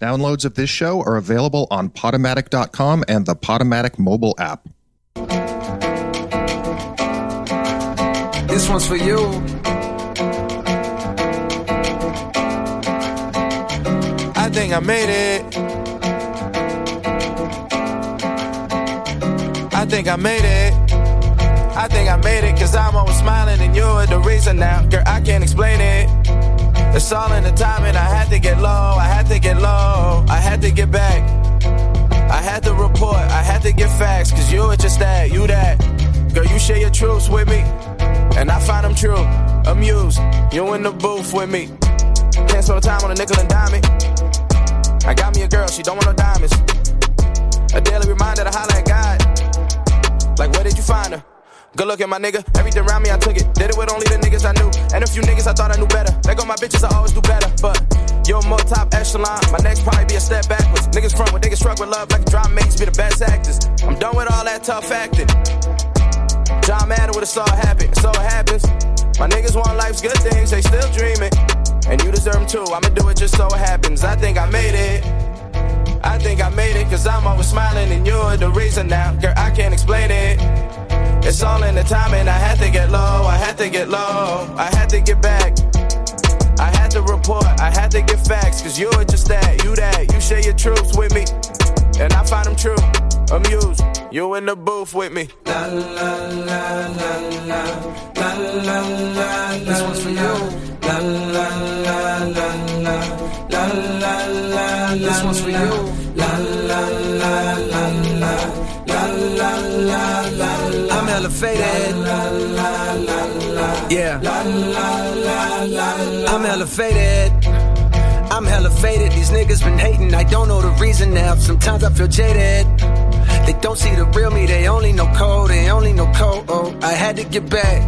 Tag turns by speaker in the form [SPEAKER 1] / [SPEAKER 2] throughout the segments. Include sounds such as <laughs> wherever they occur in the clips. [SPEAKER 1] Downloads of this show are available on Potomatic.com and the Potomatic mobile app.
[SPEAKER 2] This one's for you. I think I made it. I think I made it. I think I made it, cause I'm always smiling and you're the reason now. Girl, I can't explain it. It's all in the timing. I had to get low, I had to get low, I had to get back. I had to report, I had to get facts, cause you were just that, you that. Girl, you share your truths with me, and I find them true. Amused, you in the booth with me. Can't spend time on a nickel and dime it. I got me a girl, she don't want no diamonds. A daily reminder to holler at God. Like, where did you find her? Good looking, my nigga. Everything around me, I took it. Did it with only the niggas I knew. And a few niggas I thought I knew better. They go my bitches, I always do better. But you're more top echelon. My next probably be a step backwards. Niggas front when niggas struck with love like drama mates be the best actors. I'm done with all that tough acting. John Madden with a saw habit, so it happens. My niggas want life's good things, they still dreaming. And you deserve them too, I'ma do it just so it happens. I think I made it. I think I made it, cause I'm always smiling and you're the reason now. Girl, I can't explain it. It's all in the timing, I had to get low, I had to get low, I had to get back. I had to report, I had to get facts, cause you were just that, you that. You share your truths with me, and I find them true. Amused, you in the booth with me. This one's for you. La la la la la la la la. This one's for you. La la la la la la la la la. I'm elevated. La la la la. Yeah. La la la la. I'm elevated. I'm hella faded. These niggas been hating. I don't know the reason now. Sometimes I feel jaded. They don't see the real me. They only know cold. They only know cold. Oh, I had to get back.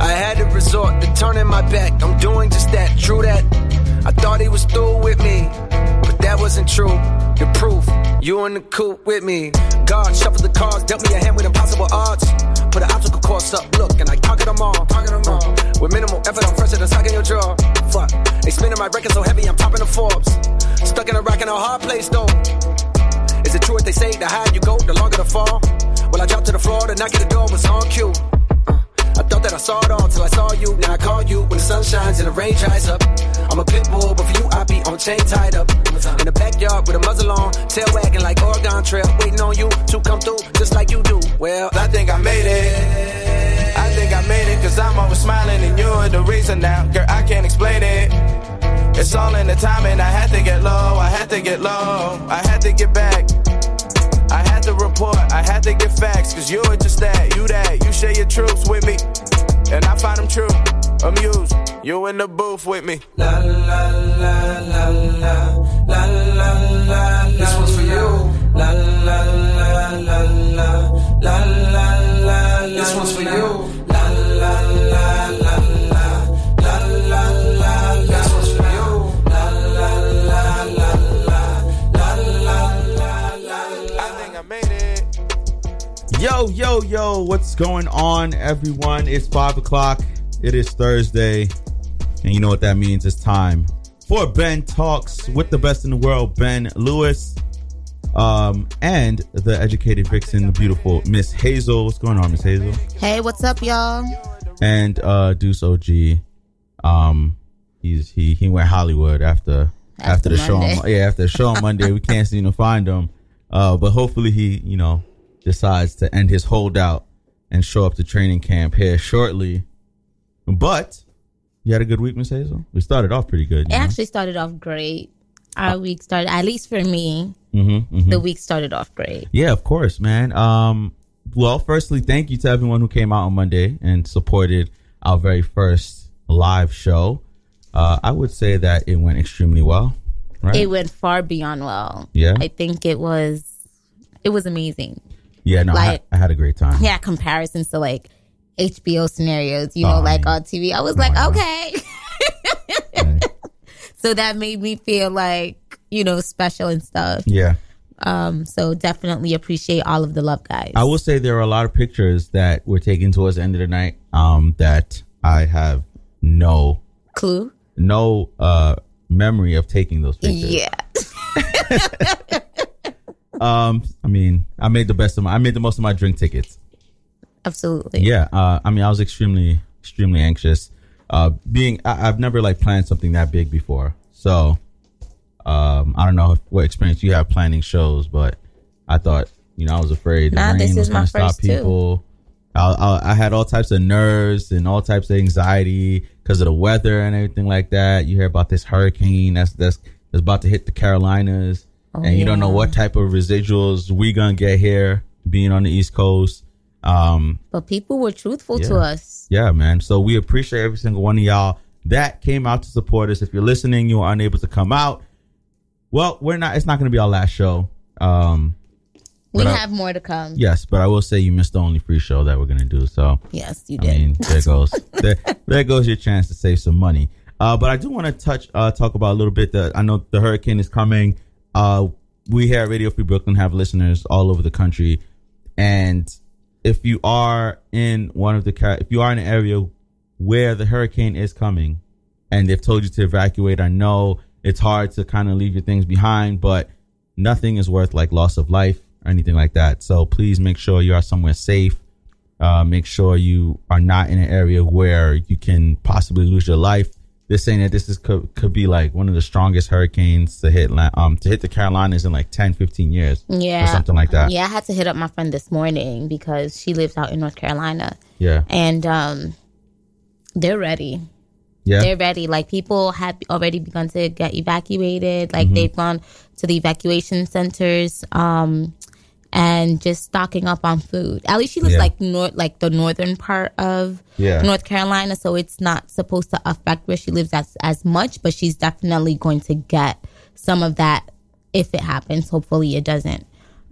[SPEAKER 2] I had to resort to turning my back. I'm doing just that. True that. I thought he was through with me, but that wasn't true. The proof. You in the coop with me. God shuffled the cards, dealt me a hand with impossible odds. Put an obstacle course up, look, and I conquered them all. Conquered them all. With minimal effort, I'm fresher than sock in your jaw. Fuck. They spinning my record so heavy, I'm topping the Forbes. Stuck in a rock in a hard place though. Is it true what they say? The higher you go, the longer the fall. Well, I dropped to the floor, the knock at the door was on cue. Uh, I thought that I saw it all till I saw you. Now I call you when the sun shines and the rain dries up. I'm a pit bull, but for you, I be on chain tied up. In the backyard with a muzzle on, tail wagging like Oregon Trail, waiting on you to come through just like you do. Well, I think I made it. I think I made it, cause I'm always smiling and you're the reason now. Girl, I can't explain it. It's all in the timing. I had to get low, I had to get low, I had to get back. I had to report, I had to get facts, cause you were just that, you that. You share your truths with me, and I find them true. Amused, you in the booth with me. La la la la la la la la. This one's for you. La la la la la la la la. This one's for you. La la la la la la la la. This one's for you. La la la la la la la la la. I think I made it.
[SPEAKER 3] Yo, yo, yo, what's going on, everyone? It's five o'clock. It is Thursday. And you know what that means. It's time for Ben Talks with the best in the world, Ben Lewis. Um, and the educated vixen, the beautiful Miss Hazel. What's going on, Miss Hazel?
[SPEAKER 4] Hey, what's up, y'all?
[SPEAKER 3] And uh Deuce OG. Um he's he he went Hollywood after after,
[SPEAKER 4] After
[SPEAKER 3] the show on,
[SPEAKER 4] Monday.
[SPEAKER 3] yeah, after the show on Monday. We can't seem to find him. Uh but hopefully he, you know, decides to end his holdout and show up to training camp here shortly. But you had a good week, Miss Hazel? We started off pretty good.
[SPEAKER 4] It actually started off great. Our week started, at least for me,
[SPEAKER 3] mm-hmm,
[SPEAKER 4] the week started off great.
[SPEAKER 3] Yeah, of course, man. Um, well, firstly, thank you to everyone who came out on Monday and supported our very first live show. Uh, I would say that it went extremely well, right?
[SPEAKER 4] It went far beyond well.
[SPEAKER 3] Yeah.
[SPEAKER 4] I think it was, it was amazing.
[SPEAKER 3] yeah, no, I, had,
[SPEAKER 4] like-
[SPEAKER 3] I had a great time.
[SPEAKER 4] Yeah, comparisons to like HBO scenarios, you
[SPEAKER 3] Oh,
[SPEAKER 4] know,
[SPEAKER 3] I
[SPEAKER 4] like
[SPEAKER 3] mean-
[SPEAKER 4] on TV. I was
[SPEAKER 3] No,
[SPEAKER 4] like,
[SPEAKER 3] I know.
[SPEAKER 4] okay. <laughs>
[SPEAKER 3] Yeah.
[SPEAKER 4] So that made me feel like, you know, special and stuff.
[SPEAKER 3] yeah.
[SPEAKER 4] Um, so definitely appreciate all of the love, guys.
[SPEAKER 3] I will say there are a lot of pictures that were taken towards the end of the night um, that I have no
[SPEAKER 4] Clue?
[SPEAKER 3] no uh, memory of taking those pictures.
[SPEAKER 4] Yeah.
[SPEAKER 3] um, I mean, I made the best of my. I made the most of my drink tickets.
[SPEAKER 4] Absolutely.
[SPEAKER 3] Yeah. Uh, I mean, I was extremely, extremely anxious. Uh, being, I, I've never like planned something that big before. So, um, I don't know if- what experience you have planning shows, but I thought, you know, I was afraid the
[SPEAKER 4] Nah,
[SPEAKER 3] rain
[SPEAKER 4] this
[SPEAKER 3] was
[SPEAKER 4] is my
[SPEAKER 3] going to stop
[SPEAKER 4] first, too.
[SPEAKER 3] people. I, I, I had all types of nerves and all types of anxiety because of the weather and everything like that. You hear about this hurricane that's that's that's about to hit the Carolinas, and you don't know
[SPEAKER 4] Oh, yeah.
[SPEAKER 3] what type of residuals we gonna get here being on the East Coast. Um,
[SPEAKER 4] But people were truthful to
[SPEAKER 3] Yeah.
[SPEAKER 4] us.
[SPEAKER 3] yeah, man. So we appreciate every single one of y'all that came out to support us. If you're listening, you are unable to come out. Well, we're not. It's not going to be our last show. Um,
[SPEAKER 4] We
[SPEAKER 3] But I-
[SPEAKER 4] have more to come.
[SPEAKER 3] yes, but I will say you missed the only free show that we're going to do. So
[SPEAKER 4] Yes, you
[SPEAKER 3] I
[SPEAKER 4] did.
[SPEAKER 3] mean,
[SPEAKER 4] <laughs>
[SPEAKER 3] there goes there, there goes your chance to save some money. Uh, but I do want to touch uh, talk about a little bit that I know the hurricane is coming. Uh, we here at Radio Free Brooklyn have listeners all over the country, and if you are in one of the ca- if you are in an area where the hurricane is coming, and they've told you to evacuate, I know it's hard to kind of leave your things behind, but nothing is worth like loss of life or anything like that. So please make sure you are somewhere safe uh, make sure you are not in an area where you can possibly lose your life. They're saying that this is could, could be like one of the strongest hurricanes to hit la- um to hit the Carolinas in like 10, 15 years
[SPEAKER 4] yeah.
[SPEAKER 3] or something like that.
[SPEAKER 4] Yeah, I had to hit up my friend this morning because she lives out in North Carolina.
[SPEAKER 3] yeah,
[SPEAKER 4] And um they're ready.
[SPEAKER 3] yeah.
[SPEAKER 4] They're ready. Like people have already begun to get evacuated.
[SPEAKER 3] Mm-hmm.
[SPEAKER 4] Like they've gone to the evacuation centers, um, and just stocking up on food. At least she lives
[SPEAKER 3] Yeah.
[SPEAKER 4] like north, like the northern part of
[SPEAKER 3] Yeah.
[SPEAKER 4] North Carolina, so it's not supposed to affect where she lives as as much. But she's definitely going to get some of that if it happens. Hopefully, it doesn't.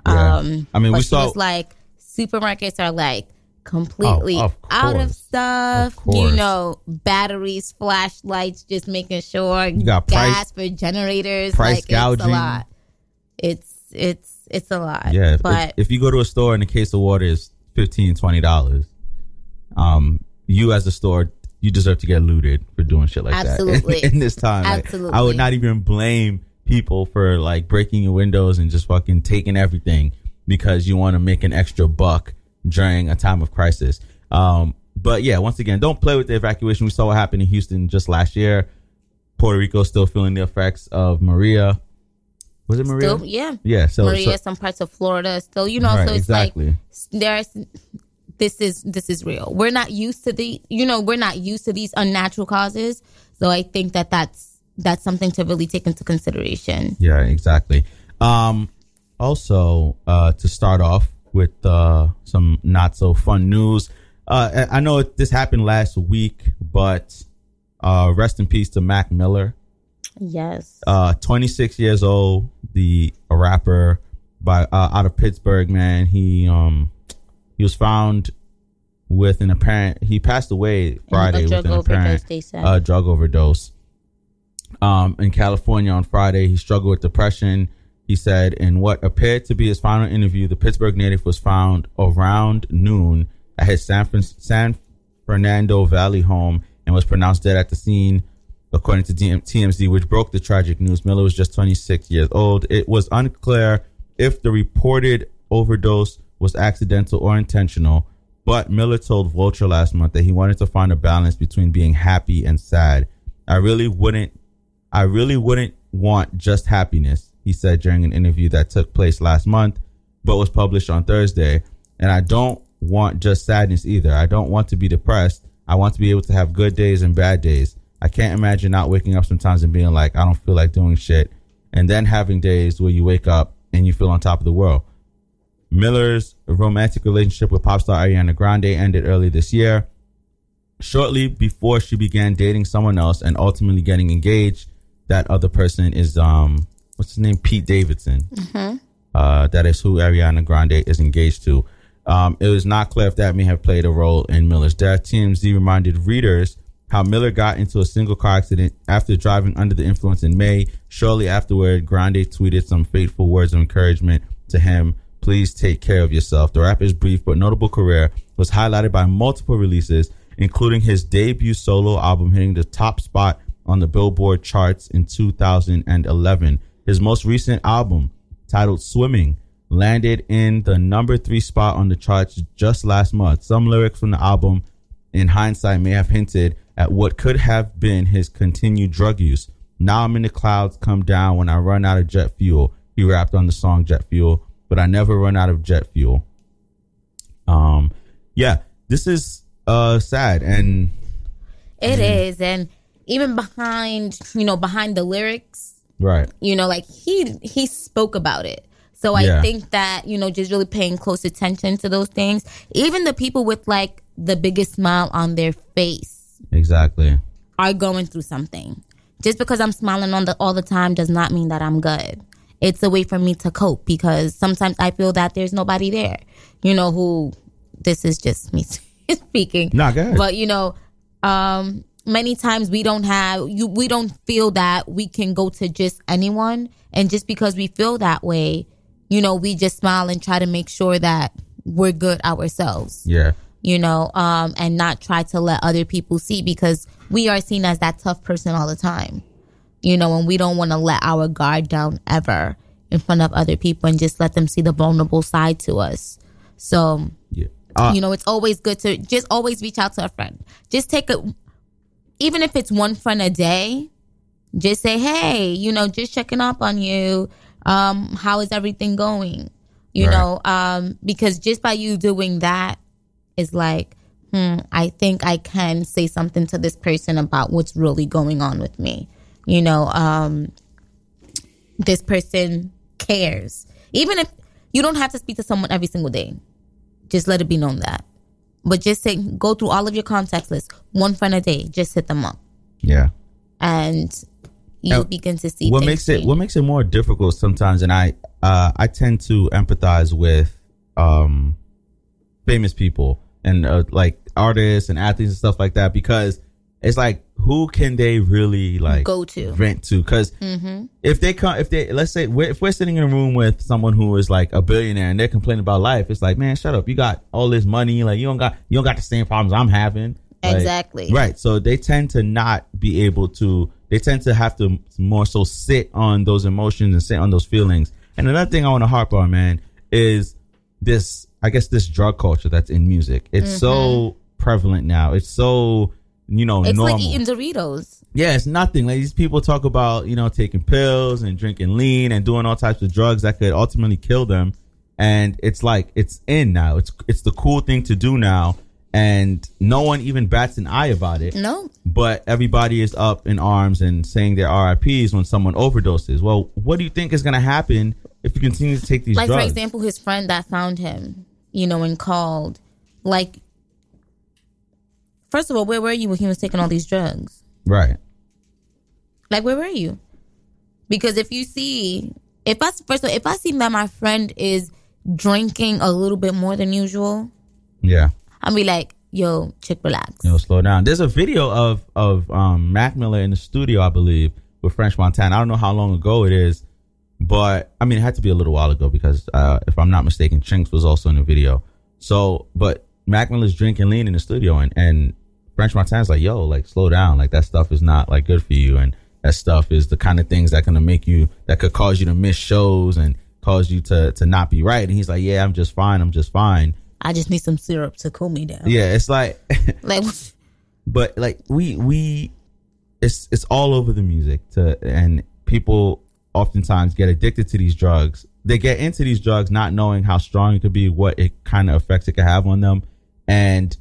[SPEAKER 3] Yeah.
[SPEAKER 4] Um,
[SPEAKER 3] I mean,
[SPEAKER 4] but
[SPEAKER 3] we
[SPEAKER 4] she
[SPEAKER 3] saw-
[SPEAKER 4] was like supermarkets are like completely
[SPEAKER 3] Oh, of
[SPEAKER 4] out of
[SPEAKER 3] course.
[SPEAKER 4] stuff.
[SPEAKER 3] Of
[SPEAKER 4] you
[SPEAKER 3] course.
[SPEAKER 4] know, batteries, flashlights, just making sure you
[SPEAKER 3] got price-
[SPEAKER 4] gas for generators.
[SPEAKER 3] price
[SPEAKER 4] like, It's
[SPEAKER 3] gouging.
[SPEAKER 4] a lot. It's it's it's a lot.
[SPEAKER 3] Yeah, if,
[SPEAKER 4] but
[SPEAKER 3] if, if you go to a store and the case of water is fifteen, twenty dollars, um, you as a store, you deserve to get looted for doing shit like
[SPEAKER 4] Absolutely.
[SPEAKER 3] that. <laughs> in, this time, Like, I
[SPEAKER 4] Absolutely.
[SPEAKER 3] would not even blame people for like breaking your windows and just fucking taking everything because you want to make an extra buck during a time of crisis. Um, but yeah, once again, don't play with the evacuation. We saw what happened in Houston just last year. Puerto Rico still feeling the effects of Maria. Was it Maria?
[SPEAKER 4] still, yeah.
[SPEAKER 3] yeah. So, so-
[SPEAKER 4] Maria, some parts of Florida, still, you know,
[SPEAKER 3] Right,
[SPEAKER 4] so it's
[SPEAKER 3] exactly.
[SPEAKER 4] like there's this is this is real. We're not used to the, you know, we're not used to these unnatural causes. So I think that that's that's something to really take into consideration.
[SPEAKER 3] Yeah, exactly. Um, also, uh, to start off with uh, some not so fun news. Uh, I I know it- this happened last week, but uh, rest in peace to Mac Miller,
[SPEAKER 4] Yes.
[SPEAKER 3] uh, 26 years old, the a rapper by uh, out of Pittsburgh. Man, he um he was found with an apparent he passed away Friday
[SPEAKER 4] drug
[SPEAKER 3] with an
[SPEAKER 4] overdose,
[SPEAKER 3] apparent
[SPEAKER 4] they said.
[SPEAKER 3] uh, drug overdose. Um, in California on Friday, he struggled with depression. He said, in what appeared to be his final interview, the Pittsburgh native was found around noon at his San, Fran- San Fernando Valley home and was pronounced dead at the scene, according to DM- TMZ, which broke the tragic news. Miller was just 26 years old. It was unclear if the reported overdose was accidental or intentional. But Miller told Vulture last month that he wanted to find a balance between being happy and sad. I really wouldn't I really wouldn't want just happiness, he said during an interview that took place last month but was published on Thursday. And I don't want just sadness either. I don't want to be depressed. I want to be able to have good days and bad days. I can't imagine not waking up sometimes and being like, I don't feel like doing shit. And then having days where you wake up and you feel on top of the world. Miller's romantic relationship with pop star Ariana Grande ended early this year, shortly before she began dating someone else and ultimately getting engaged. That other person is um, what's his name? Pete Davidson. Uh, that is who Ariana Grande is engaged to. Um, it was not clear if that may have played a role in Miller's death. TMZ reminded readers how Miller got into a single car accident after driving under the influence in May. Shortly afterward, Grande tweeted some fateful words of encouragement to him. Please take care of yourself. The rapper's brief but notable career was highlighted by multiple releases, including his debut solo album hitting the top spot on the Billboard charts in 2011. His most recent album, titled Swimming, landed in the number three spot on the charts just last month. Some lyrics from the album, in hindsight, may have hinted at what could have been his continued drug use. Now I'm in the clouds, come down when I run out of jet fuel. He rapped on the song Jet Fuel, but I never run out of jet fuel. Um, yeah, this is uh sad and
[SPEAKER 4] It is, and even behind you know behind the lyrics
[SPEAKER 3] right.
[SPEAKER 4] you know like he he spoke about it so i
[SPEAKER 3] Yeah.
[SPEAKER 4] think that you know just really paying close attention to those things even the people with like the biggest smile on their face
[SPEAKER 3] Exactly.
[SPEAKER 4] are going through something just because i'm smiling on the all the time does not mean that i'm good it's a way for me to cope because sometimes i feel that there's nobody there you know who this is just me <laughs> speaking
[SPEAKER 3] Nah, go ahead.
[SPEAKER 4] but you know um many times we don't have you we don't feel that we can go to just anyone and just because we feel that way you know we just smile and try to make sure that we're good ourselves
[SPEAKER 3] Yeah.
[SPEAKER 4] you know um and not try to let other people see because we are seen as that tough person all the time you know and we don't want to let our guard down ever in front of other people and just let them see the vulnerable side to us so
[SPEAKER 3] Yeah. Uh,
[SPEAKER 4] you know it's always good to just always reach out to a friend just take a even if it's one friend a day just say hey you know just checking up on you um how is everything going you
[SPEAKER 3] Right.
[SPEAKER 4] know um because just by you doing that is like hmm i think i can say something to this person about what's really going on with me you know um this person cares even if you don't have to speak to someone every single day just let it be known that. But just say, go through all of your contact list, one friend a day, just hit them up,
[SPEAKER 3] yeah.
[SPEAKER 4] and you'll
[SPEAKER 3] And
[SPEAKER 4] begin to see
[SPEAKER 3] what
[SPEAKER 4] things
[SPEAKER 3] makes it
[SPEAKER 4] change.
[SPEAKER 3] what makes it more difficult sometimes and i uh i tend to empathize with um famous people and uh, like artists and athletes and stuff like that because it's like who can they really like
[SPEAKER 4] Go to. Mm-hmm.
[SPEAKER 3] vent to because if they come if they let's say we're, if we're sitting in a room with someone who is like a billionaire and they're complaining about life it's like man shut up you got all this money like you don't got you don't got the same problems i'm having Like,
[SPEAKER 4] Exactly.
[SPEAKER 3] right so they tend to not be able to they tend to have to more so sit on those emotions and sit on those feelings and another thing i want to harp on man is this i guess this drug culture that's in music it's so prevalent now it's so you know
[SPEAKER 4] Mm-hmm. It's
[SPEAKER 3] normal
[SPEAKER 4] like eating Doritos.
[SPEAKER 3] yeah, it's nothing. Like these people talk about, you know, taking pills and drinking lean and doing all types of drugs that could ultimately kill them. And it's like it's in now. It's it's the cool thing to do now, and no one even bats an eye about it.
[SPEAKER 4] No,
[SPEAKER 3] But everybody is up in arms and saying their RIPS when someone overdoses. Well, what do you think is going to happen if you continue to take these
[SPEAKER 4] like
[SPEAKER 3] drugs?
[SPEAKER 4] for example, his friend that found him, you know, and called. Like, first of all, where were you when he was taking all these drugs?
[SPEAKER 3] right?
[SPEAKER 4] Like, where were you? Because if you see, if I first of all, if I see that my friend is drinking a little bit more than usual,
[SPEAKER 3] Yeah.
[SPEAKER 4] I'll be like, "Yo, chick, relax."
[SPEAKER 3] Yo, slow down. There's a video of of um, Mac Miller in the studio, I believe, with French Montana. I don't know how long ago it is, but I mean, it had to be a little while ago because uh, if I'm not mistaken, Chinks was also in the video. So, but Mac Miller's drinking lean in the studio, and and French Montana's like, "Yo, like, slow down. Like, that stuff is not like good for you, and that stuff is the kind of things that gonna make you that could cause you to miss shows and cause you to to not be right." And he's like, "Yeah, I'm just fine. I'm just fine."
[SPEAKER 4] I just need some syrup to cool me down.
[SPEAKER 3] Yeah, it's like. <laughs>
[SPEAKER 4] Like,
[SPEAKER 3] but like we we it's it's all over the music to and people oftentimes get addicted to these drugs they get into these drugs not knowing how strong it could be what it kind of effects it could have on them and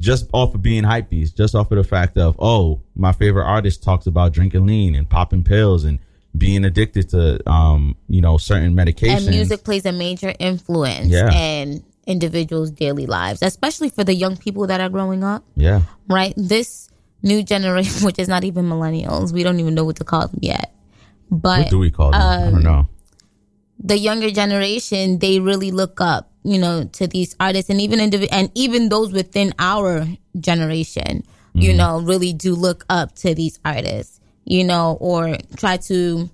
[SPEAKER 3] just off of being hype beast, just off of the fact of oh my favorite artist talks about drinking lean and popping pills and being addicted to um you know certain medications
[SPEAKER 4] and music plays a major influence
[SPEAKER 3] Yeah.
[SPEAKER 4] in individuals' daily lives, especially for the young people that are growing up.
[SPEAKER 3] yeah
[SPEAKER 4] Right, this new generation, <laughs> which is not even millennials, we don't even know what to call them yet. But um,
[SPEAKER 3] what do we call them i don't know
[SPEAKER 4] the younger generation they really look up you know to these artists and even indiv- and even those within our generation you know really do look up to these artists you know or try to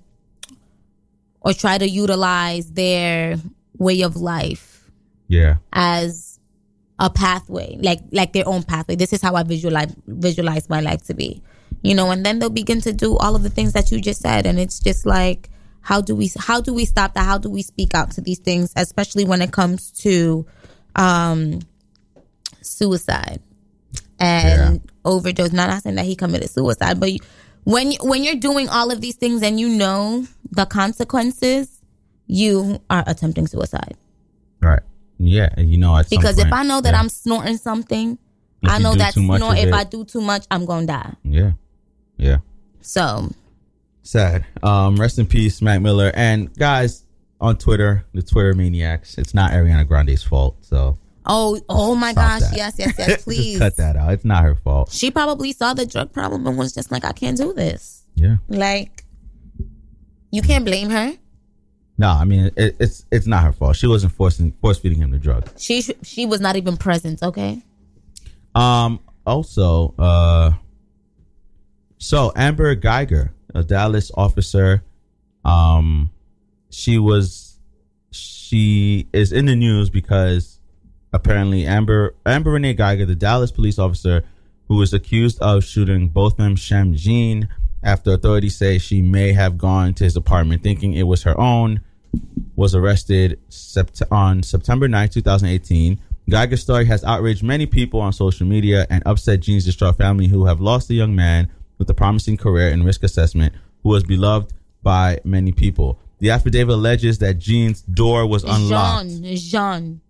[SPEAKER 4] or try to utilize their way of life
[SPEAKER 3] yeah
[SPEAKER 4] as a pathway like like their own pathway this is how i visualize visualize my life to be you know and then they'll begin to do all of the things that you just said and it's just like how do we how do we stop that? How do we speak out to these things, especially when it comes to um, suicide and
[SPEAKER 3] Yeah.
[SPEAKER 4] overdose? Not not saying that he committed suicide, but you- when you- when you're doing all of these things and you know the consequences, you are attempting suicide.
[SPEAKER 3] Right. Yeah. and You know, at some
[SPEAKER 4] Because if
[SPEAKER 3] point-
[SPEAKER 4] I know that
[SPEAKER 3] yeah.
[SPEAKER 4] I'm snorting something,
[SPEAKER 3] If
[SPEAKER 4] I
[SPEAKER 3] you
[SPEAKER 4] know
[SPEAKER 3] do
[SPEAKER 4] that
[SPEAKER 3] too much
[SPEAKER 4] snort.
[SPEAKER 3] of
[SPEAKER 4] If
[SPEAKER 3] it-
[SPEAKER 4] I do too much, I'm gonna die.
[SPEAKER 3] Yeah. Yeah.
[SPEAKER 4] So
[SPEAKER 3] Sad. Um, rest in peace, Mac Miller. And guys on Twitter, the Twitter maniacs, it's not Ariana Grande's fault. So
[SPEAKER 4] Oh, oh my
[SPEAKER 3] Stop
[SPEAKER 4] gosh.
[SPEAKER 3] that.
[SPEAKER 4] Yes,
[SPEAKER 3] <laughs>
[SPEAKER 4] yes, yes.
[SPEAKER 3] just
[SPEAKER 4] Please.
[SPEAKER 3] cut that out. It's not her fault.
[SPEAKER 4] She probably saw the drug problem and was just like, I can't do this.
[SPEAKER 3] Yeah.
[SPEAKER 4] Like, you can't blame her.
[SPEAKER 3] No, I mean it, it's it's not her fault. She wasn't forcing force feeding him the drug.
[SPEAKER 4] She sh- she was not even present. Okay.
[SPEAKER 3] Um. Also, uh, so Amber Geiger, a Dallas officer, um, she was, she is in the news because apparently Amber Amber Renee Geiger, the Dallas police officer who was accused of shooting Botham Shamjeen, after authorities say she may have gone to his apartment thinking it was her own, was arrested sept- on September 9, 2018. Geiger's story has outraged many people on social media and upset Gene's distraught family who have lost a young man with a promising career in risk assessment who was beloved by many people. The affidavit alleges that Gene's door was unlocked.
[SPEAKER 4] Jean. Jean.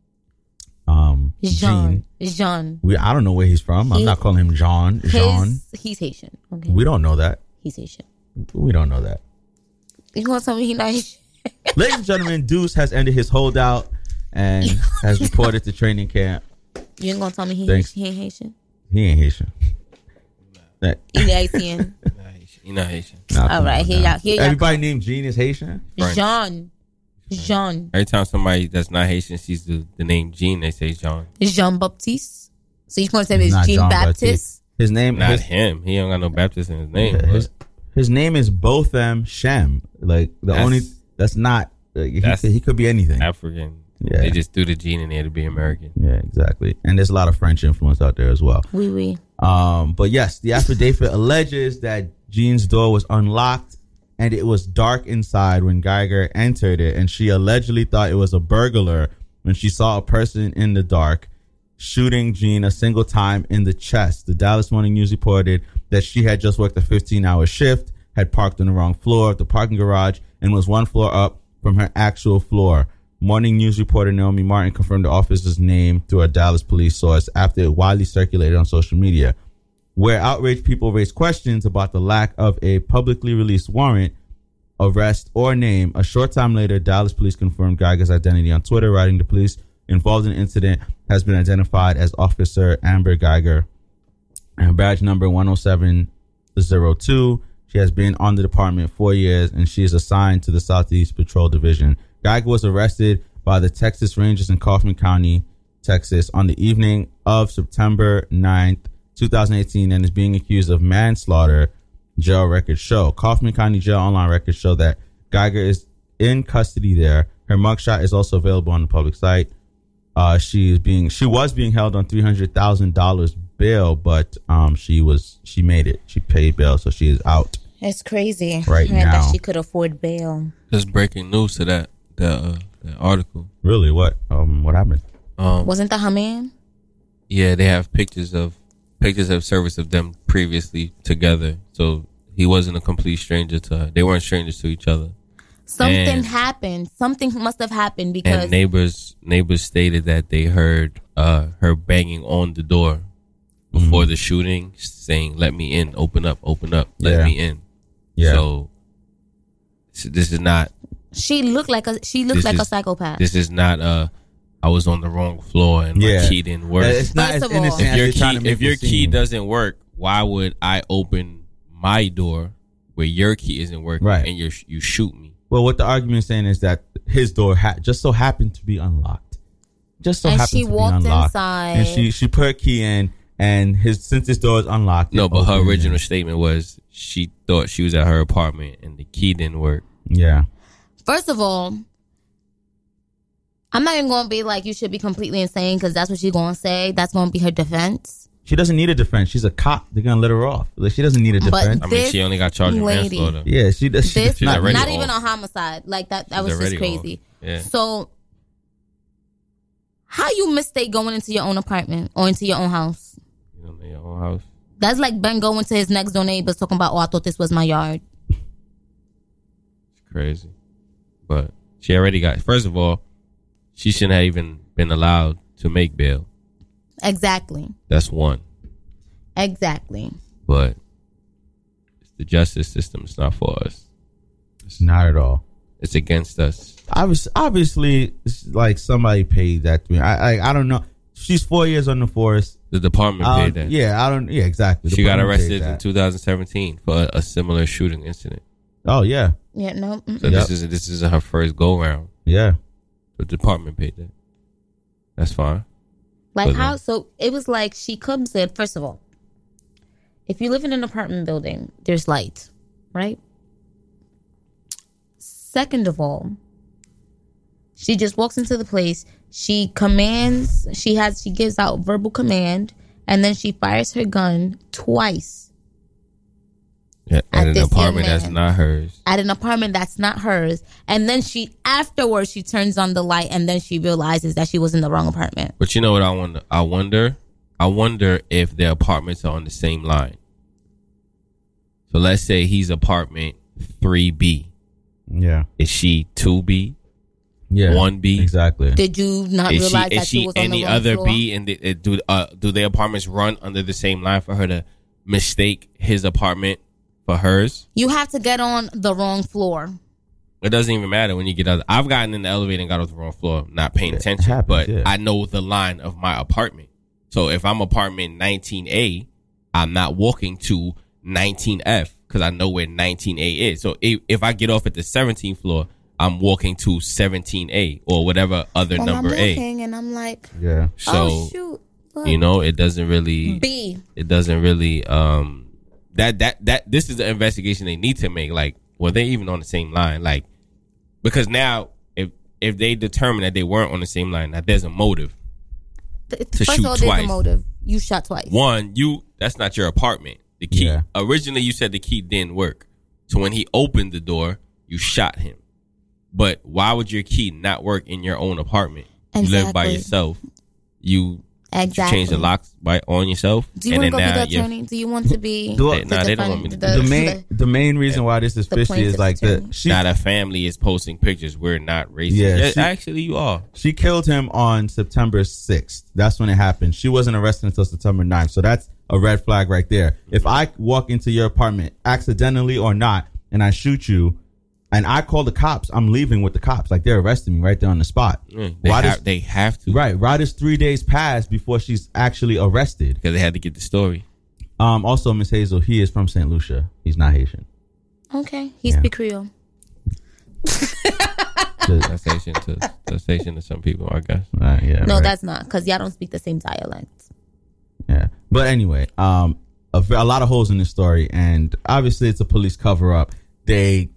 [SPEAKER 3] Um, Gene.
[SPEAKER 4] Jean. Jean.
[SPEAKER 3] We I don't know where he's from. I'm
[SPEAKER 4] He-
[SPEAKER 3] not calling him John. John.
[SPEAKER 4] His, he's Haitian. Okay.
[SPEAKER 3] We don't know that.
[SPEAKER 4] He's Haitian.
[SPEAKER 3] We don't know that.
[SPEAKER 4] You gonna tell me he not Haitian?
[SPEAKER 3] Ladies and gentlemen, Deuce has ended his holdout
[SPEAKER 4] <laughs>
[SPEAKER 3] and has reported to training camp.
[SPEAKER 4] You ain't gonna tell me he,
[SPEAKER 3] Thanks.
[SPEAKER 4] he ain't Haitian?
[SPEAKER 3] He ain't Haitian. That-
[SPEAKER 4] He
[SPEAKER 3] <laughs>
[SPEAKER 4] Haitian.
[SPEAKER 5] You know Haitian.
[SPEAKER 3] nah, come
[SPEAKER 4] right,
[SPEAKER 3] on
[SPEAKER 4] here
[SPEAKER 3] now.
[SPEAKER 4] y'all- here y'all
[SPEAKER 3] Everybody named Gene is Haitian.
[SPEAKER 5] French.
[SPEAKER 4] Jean. Jean.
[SPEAKER 5] Every time somebody that's not Haitian sees the, the name Gene, they say John.
[SPEAKER 4] Jean Baptiste. So you gonna tell me
[SPEAKER 3] Not
[SPEAKER 4] it's Jean
[SPEAKER 3] John
[SPEAKER 4] Baptist?
[SPEAKER 3] His name.
[SPEAKER 5] Not
[SPEAKER 3] His,
[SPEAKER 5] him. He don't got no Baptist in his name.
[SPEAKER 3] yeah, his,
[SPEAKER 5] but
[SPEAKER 3] his name is Botham Shem. Like the
[SPEAKER 5] That's-
[SPEAKER 3] only. That's not. Like, he,
[SPEAKER 5] that's-
[SPEAKER 3] could, he could be anything.
[SPEAKER 5] African.
[SPEAKER 3] Yeah.
[SPEAKER 5] They just threw the Gene in there to be American.
[SPEAKER 3] yeah, exactly. And there's a lot of French influence out there as well.
[SPEAKER 4] Oui, oui.
[SPEAKER 3] Um, but yes, the affidavit alleges that Jean's door was unlocked and it was dark inside when Geiger entered it, and she allegedly thought it was a burglar when she saw a person in the dark shooting Jean a single time in the chest. The Dallas Morning News reported that she had just worked a 15 hour shift, had parked on the wrong floor of the parking garage, and was one floor up from her actual floor. Morning News reporter Naomi Martin confirmed the officer's name through a Dallas police source after it widely circulated on social media where outraged people raised questions about the lack of a publicly released warrant, arrest, or name. A short time later, Dallas police confirmed Geiger's identity on Twitter, writing the police involved in the incident has been identified as Officer Amber Geiger and badge number 10702. She has been on the department four years and she is assigned to the Southeast Patrol Division. Geiger was arrested by the Texas Rangers in Kaufman County, Texas on the evening of September 9th, 2018, and is being accused of manslaughter. Jail records show Kaufman County Jail online records show that Geiger is in custody there. Her mugshot is also available on the public site. Uh, she is being she was being held on three hundred thousand dollars bail, but um, she was she made it. She paid bail, so she is out.
[SPEAKER 4] It's crazy.
[SPEAKER 3] Right
[SPEAKER 4] that
[SPEAKER 3] now.
[SPEAKER 4] she could afford bail.
[SPEAKER 5] Just breaking news to that that, uh, that article.
[SPEAKER 3] Really, what um what happened?
[SPEAKER 5] Um,
[SPEAKER 4] Wasn't that her man?
[SPEAKER 5] yeah, they have pictures of pictures of service of them previously together. So he wasn't a complete stranger to her. They weren't strangers to each other.
[SPEAKER 4] Something
[SPEAKER 5] Man.
[SPEAKER 4] happened. Something must have happened because
[SPEAKER 5] And neighbors neighbors stated that they heard uh, her banging on the door before
[SPEAKER 3] Mm-hmm.
[SPEAKER 5] the shooting, saying, "Let me in, open up, open up, let
[SPEAKER 3] Yeah.
[SPEAKER 5] me in."
[SPEAKER 3] Yeah,
[SPEAKER 5] So, so this is not
[SPEAKER 4] she looked like a she looked
[SPEAKER 5] This
[SPEAKER 4] like a
[SPEAKER 5] is-
[SPEAKER 4] psychopath.
[SPEAKER 5] this is not uh I was on the wrong floor and
[SPEAKER 3] Yeah.
[SPEAKER 5] my key didn't work.
[SPEAKER 3] Uh, it's not
[SPEAKER 4] First
[SPEAKER 3] as
[SPEAKER 4] of all-
[SPEAKER 3] innocent
[SPEAKER 5] if
[SPEAKER 3] as
[SPEAKER 5] your
[SPEAKER 3] you're trying to
[SPEAKER 5] key
[SPEAKER 3] make
[SPEAKER 5] if your
[SPEAKER 3] it
[SPEAKER 5] key
[SPEAKER 3] seem.
[SPEAKER 5] doesn't work, why would I open my door where your key isn't working
[SPEAKER 3] Right.
[SPEAKER 5] and you you shoot me?
[SPEAKER 3] Well, what the argument is saying is that his door ha- just so happened to be unlocked. Just so
[SPEAKER 4] And
[SPEAKER 3] happened
[SPEAKER 4] she
[SPEAKER 3] to
[SPEAKER 4] walked
[SPEAKER 3] be unlocked.
[SPEAKER 4] inside.
[SPEAKER 3] and she she put her key in, and his since his door is unlocked. it
[SPEAKER 5] No, but her
[SPEAKER 3] opened
[SPEAKER 5] original statement was she thought she was at her apartment and the key didn't work.
[SPEAKER 3] and- yeah,
[SPEAKER 4] First of all, I'm not even gonna be like you should be completely insane because that's what she's gonna say. That's gonna be her defense.
[SPEAKER 3] She doesn't need a defense. She's a cop. They're gonna let her off. Like she doesn't need a
[SPEAKER 4] But
[SPEAKER 3] defense.
[SPEAKER 4] th-
[SPEAKER 5] I mean,
[SPEAKER 4] This
[SPEAKER 5] she only got charged with
[SPEAKER 4] lady-
[SPEAKER 5] manslaughter.
[SPEAKER 3] yeah, she does. She
[SPEAKER 4] this
[SPEAKER 3] does
[SPEAKER 5] She's
[SPEAKER 3] not.
[SPEAKER 5] already
[SPEAKER 4] not
[SPEAKER 5] old.
[SPEAKER 4] even on homicide like that that
[SPEAKER 5] She's
[SPEAKER 4] was just
[SPEAKER 5] already old.
[SPEAKER 4] crazy
[SPEAKER 5] Yeah.
[SPEAKER 4] so how you mistake going into your own apartment or into your own house
[SPEAKER 5] You know, in your own house.
[SPEAKER 4] that's like ben going to his next door neighbors talking about oh i thought this was my yard
[SPEAKER 5] It's crazy. But she already got. First of all, she shouldn't have even been allowed to make bail.
[SPEAKER 4] exactly
[SPEAKER 5] That's one.
[SPEAKER 4] exactly
[SPEAKER 5] But it's the justice system. It's not for us.
[SPEAKER 3] Not at all.
[SPEAKER 5] It's against us.
[SPEAKER 3] Obviously, obviously, it's like somebody paid that to me. I, I, I don't know. She's four years on the force.
[SPEAKER 5] The department
[SPEAKER 3] I
[SPEAKER 5] paid
[SPEAKER 3] don't-
[SPEAKER 5] that.
[SPEAKER 3] Um, Yeah, I don't. Yeah, exactly. The
[SPEAKER 5] She got
[SPEAKER 3] department paid
[SPEAKER 5] arrested in
[SPEAKER 3] that.
[SPEAKER 5] 2017 for a, a similar shooting incident.
[SPEAKER 3] Oh yeah,
[SPEAKER 4] yeah no mm.
[SPEAKER 5] So
[SPEAKER 3] Yep.
[SPEAKER 5] this is this is her first go round.
[SPEAKER 3] yeah.
[SPEAKER 5] The department paid that. That's fine.
[SPEAKER 4] Like
[SPEAKER 5] But,
[SPEAKER 4] how?
[SPEAKER 5] um,
[SPEAKER 4] So it was like she comes in. First of all, if you live in an apartment building, there's light, right? Second of all, she just walks into the place. She commands. She has. She gives out verbal command, and then she fires her gun twice
[SPEAKER 5] Yeah,
[SPEAKER 4] At
[SPEAKER 5] at an
[SPEAKER 4] this young
[SPEAKER 5] apartment that's
[SPEAKER 4] man.
[SPEAKER 5] not hers.
[SPEAKER 4] at an apartment that's not hers. And then she afterwards she turns on the light, and then she realizes that she was in the wrong apartment.
[SPEAKER 5] But you know what I wonder? I wonder. I wonder if their apartments are on the same line. So let's say he's apartment three B.
[SPEAKER 3] Yeah.
[SPEAKER 5] Is she two B?
[SPEAKER 3] Yeah.
[SPEAKER 5] One B.
[SPEAKER 3] Exactly.
[SPEAKER 4] Did you not
[SPEAKER 5] Is she
[SPEAKER 4] realize
[SPEAKER 5] is
[SPEAKER 4] that she,
[SPEAKER 5] she
[SPEAKER 4] was on the
[SPEAKER 5] any
[SPEAKER 4] wrong
[SPEAKER 5] other
[SPEAKER 4] floor?
[SPEAKER 5] B? And the, uh, do uh, do their apartments run under the same line for her to mistake his apartment for hers?
[SPEAKER 4] You have to get on the wrong floor.
[SPEAKER 5] It doesn't even matter when you get out. I've gotten in the elevator and got off the wrong floor, not paying attention.
[SPEAKER 3] happens,
[SPEAKER 5] but
[SPEAKER 3] yeah.
[SPEAKER 5] I know the line of my apartment. So if I'm apartment 19A, I'm not walking to 19F because I know where 19A is. So if, if I get off at the 17th floor, I'm walking to 17A or whatever other
[SPEAKER 4] Well,
[SPEAKER 5] number
[SPEAKER 4] I'm
[SPEAKER 5] A.
[SPEAKER 4] looking and I'm like,
[SPEAKER 3] Yeah.
[SPEAKER 5] So
[SPEAKER 4] oh shoot, look.
[SPEAKER 5] you know, it doesn't really
[SPEAKER 4] B.
[SPEAKER 5] it doesn't really um that that that this is the investigation they need to make like were they even on the same line like because now if if they determine that they weren't on the same line that there's a motive
[SPEAKER 4] Th-
[SPEAKER 5] To
[SPEAKER 4] First
[SPEAKER 5] shoot
[SPEAKER 4] of all, there's
[SPEAKER 5] twice.
[SPEAKER 4] a motive. You shot twice.
[SPEAKER 5] one you that's not your apartment the key
[SPEAKER 3] Yeah.
[SPEAKER 5] originally you said the key didn't work so when he opened the door you shot him but why would your key not work in your own apartment you live by
[SPEAKER 4] Exactly.
[SPEAKER 5] yourself you
[SPEAKER 4] Exactly.
[SPEAKER 5] you change the locks by on yourself
[SPEAKER 4] Do you
[SPEAKER 5] and
[SPEAKER 4] want to go
[SPEAKER 5] then
[SPEAKER 4] be
[SPEAKER 5] now
[SPEAKER 4] the
[SPEAKER 5] you're-
[SPEAKER 4] attorney? Do you want to be?
[SPEAKER 3] Do I-
[SPEAKER 5] They- nah, they don't want me to
[SPEAKER 4] defend-
[SPEAKER 5] do
[SPEAKER 3] the main the main reason why this is
[SPEAKER 4] The
[SPEAKER 3] fishy is
[SPEAKER 4] plaintiff's
[SPEAKER 3] like the
[SPEAKER 4] attorney.
[SPEAKER 3] she
[SPEAKER 5] not a family is posting pictures. We're not racist.
[SPEAKER 3] Yeah,
[SPEAKER 5] Yeah,
[SPEAKER 3] she-
[SPEAKER 5] actually, you are.
[SPEAKER 3] she killed him on September 6th. That's when it happened. She wasn't arrested until September 9th. So that's a red flag right there. If I walk into your apartment accidentally or not and I shoot you and I call the cops, I'm leaving with the cops. Like they're arresting me right there on the spot.
[SPEAKER 5] Mm, They,
[SPEAKER 3] Why
[SPEAKER 5] have,
[SPEAKER 3] does
[SPEAKER 5] they have to
[SPEAKER 3] Right, why does 3 days pass before she's actually arrested?
[SPEAKER 5] because they had to get the story.
[SPEAKER 3] Um also Miss Hazel, he is from St. Lucia. He's
[SPEAKER 5] <laughs>
[SPEAKER 3] not Haitian.
[SPEAKER 4] Okay, he
[SPEAKER 3] Yeah.
[SPEAKER 4] speak Creole.
[SPEAKER 3] Just-
[SPEAKER 5] Translation to translation to some people, I guess.
[SPEAKER 3] uh, yeah,
[SPEAKER 4] No,
[SPEAKER 3] right.
[SPEAKER 4] that's not because y'all don't speak the same dialect.
[SPEAKER 3] Yeah. But anyway, um, a, ve- a lot of holes in this story, and obviously it's a police cover up. They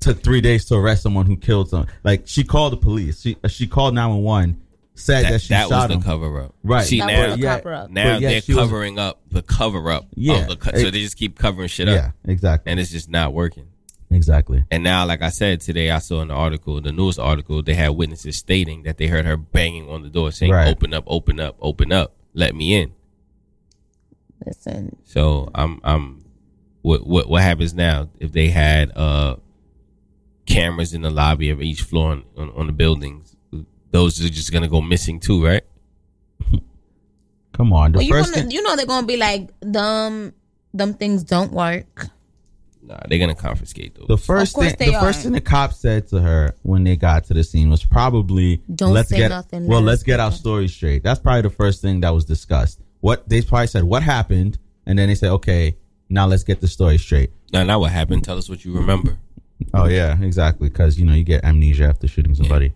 [SPEAKER 3] took three days to arrest someone who killed someone. Like she called the police. She uh, she called nine one one. Said that,
[SPEAKER 5] That,
[SPEAKER 3] she
[SPEAKER 5] that was
[SPEAKER 3] shot
[SPEAKER 5] the
[SPEAKER 3] him.
[SPEAKER 5] cover up.
[SPEAKER 3] Right.
[SPEAKER 5] See
[SPEAKER 4] That
[SPEAKER 5] now,
[SPEAKER 4] was a
[SPEAKER 3] yeah,
[SPEAKER 4] cover up.
[SPEAKER 5] now
[SPEAKER 3] But yeah,
[SPEAKER 5] they're
[SPEAKER 3] she was-
[SPEAKER 5] covering up the cover up.
[SPEAKER 3] Yeah.
[SPEAKER 5] Of the co- so they just keep covering shit up,
[SPEAKER 3] Yeah, exactly.
[SPEAKER 5] and it's just not working.
[SPEAKER 3] Exactly.
[SPEAKER 5] And now, like I said today, I saw in the article, the news article, they had witnesses stating that they heard her banging on the door, saying,
[SPEAKER 3] Right.
[SPEAKER 5] "Open up, open up, open up, let me in."
[SPEAKER 4] Listen,
[SPEAKER 5] So I'm I'm what what what happens now if they had uh cameras in the lobby of each floor on, on, on the buildings? Those are just gonna go missing too, right?
[SPEAKER 3] Come on. The
[SPEAKER 4] well, you,
[SPEAKER 3] first
[SPEAKER 4] gonna,
[SPEAKER 3] thing-
[SPEAKER 4] you know they're gonna be like dumb. Them things don't work.
[SPEAKER 5] Nah, they're gonna confiscate those.
[SPEAKER 3] the first
[SPEAKER 4] Of course
[SPEAKER 3] thing
[SPEAKER 4] they
[SPEAKER 3] the first
[SPEAKER 4] are.
[SPEAKER 3] thing the cops said to her when they got to the scene was probably
[SPEAKER 4] Don't
[SPEAKER 3] let's
[SPEAKER 4] say
[SPEAKER 3] get
[SPEAKER 4] nothing,
[SPEAKER 3] well
[SPEAKER 4] let
[SPEAKER 3] let's
[SPEAKER 4] us
[SPEAKER 3] get our
[SPEAKER 4] figure.
[SPEAKER 3] story straight. That's probably the first thing that was discussed. What they probably said what happened and then they said okay, now let's get the story straight.
[SPEAKER 5] now, now what happened? Tell us what you remember.
[SPEAKER 3] Oh yeah, exactly. Because you know you get amnesia after shooting somebody.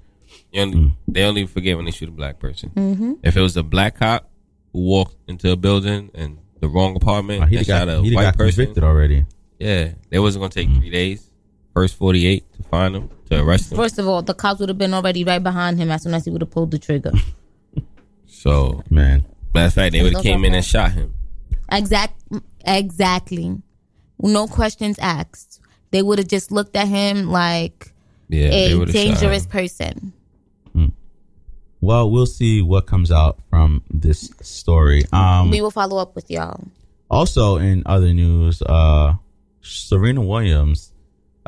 [SPEAKER 5] You only,
[SPEAKER 3] Hmm.
[SPEAKER 5] They only forget when they shoot a black person.
[SPEAKER 4] Mm-hmm.
[SPEAKER 5] If it was a black cop who walked into a building and the wrong apartment
[SPEAKER 3] Oh, he
[SPEAKER 5] and shot
[SPEAKER 3] got,
[SPEAKER 5] a
[SPEAKER 3] he got
[SPEAKER 5] white person,
[SPEAKER 3] convicted Hmm. already.
[SPEAKER 5] yeah, they wasn't gonna take three days. First forty eight to find him to arrest him.
[SPEAKER 4] First of all, the cops would have been already right behind him as soon as he would have pulled the trigger.
[SPEAKER 5] So
[SPEAKER 3] Man,
[SPEAKER 5] Matter of fact, they would
[SPEAKER 4] Those
[SPEAKER 5] have came
[SPEAKER 4] are
[SPEAKER 5] in and shot him.
[SPEAKER 4] Exact, exactly. No questions asked. They would have just looked at him like
[SPEAKER 5] Yeah, they
[SPEAKER 4] a
[SPEAKER 5] would have shot him.
[SPEAKER 4] dangerous person.
[SPEAKER 3] Well, we'll see what comes out from this story. Um,
[SPEAKER 4] We will follow up with y'all.
[SPEAKER 3] Also, in other news, uh, Serena Williams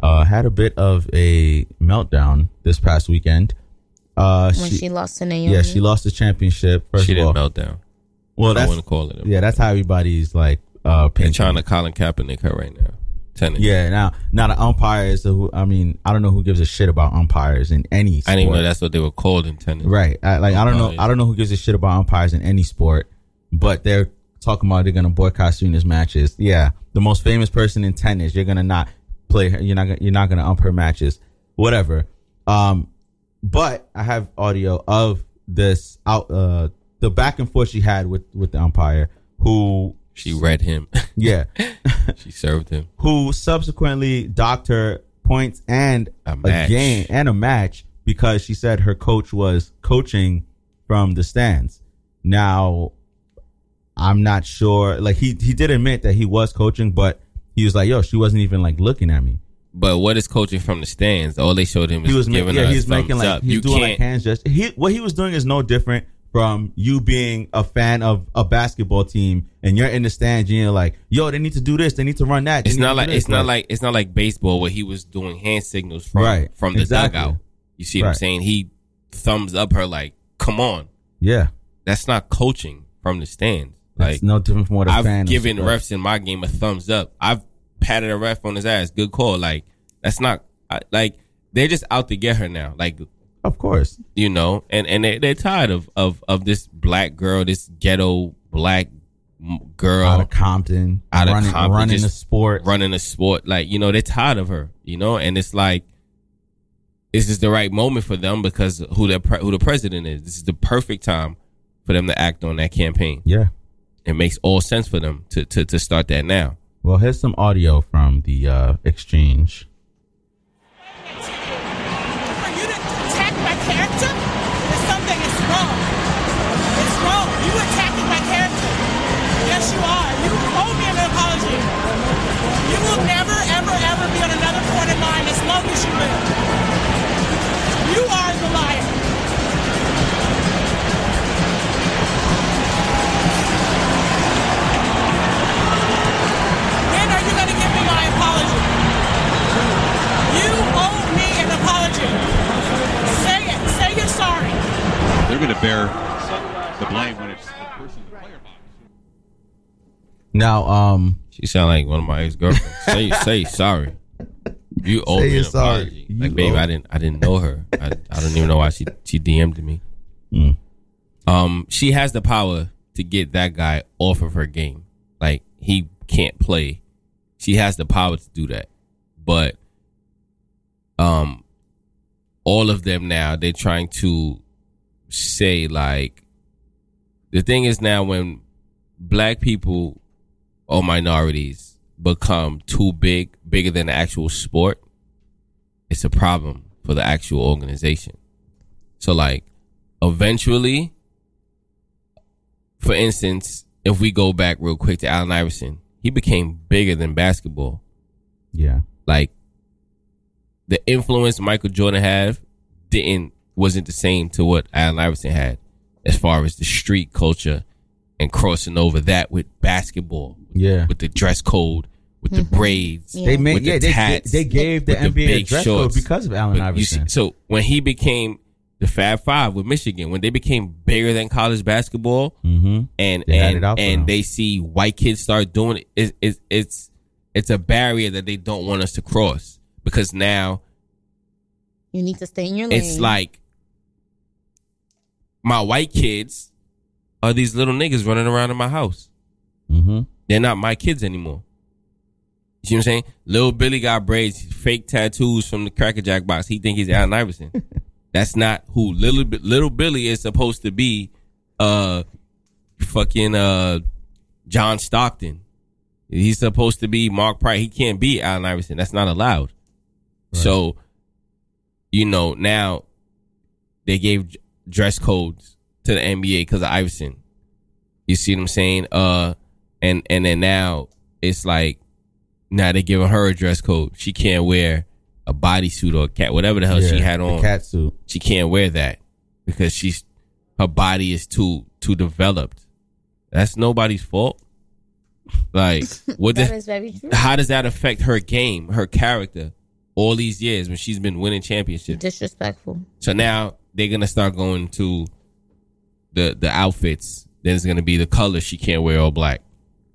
[SPEAKER 3] uh, had a bit of a meltdown this past weekend. Uh,
[SPEAKER 4] when
[SPEAKER 3] she,
[SPEAKER 4] she lost to Naomi.
[SPEAKER 3] yeah, she lost the championship. First
[SPEAKER 5] She
[SPEAKER 3] of
[SPEAKER 5] didn't
[SPEAKER 3] all,
[SPEAKER 5] melt down.
[SPEAKER 3] well,
[SPEAKER 5] I
[SPEAKER 3] that's
[SPEAKER 5] wouldn't call it. A
[SPEAKER 3] yeah, that's how everybody's like uh,
[SPEAKER 5] They're
[SPEAKER 3] painting.
[SPEAKER 5] trying to Colin Kaepernick her right now. Tennis.
[SPEAKER 3] Yeah, now now the umpires. Who, I mean, I don't know who gives a shit about umpires in any. Sport.
[SPEAKER 5] I didn't even know that's what they were called in tennis.
[SPEAKER 3] Right. I, like I don't know.
[SPEAKER 5] Umpires.
[SPEAKER 3] I don't know who gives a shit about umpires in any sport, but they're talking about they're gonna boycott Serena's matches. Yeah, the most famous person in tennis, you're gonna not play. Her, you're not. gonna- You're not gonna ump her matches. Whatever. Um, but I have audio of this out. Uh, the back and forth she had with with the umpire, who
[SPEAKER 5] She read him.
[SPEAKER 3] <laughs>
[SPEAKER 5] <laughs>
[SPEAKER 3] yeah,
[SPEAKER 5] she served him.
[SPEAKER 3] who subsequently docked her points and
[SPEAKER 5] A
[SPEAKER 3] a,
[SPEAKER 5] match.
[SPEAKER 3] game and a match because she said her coach was coaching from the stands. Now, I'm not sure. Like he he did admit that he was coaching, but he was like, "Yo, she wasn't even like looking at me."
[SPEAKER 5] But what is coaching from the stands? All they showed him is
[SPEAKER 3] He was ma-
[SPEAKER 5] giving
[SPEAKER 3] yeah,
[SPEAKER 5] her
[SPEAKER 3] he was
[SPEAKER 5] thumbs
[SPEAKER 3] making like
[SPEAKER 5] up.
[SPEAKER 3] he's
[SPEAKER 5] you
[SPEAKER 3] doing like
[SPEAKER 5] can't.
[SPEAKER 3] hands gestures. He what he was doing is no different from you being a fan of a basketball team and you're in the stands and you're like, "Yo, they need to do this. They need to run that." they
[SPEAKER 5] it's
[SPEAKER 3] need to
[SPEAKER 5] not
[SPEAKER 3] do
[SPEAKER 5] like
[SPEAKER 3] this."
[SPEAKER 5] it's not like it's not like baseball where he was doing hand signals from
[SPEAKER 3] Right,
[SPEAKER 5] from the
[SPEAKER 3] exactly.
[SPEAKER 5] dugout. You see what I'm
[SPEAKER 3] Right.
[SPEAKER 5] saying? He thumbs up her like, "Come on."
[SPEAKER 3] yeah.
[SPEAKER 5] That's not coaching from the stands. Like
[SPEAKER 3] It's no different from what a fan
[SPEAKER 5] I've
[SPEAKER 3] is,
[SPEAKER 5] given
[SPEAKER 3] but-
[SPEAKER 5] refs in my game a thumbs up. I've patted a ref on his ass. Good call. Like that's not I, like they're just out to get her now. Like
[SPEAKER 3] Of course.
[SPEAKER 5] you know, and and they, they're tired of of of this black girl, this ghetto black m- girl
[SPEAKER 3] Out of Compton.
[SPEAKER 5] Out of
[SPEAKER 3] running,
[SPEAKER 5] Compton,
[SPEAKER 3] Running
[SPEAKER 5] just
[SPEAKER 3] the sport.
[SPEAKER 5] running a sport. Like, you know, they're tired of her, you know, and it's like, this is the right moment for them because who the pre- who the president is. This is the perfect time for them to act on that campaign.
[SPEAKER 3] Yeah.
[SPEAKER 5] It makes all sense for them to to, to start that now.
[SPEAKER 3] Well, here's some audio from the uh, exchange.
[SPEAKER 6] For you to attack my character, there's something that's wrong. It's wrong. You attacking my character. Yes, you are. You owe me an apology. You will never, ever, ever be on another court in line as long as you live. You are the liar. When are you going to give me my apology? You owe me an apology. Say it. Say you're sorry.
[SPEAKER 7] they're going to bear the blame when it's the person in the player box.
[SPEAKER 3] Now, um,
[SPEAKER 5] She sound like one of my ex
[SPEAKER 3] <laughs>
[SPEAKER 5] girlfriends. say say sorry. You owe
[SPEAKER 3] Say
[SPEAKER 5] me
[SPEAKER 3] you're
[SPEAKER 5] an
[SPEAKER 3] sorry.
[SPEAKER 5] apology.
[SPEAKER 3] You
[SPEAKER 5] Like, babe,
[SPEAKER 3] owe-
[SPEAKER 5] I didn't I didn't know her. I, I don't even know why she she DM'd me.
[SPEAKER 3] Mm.
[SPEAKER 5] Um, she has the power to get that guy off of her game. Like he can't play. She has the power to do that. But um all of them now they're trying to say like the thing is now when black people or minorities become too big, bigger than the actual sport, it's a problem for the actual organization. So like eventually, for instance, if we go back real quick to Allen Iverson, he became bigger than basketball.
[SPEAKER 3] yeah.
[SPEAKER 5] Like the influence Michael Jordan had didn't wasn't the same to what Allen Iverson had as far as the street culture and crossing over that with basketball.
[SPEAKER 3] Yeah.
[SPEAKER 5] With the dress code, with the braids.
[SPEAKER 3] They made,
[SPEAKER 5] with the
[SPEAKER 3] yeah, they,
[SPEAKER 5] tats,
[SPEAKER 3] they gave the
[SPEAKER 5] with the
[SPEAKER 3] NBA a
[SPEAKER 5] big
[SPEAKER 3] dress
[SPEAKER 5] shorts.
[SPEAKER 3] code because of Allen
[SPEAKER 5] But you see-
[SPEAKER 3] Iverson.
[SPEAKER 5] so when he became the Fab Five with Michigan, when they became bigger than college basketball,
[SPEAKER 3] mm-hmm.
[SPEAKER 5] and
[SPEAKER 3] They had
[SPEAKER 5] and
[SPEAKER 3] it out for them.
[SPEAKER 5] and they see white kids start doing it, it's it's it's it's a barrier that they don't want us to cross because now
[SPEAKER 4] You need to stay in your lane.
[SPEAKER 5] it's like my white kids are these little niggas running around in my house.
[SPEAKER 3] Mm-hmm.
[SPEAKER 5] They're not my kids anymore. You see what I'm saying? Little Billy got braids, fake tattoos from the Cracker Jack box. He think he's Allen Iverson. That's not who little Bi- little Billy is supposed to be. Uh, fucking uh, John Stockton. He's supposed to be Mark Price. He can't be Allen Iverson. That's not allowed. So, you know, now they gave j- dress codes to the NBA because of Iverson. You see what I'm saying? Uh, and and then now it's like now they're giving her a dress code. She can't wear a bodysuit or a cat, whatever the hell she
[SPEAKER 3] Yeah,
[SPEAKER 5] had
[SPEAKER 3] the
[SPEAKER 5] on.
[SPEAKER 3] cat suit.
[SPEAKER 5] She can't wear that because she's her body is too too developed. That's nobody's fault.
[SPEAKER 4] <laughs>
[SPEAKER 5] Like what
[SPEAKER 4] That
[SPEAKER 5] the,
[SPEAKER 4] is very true.
[SPEAKER 5] how does that affect her game, her character, all these years when she's been winning championships?
[SPEAKER 4] Disrespectful.
[SPEAKER 5] So now they're gonna start going to the the outfits. Then it's gonna be the color she can't wear all black.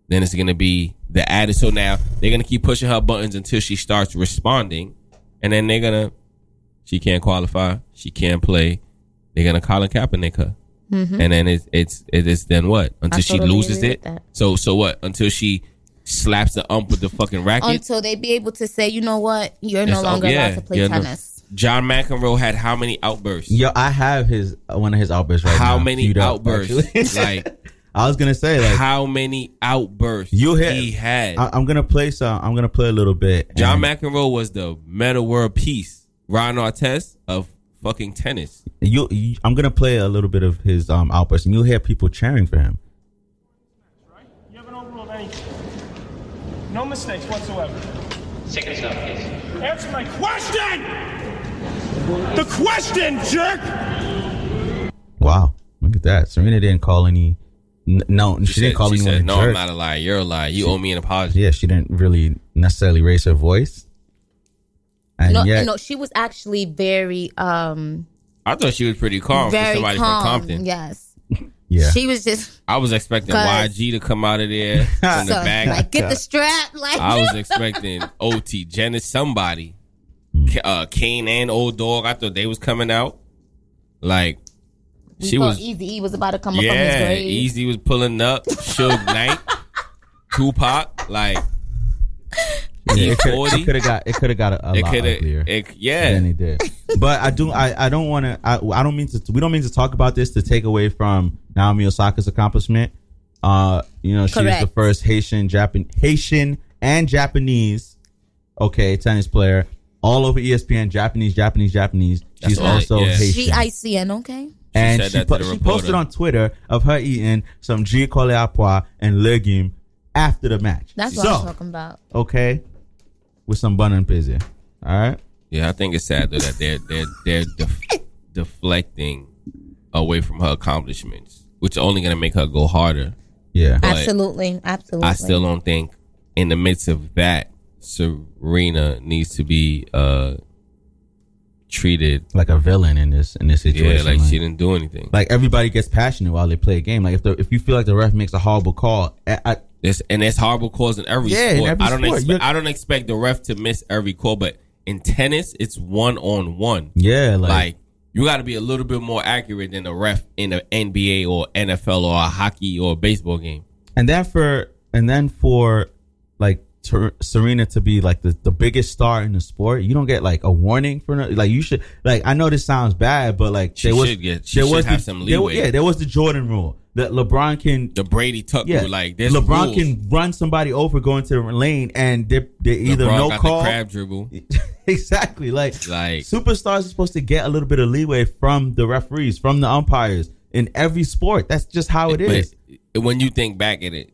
[SPEAKER 5] Then it's gonna be the added. So now they're gonna keep pushing her buttons until she starts responding, and then they're gonna she can't qualify, she can't play. They're gonna Colin Kaepernick her, and then it's it's it is then what until she
[SPEAKER 4] Mm-hmm. totally
[SPEAKER 5] loses
[SPEAKER 4] agree with
[SPEAKER 5] it.
[SPEAKER 4] that.
[SPEAKER 5] So so what until she slaps the ump with the fucking racket.
[SPEAKER 4] Until they be able to say, you know what, you're no
[SPEAKER 5] It's- oh,
[SPEAKER 4] longer
[SPEAKER 5] yeah,
[SPEAKER 4] allowed to play
[SPEAKER 5] yeah, no.
[SPEAKER 4] tennis.
[SPEAKER 5] John McEnroe had how many outbursts?
[SPEAKER 3] Yo, I have his Uh, one of his outbursts right now.
[SPEAKER 5] how many
[SPEAKER 3] queued up, actually. <laughs>
[SPEAKER 5] outbursts? like
[SPEAKER 3] I was gonna say like
[SPEAKER 5] how many outbursts
[SPEAKER 3] You hit-
[SPEAKER 5] he had.
[SPEAKER 3] I, I'm gonna play some. I'm gonna play a little bit.
[SPEAKER 5] John
[SPEAKER 3] and
[SPEAKER 5] McEnroe was the meta world peace, Ron Artest of fucking tennis.
[SPEAKER 3] You, you, I'm gonna play a little bit of his um outburst, and you'll hear people cheering for him.
[SPEAKER 8] You haven't overruled anything. No mistakes whatsoever.
[SPEAKER 9] Seconds up, please.
[SPEAKER 8] Answer my question! The question, jerk!
[SPEAKER 3] Wow, look at that. Serena didn't call any. n- No, she,
[SPEAKER 5] said-
[SPEAKER 3] didn't call anyone
[SPEAKER 5] said,
[SPEAKER 3] a
[SPEAKER 5] No,
[SPEAKER 3] jerk.
[SPEAKER 5] I'm not a liar. You're a liar. You owe me an apology.
[SPEAKER 3] yeah, she didn't really necessarily raise her voice. And
[SPEAKER 4] No,
[SPEAKER 3] yet,
[SPEAKER 4] no, she was actually very, um,
[SPEAKER 5] I thought she was pretty calm for
[SPEAKER 4] very
[SPEAKER 5] somebody
[SPEAKER 4] calm.
[SPEAKER 5] from Compton. <laughs>
[SPEAKER 4] Yes,
[SPEAKER 3] yeah,
[SPEAKER 4] she was just
[SPEAKER 5] I was expecting
[SPEAKER 4] 'Cause-
[SPEAKER 5] YG to come out of
[SPEAKER 3] <laughs>
[SPEAKER 5] there from the
[SPEAKER 4] so,
[SPEAKER 5] back.
[SPEAKER 4] like get the strap, like
[SPEAKER 5] I was expecting OT Janice, somebody,
[SPEAKER 3] Hmm.
[SPEAKER 5] K- uh, Kane and Old Dog. I thought they was coming out. Like
[SPEAKER 4] we
[SPEAKER 5] she
[SPEAKER 4] thought
[SPEAKER 5] was
[SPEAKER 4] Easy E was about to come up from his
[SPEAKER 5] Yeah,
[SPEAKER 4] grave.
[SPEAKER 5] Easy was pulling up. Suge Knight, Tupac, like
[SPEAKER 3] it
[SPEAKER 5] E40.
[SPEAKER 3] could have got it could have got a, a
[SPEAKER 5] it
[SPEAKER 3] lot
[SPEAKER 5] could
[SPEAKER 3] uglier.
[SPEAKER 5] have, yeah,
[SPEAKER 3] than he did. But I do. I, I don't want to. I, I don't mean to. We don't mean to talk about this to take away from Naomi Osaka's accomplishment. Uh, you know, she was the
[SPEAKER 4] Correct.
[SPEAKER 3] first Haitian, Japan, Haitian and Japanese, okay, tennis player all over E ESPN. Japanese, Japanese, Japanese. She's
[SPEAKER 5] right,
[SPEAKER 3] also
[SPEAKER 5] yeah.
[SPEAKER 3] Haitian.
[SPEAKER 4] G I C N, okay.
[SPEAKER 3] and
[SPEAKER 5] said
[SPEAKER 3] she,
[SPEAKER 5] that
[SPEAKER 3] po-
[SPEAKER 5] to the
[SPEAKER 3] she
[SPEAKER 5] reporter.
[SPEAKER 3] posted on Twitter of her eating some giacole à pois and legume after the match.
[SPEAKER 4] That's what
[SPEAKER 3] so,
[SPEAKER 4] I'm talking about.
[SPEAKER 3] okay, with some bun and pizza. All right.
[SPEAKER 5] yeah. I think it's sad though that they're they're they're def- deflecting away from her accomplishments, which are only gonna make her go harder.
[SPEAKER 3] Yeah.
[SPEAKER 4] Absolutely, absolutely.
[SPEAKER 5] I still don't think, in the midst of that, Serena needs to be uh treated.
[SPEAKER 3] like a villain in this in this situation.
[SPEAKER 5] Yeah, like
[SPEAKER 3] like,
[SPEAKER 5] she didn't do anything.
[SPEAKER 3] like, everybody gets passionate while they play a game. Like if the, if you feel like the ref makes a horrible call, I, I,
[SPEAKER 5] It's, and it's horrible calls in every
[SPEAKER 3] Yeah, in
[SPEAKER 5] sport.
[SPEAKER 3] every
[SPEAKER 5] I don't
[SPEAKER 3] sport.
[SPEAKER 5] expect
[SPEAKER 3] You're-
[SPEAKER 5] I don't expect the ref to miss every call, but in tennis, it's one on one.
[SPEAKER 3] yeah, like,
[SPEAKER 5] Like you got to be a little bit more accurate than the ref in the NBA or NFL or a hockey or a baseball game.
[SPEAKER 3] and then for and then for like Ter- Serena to be like the, the biggest star in the sport, you don't get like a warning for no, like you should like I know this sounds bad, but like
[SPEAKER 5] She
[SPEAKER 3] there was
[SPEAKER 5] should get- she
[SPEAKER 3] there
[SPEAKER 5] should
[SPEAKER 3] was
[SPEAKER 5] have
[SPEAKER 3] the,
[SPEAKER 5] some
[SPEAKER 3] there wa-
[SPEAKER 5] leeway.
[SPEAKER 3] yeah, there was the Jordan rule that LeBron can.
[SPEAKER 5] The Brady Tuck
[SPEAKER 3] Yeah,
[SPEAKER 5] rule, like there's
[SPEAKER 3] LeBron
[SPEAKER 5] rules.
[SPEAKER 3] can run somebody over going to the lane, and they're, they're either
[SPEAKER 5] LeBron
[SPEAKER 3] no
[SPEAKER 5] got
[SPEAKER 3] call,
[SPEAKER 5] the crab dribble.
[SPEAKER 3] <laughs> exactly. Like,
[SPEAKER 5] Like-
[SPEAKER 3] superstars are supposed to get a little bit of leeway from the referees, from the umpires in every sport. That's just how it
[SPEAKER 5] But
[SPEAKER 3] is.
[SPEAKER 5] when you think back at it,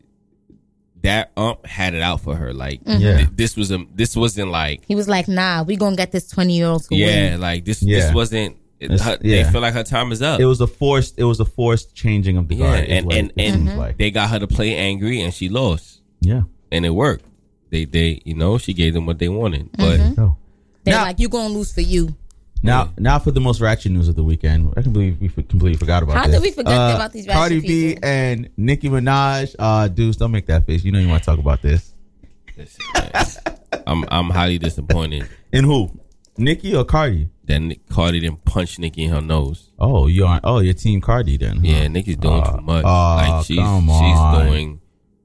[SPEAKER 5] that ump had it out for her. Like
[SPEAKER 3] Yeah.
[SPEAKER 5] th- this was a this wasn't like
[SPEAKER 4] he was like, "Nah, we gonna get this twenty year old to
[SPEAKER 5] yeah,
[SPEAKER 4] win."
[SPEAKER 5] like this
[SPEAKER 3] Yeah.
[SPEAKER 5] this wasn't. it-
[SPEAKER 3] It's-
[SPEAKER 5] her-
[SPEAKER 3] yeah.
[SPEAKER 5] They feel like her time is up.
[SPEAKER 3] It was a forced. It was a forced changing of the
[SPEAKER 5] Yeah,
[SPEAKER 3] guard. is
[SPEAKER 5] and-
[SPEAKER 3] what
[SPEAKER 5] and-
[SPEAKER 3] it
[SPEAKER 5] and-
[SPEAKER 3] seems like.
[SPEAKER 5] they got her to play angry and she lost
[SPEAKER 3] yeah.
[SPEAKER 5] and it worked they they you know she gave them what they wanted but
[SPEAKER 3] So
[SPEAKER 4] They're
[SPEAKER 3] Now-
[SPEAKER 4] like, "You gonna lose for you."
[SPEAKER 3] now, now for the most ratchet news of the weekend. I completely, we f- completely forgot about.
[SPEAKER 4] How
[SPEAKER 3] this.
[SPEAKER 4] did we forget
[SPEAKER 3] Uh,
[SPEAKER 4] about these ratchet
[SPEAKER 3] Cardi B
[SPEAKER 4] people?
[SPEAKER 3] and Nicki Minaj. Uh, dudes, don't make that face. You know you want to talk about this.
[SPEAKER 5] listen, man, i'm i'm highly disappointed
[SPEAKER 3] And who? Nicki or Cardi?
[SPEAKER 5] that Nick Cardi didn't punch Nicki in her nose
[SPEAKER 3] Oh, you are. Oh, your team Cardi then. huh?
[SPEAKER 5] yeah Nicki's doing too much
[SPEAKER 3] oh,
[SPEAKER 5] like she's
[SPEAKER 3] Ah, come
[SPEAKER 5] she's
[SPEAKER 3] on.
[SPEAKER 5] doing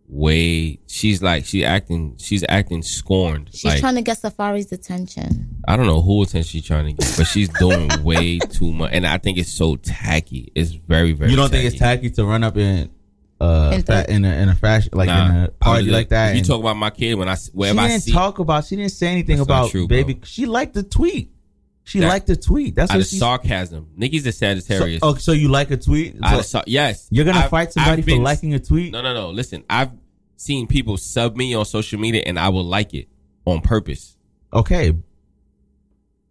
[SPEAKER 5] way she's like she acting she's acting scorned
[SPEAKER 4] She's
[SPEAKER 5] like
[SPEAKER 4] trying to get Safari's attention.
[SPEAKER 5] I don't know who attention she's trying to get but she's doing <laughs> way too much and I think it's so tacky it's very very
[SPEAKER 3] You don't think it's tacky to run up in uh
[SPEAKER 4] In
[SPEAKER 3] fa-
[SPEAKER 4] third.
[SPEAKER 3] in a in a fashion like in
[SPEAKER 5] Nah,
[SPEAKER 3] a party like that?
[SPEAKER 5] If you
[SPEAKER 3] and-
[SPEAKER 5] talk about my kid when I s-
[SPEAKER 3] she
[SPEAKER 5] wherever I
[SPEAKER 3] didn't
[SPEAKER 5] see
[SPEAKER 3] talk about. She didn't say anything
[SPEAKER 5] That's not
[SPEAKER 3] about
[SPEAKER 5] true,
[SPEAKER 3] baby.
[SPEAKER 5] bro.
[SPEAKER 3] She liked the tweet. She
[SPEAKER 5] That-
[SPEAKER 3] liked the tweet. That's
[SPEAKER 5] Out
[SPEAKER 3] what
[SPEAKER 5] of
[SPEAKER 3] she.
[SPEAKER 5] sarcasm, Nikki's a Sagittarius.
[SPEAKER 3] So, oh, so you like a tweet?
[SPEAKER 5] Out
[SPEAKER 3] So
[SPEAKER 5] of sar- yes,
[SPEAKER 3] you're gonna
[SPEAKER 5] I've-
[SPEAKER 3] fight somebody
[SPEAKER 5] I've
[SPEAKER 3] for
[SPEAKER 5] been-
[SPEAKER 3] liking a tweet?
[SPEAKER 5] No, no, no. Listen, I've seen people sub me on social media, and I will like it on purpose.
[SPEAKER 3] Okay,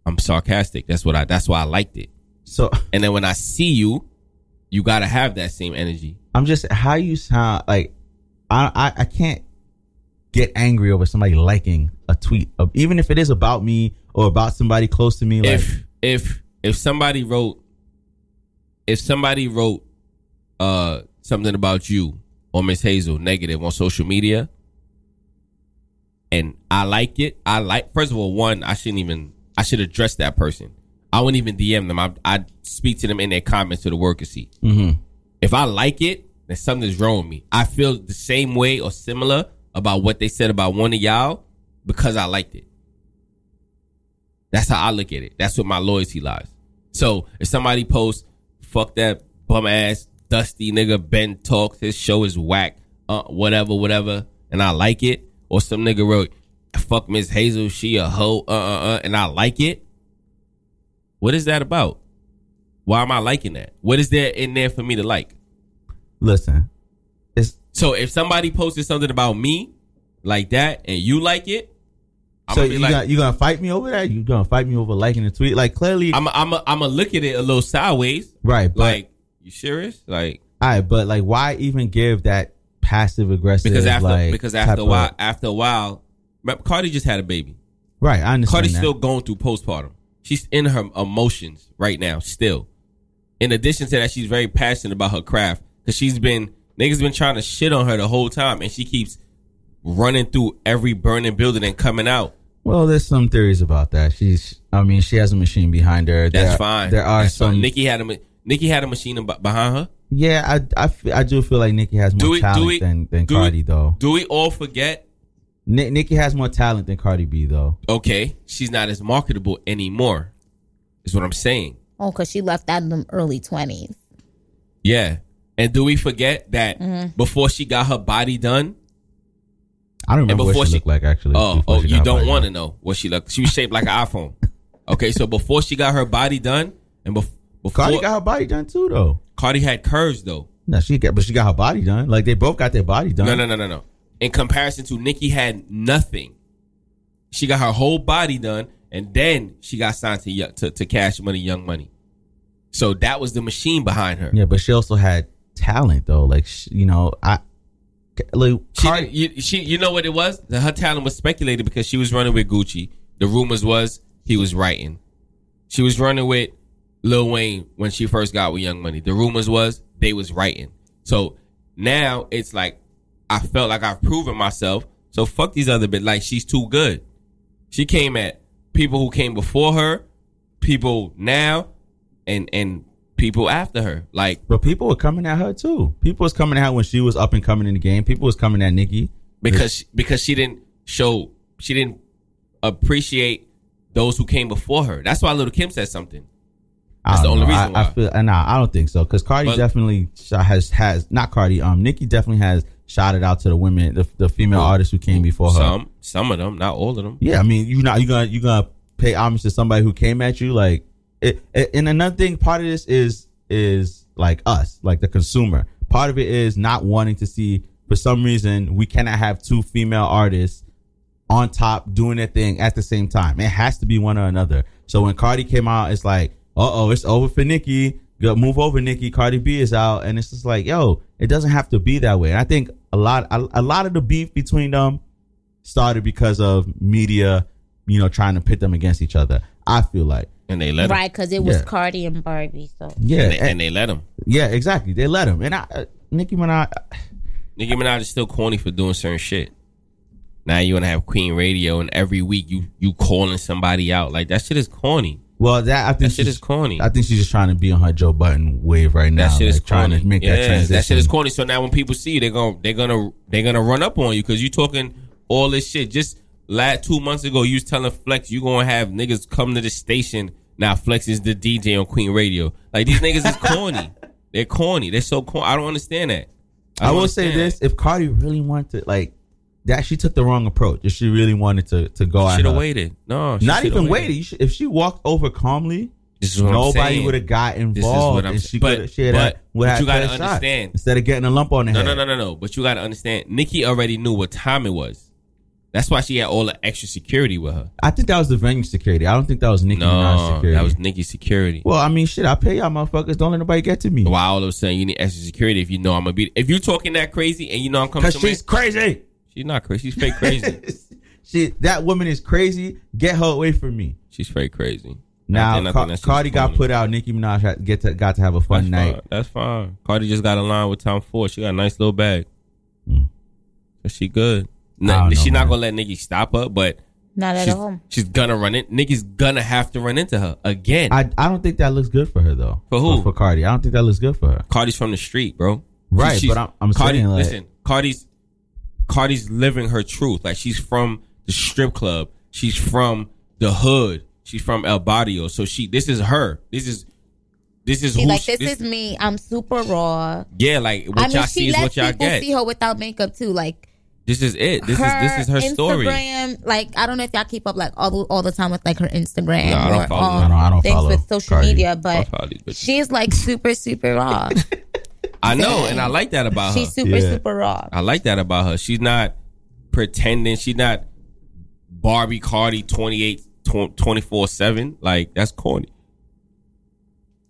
[SPEAKER 5] I'm sarcastic. That's what I. That's why I liked it.
[SPEAKER 3] so
[SPEAKER 5] And then when I see you, you gotta have that same energy.
[SPEAKER 3] I'm just how you sound like. I I, I can't get angry over somebody liking a tweet, of, even if it is about me or about somebody close to me. Like,
[SPEAKER 5] if if if somebody wrote if somebody wrote uh something about you or Miss Hazel negative on social media and I like it, I like first of all, one, I shouldn't even I should address that person. I wouldn't even DM them. I I'd speak to them in their comments to the worker seat.
[SPEAKER 3] Mhm.
[SPEAKER 5] If I like it, then something's wrong with me. I feel the same way or similar about what they said about one of y'all because I liked it. That's how I look at it. That's where my loyalty lies. So if somebody posts, fuck that bum ass, dusty nigga, Ben talks, his show is whack, uh, whatever, whatever, and I like it, or some nigga wrote, fuck Miss Hazel, she a hoe, uh, uh, uh, and I like it, what is that about? Why am I liking that? What is there in there for me to like?
[SPEAKER 3] listen, it's
[SPEAKER 5] So if somebody posted something about me like that and you like it, I'm
[SPEAKER 3] so
[SPEAKER 5] gonna be
[SPEAKER 3] you
[SPEAKER 5] like,
[SPEAKER 3] gonna, you gonna fight me over that? You gonna fight me over liking a tweet? Like clearly,
[SPEAKER 5] I'm, I'm, I'm gonna look at it a little sideways.
[SPEAKER 3] right? But
[SPEAKER 5] Like, you serious? Like,
[SPEAKER 3] all right, but like, why even give that passive aggressive?
[SPEAKER 5] because after
[SPEAKER 3] like,
[SPEAKER 5] because
[SPEAKER 3] type
[SPEAKER 5] after a
[SPEAKER 3] of-
[SPEAKER 5] while after a while, remember, Cardi just had a baby.
[SPEAKER 3] right? I understand.
[SPEAKER 5] Cardi's
[SPEAKER 3] that.
[SPEAKER 5] still going through postpartum. She's in her emotions right now, still. In addition to that, she's very passionate about her craft because she's been niggas been trying to shit on her the whole time, and she keeps running through every burning building and coming out.
[SPEAKER 3] Well, there's some theories about that. She's, I mean, she has a machine behind her.
[SPEAKER 5] That's
[SPEAKER 3] There-
[SPEAKER 5] fine.
[SPEAKER 3] There are
[SPEAKER 5] That's
[SPEAKER 3] some.
[SPEAKER 5] Fine. Nikki had a ma- Nikki had a machine ab- behind her.
[SPEAKER 3] yeah, I, I, f- I do feel like Nikki has more
[SPEAKER 5] Do we- do
[SPEAKER 3] talent
[SPEAKER 5] we-
[SPEAKER 3] than, than
[SPEAKER 5] do we-
[SPEAKER 3] Cardi, though.
[SPEAKER 5] Do we all forget?
[SPEAKER 3] Ni- Nikki has more talent than Cardi B, though.
[SPEAKER 5] Okay, she's not as marketable anymore. Is what I'm saying.
[SPEAKER 4] Oh, because she left out in the early 20s.
[SPEAKER 5] Yeah. And do we forget that before she got her body done?
[SPEAKER 3] I don't remember what
[SPEAKER 5] before
[SPEAKER 3] she,
[SPEAKER 5] she-
[SPEAKER 3] looked like, actually.
[SPEAKER 5] Oh,
[SPEAKER 3] before
[SPEAKER 5] oh,
[SPEAKER 3] she
[SPEAKER 5] you
[SPEAKER 3] got
[SPEAKER 5] don't
[SPEAKER 3] black.
[SPEAKER 5] want to know what she looked. She was shaped like an iPhone. Okay, so before she got her body done, and bef- before
[SPEAKER 3] Cardi
[SPEAKER 5] Cardi,
[SPEAKER 3] got her body done, too, though.
[SPEAKER 5] had curves though.
[SPEAKER 3] No, she got, but she got her body done. Like, they both got their body done.
[SPEAKER 5] No, no, no, no, no. In comparison to Nikki had nothing. She got her whole body done, and then she got signed to Yo- to, to Cash Money, Young Money. So that was the machine behind her.
[SPEAKER 3] Yeah, but she also had talent, though. Like, sh you know, I. Like,
[SPEAKER 5] She,
[SPEAKER 3] Cardi,
[SPEAKER 5] didn't- you, she, you know what it was? That Her talent was speculated because she was running with Gucci. The rumors was he was writing. She was running with Lil Wayne when she first got with Young Money. The rumors was they was writing. So now it's like I felt like I've proven myself. So fuck these other bit. Like she's too good. She came at people who came before her, people now, and and people after her. Like
[SPEAKER 3] But people were coming at her too. People was coming at her when she was up and coming in the game. People was coming at Nikki.
[SPEAKER 5] because she- because she didn't show she didn't appreciate those who came before her. That's why Little Kim said something.
[SPEAKER 3] I
[SPEAKER 5] That's the
[SPEAKER 3] don't
[SPEAKER 5] only
[SPEAKER 3] know.
[SPEAKER 5] reason
[SPEAKER 3] I, I
[SPEAKER 5] why.
[SPEAKER 3] feel, and nah, I don't think so because Cardi
[SPEAKER 5] But-
[SPEAKER 3] definitely sh- has has not Cardi. Um, Nikki definitely has shouted out to the women, the, the female artists who came before her.
[SPEAKER 5] Some some of them, not all of them.
[SPEAKER 3] Yeah, I mean, you not you gonna you gonna pay homage to somebody who came at you like. It, it, and another thing, part of this is is like us, like the consumer. Part of it is not wanting to see. For some reason, we cannot have two female artists on top doing their thing at the same time. It has to be one or another. So when Cardi came out, it's like, uh oh, it's over for Nicki. Go move over, Nicki. Cardi B is out, and it's just like, yo, it doesn't have to be that way. And I think a lot, a, a lot of the beef between them started because of media, you know, trying to pit them against each other. I feel like,
[SPEAKER 5] And they let 'em.
[SPEAKER 4] Right, because it was
[SPEAKER 3] Yeah.
[SPEAKER 4] Cardi and Barbie. So
[SPEAKER 3] yeah,
[SPEAKER 5] And they,
[SPEAKER 3] eh,
[SPEAKER 5] and they let them.
[SPEAKER 3] yeah, exactly. They let him, and I, uh, Nicki Minaj,
[SPEAKER 5] Nicki Minaj is still corny for doing certain shit. Now you wanna have Queen Radio and every week you you calling somebody out like that shit is corny.
[SPEAKER 3] well, that I think
[SPEAKER 5] That shit
[SPEAKER 3] she's-
[SPEAKER 5] is corny.
[SPEAKER 3] I think she's just trying to be on her Joe Button wave right now.
[SPEAKER 5] That shit is
[SPEAKER 3] like, trying
[SPEAKER 5] corny.
[SPEAKER 3] to make
[SPEAKER 5] yeah,
[SPEAKER 3] that transition.
[SPEAKER 5] shit is corny. So now when people see you, they're gonna they're gonna they're gonna run up on you because you talking all this shit. Just last two months ago, you was telling Flex you gonna have niggas come to the station. Now Flex is the DJ on Queen Radio. Like these niggas is
[SPEAKER 3] <laughs>
[SPEAKER 5] corny. They're corny. They're so corny. I don't understand that.
[SPEAKER 3] I
[SPEAKER 5] don't
[SPEAKER 3] will say
[SPEAKER 5] understand
[SPEAKER 3] this: if Cardi really wanted, to, like, that she took the wrong approach. If she really wanted to to go at
[SPEAKER 5] Should have
[SPEAKER 3] her.
[SPEAKER 5] waited. No, she
[SPEAKER 3] not
[SPEAKER 5] shoulda
[SPEAKER 3] even waited. You should- If she walked over calmly,
[SPEAKER 5] This is what I'm
[SPEAKER 3] nobody
[SPEAKER 5] saying.
[SPEAKER 3] would have got
[SPEAKER 5] This is what
[SPEAKER 3] involved,
[SPEAKER 5] I'm
[SPEAKER 3] and
[SPEAKER 5] s-
[SPEAKER 3] she
[SPEAKER 5] but-
[SPEAKER 3] could have shared
[SPEAKER 5] but-
[SPEAKER 3] that.
[SPEAKER 5] but
[SPEAKER 3] Would
[SPEAKER 5] you gotta
[SPEAKER 3] shot,
[SPEAKER 5] understand.
[SPEAKER 3] instead of getting a lump on the
[SPEAKER 5] No,
[SPEAKER 3] head.
[SPEAKER 5] no, no, no, no. But you got to understand, Nikki already knew what time it was. That's why she had all the extra security with her.
[SPEAKER 3] I think that was the venue security. I don't think that was Nicki Minaj
[SPEAKER 5] No,
[SPEAKER 3] security.
[SPEAKER 5] that was Nikki's security.
[SPEAKER 3] well, I mean, shit. I pay y'all motherfuckers. Don't let nobody get to me.
[SPEAKER 5] Why all of a sudden you need extra security if you know I'm gonna be? If you're talking that crazy and you know I'm coming,
[SPEAKER 3] Cause
[SPEAKER 5] to man,
[SPEAKER 3] she's crazy.
[SPEAKER 5] she's not crazy. She's fake
[SPEAKER 3] <laughs>
[SPEAKER 5] crazy.
[SPEAKER 3] she that woman is crazy. Get her away from me.
[SPEAKER 5] she's fake crazy. I
[SPEAKER 3] Now,
[SPEAKER 5] think- I think
[SPEAKER 3] Ca-
[SPEAKER 5] that's just
[SPEAKER 3] Cardi got
[SPEAKER 5] corny.
[SPEAKER 3] put out. Nicki Minaj had, get to, got to have a fun
[SPEAKER 5] That's
[SPEAKER 3] night.
[SPEAKER 5] Fine. That's fine. Cardi just got in line with Tom Ford. She got a nice little bag.
[SPEAKER 3] Hmm.
[SPEAKER 5] But she good.
[SPEAKER 3] I
[SPEAKER 5] No,
[SPEAKER 3] don't know,
[SPEAKER 5] she's not
[SPEAKER 3] man.
[SPEAKER 5] gonna let Nikki stop her, but
[SPEAKER 4] Not at
[SPEAKER 5] she's,
[SPEAKER 4] all.
[SPEAKER 5] she's gonna run it. Nikki's gonna have to run into her again.
[SPEAKER 3] I I don't think that looks good for her though.
[SPEAKER 5] For who?
[SPEAKER 3] For, Cardi. I don't think that looks good for her.
[SPEAKER 5] Cardi's from the street, bro.
[SPEAKER 3] Right,
[SPEAKER 5] She-
[SPEAKER 3] but I'm- I'm
[SPEAKER 5] Cardi,
[SPEAKER 3] saying, like-
[SPEAKER 5] listen, Cardi's Cardi's living her truth. Like she's from the strip club. She's from the hood. She's from El Barrio. So she, this is her. This is this is
[SPEAKER 4] She's
[SPEAKER 5] who
[SPEAKER 4] like,
[SPEAKER 5] she-
[SPEAKER 4] this, is me. I'm super raw.
[SPEAKER 5] yeah. Like what
[SPEAKER 4] I mean,
[SPEAKER 5] y'all
[SPEAKER 4] she
[SPEAKER 5] see is
[SPEAKER 4] lets
[SPEAKER 5] what y'all
[SPEAKER 4] people
[SPEAKER 5] get.
[SPEAKER 4] see her without makeup too. Like
[SPEAKER 5] This is it. This
[SPEAKER 4] her
[SPEAKER 5] is this is her story.
[SPEAKER 4] Instagram, like I don't know if y'all keep up like all the, all the time with like her Instagram
[SPEAKER 5] Nah, I don't
[SPEAKER 4] or
[SPEAKER 5] follow-
[SPEAKER 4] all
[SPEAKER 5] I
[SPEAKER 3] don't- I don't
[SPEAKER 4] things
[SPEAKER 3] follow
[SPEAKER 4] with social
[SPEAKER 3] Cardi.
[SPEAKER 4] media,
[SPEAKER 5] I
[SPEAKER 4] but
[SPEAKER 5] follow these bitches.
[SPEAKER 4] she's like super super
[SPEAKER 5] <laughs>
[SPEAKER 4] raw.
[SPEAKER 5] I know, and I like that about her.
[SPEAKER 4] she's super
[SPEAKER 3] Yeah.
[SPEAKER 4] super raw.
[SPEAKER 5] I like that about her. She's not pretending. She's not Barbie Cardi 28, 24 7. Like, that's corny.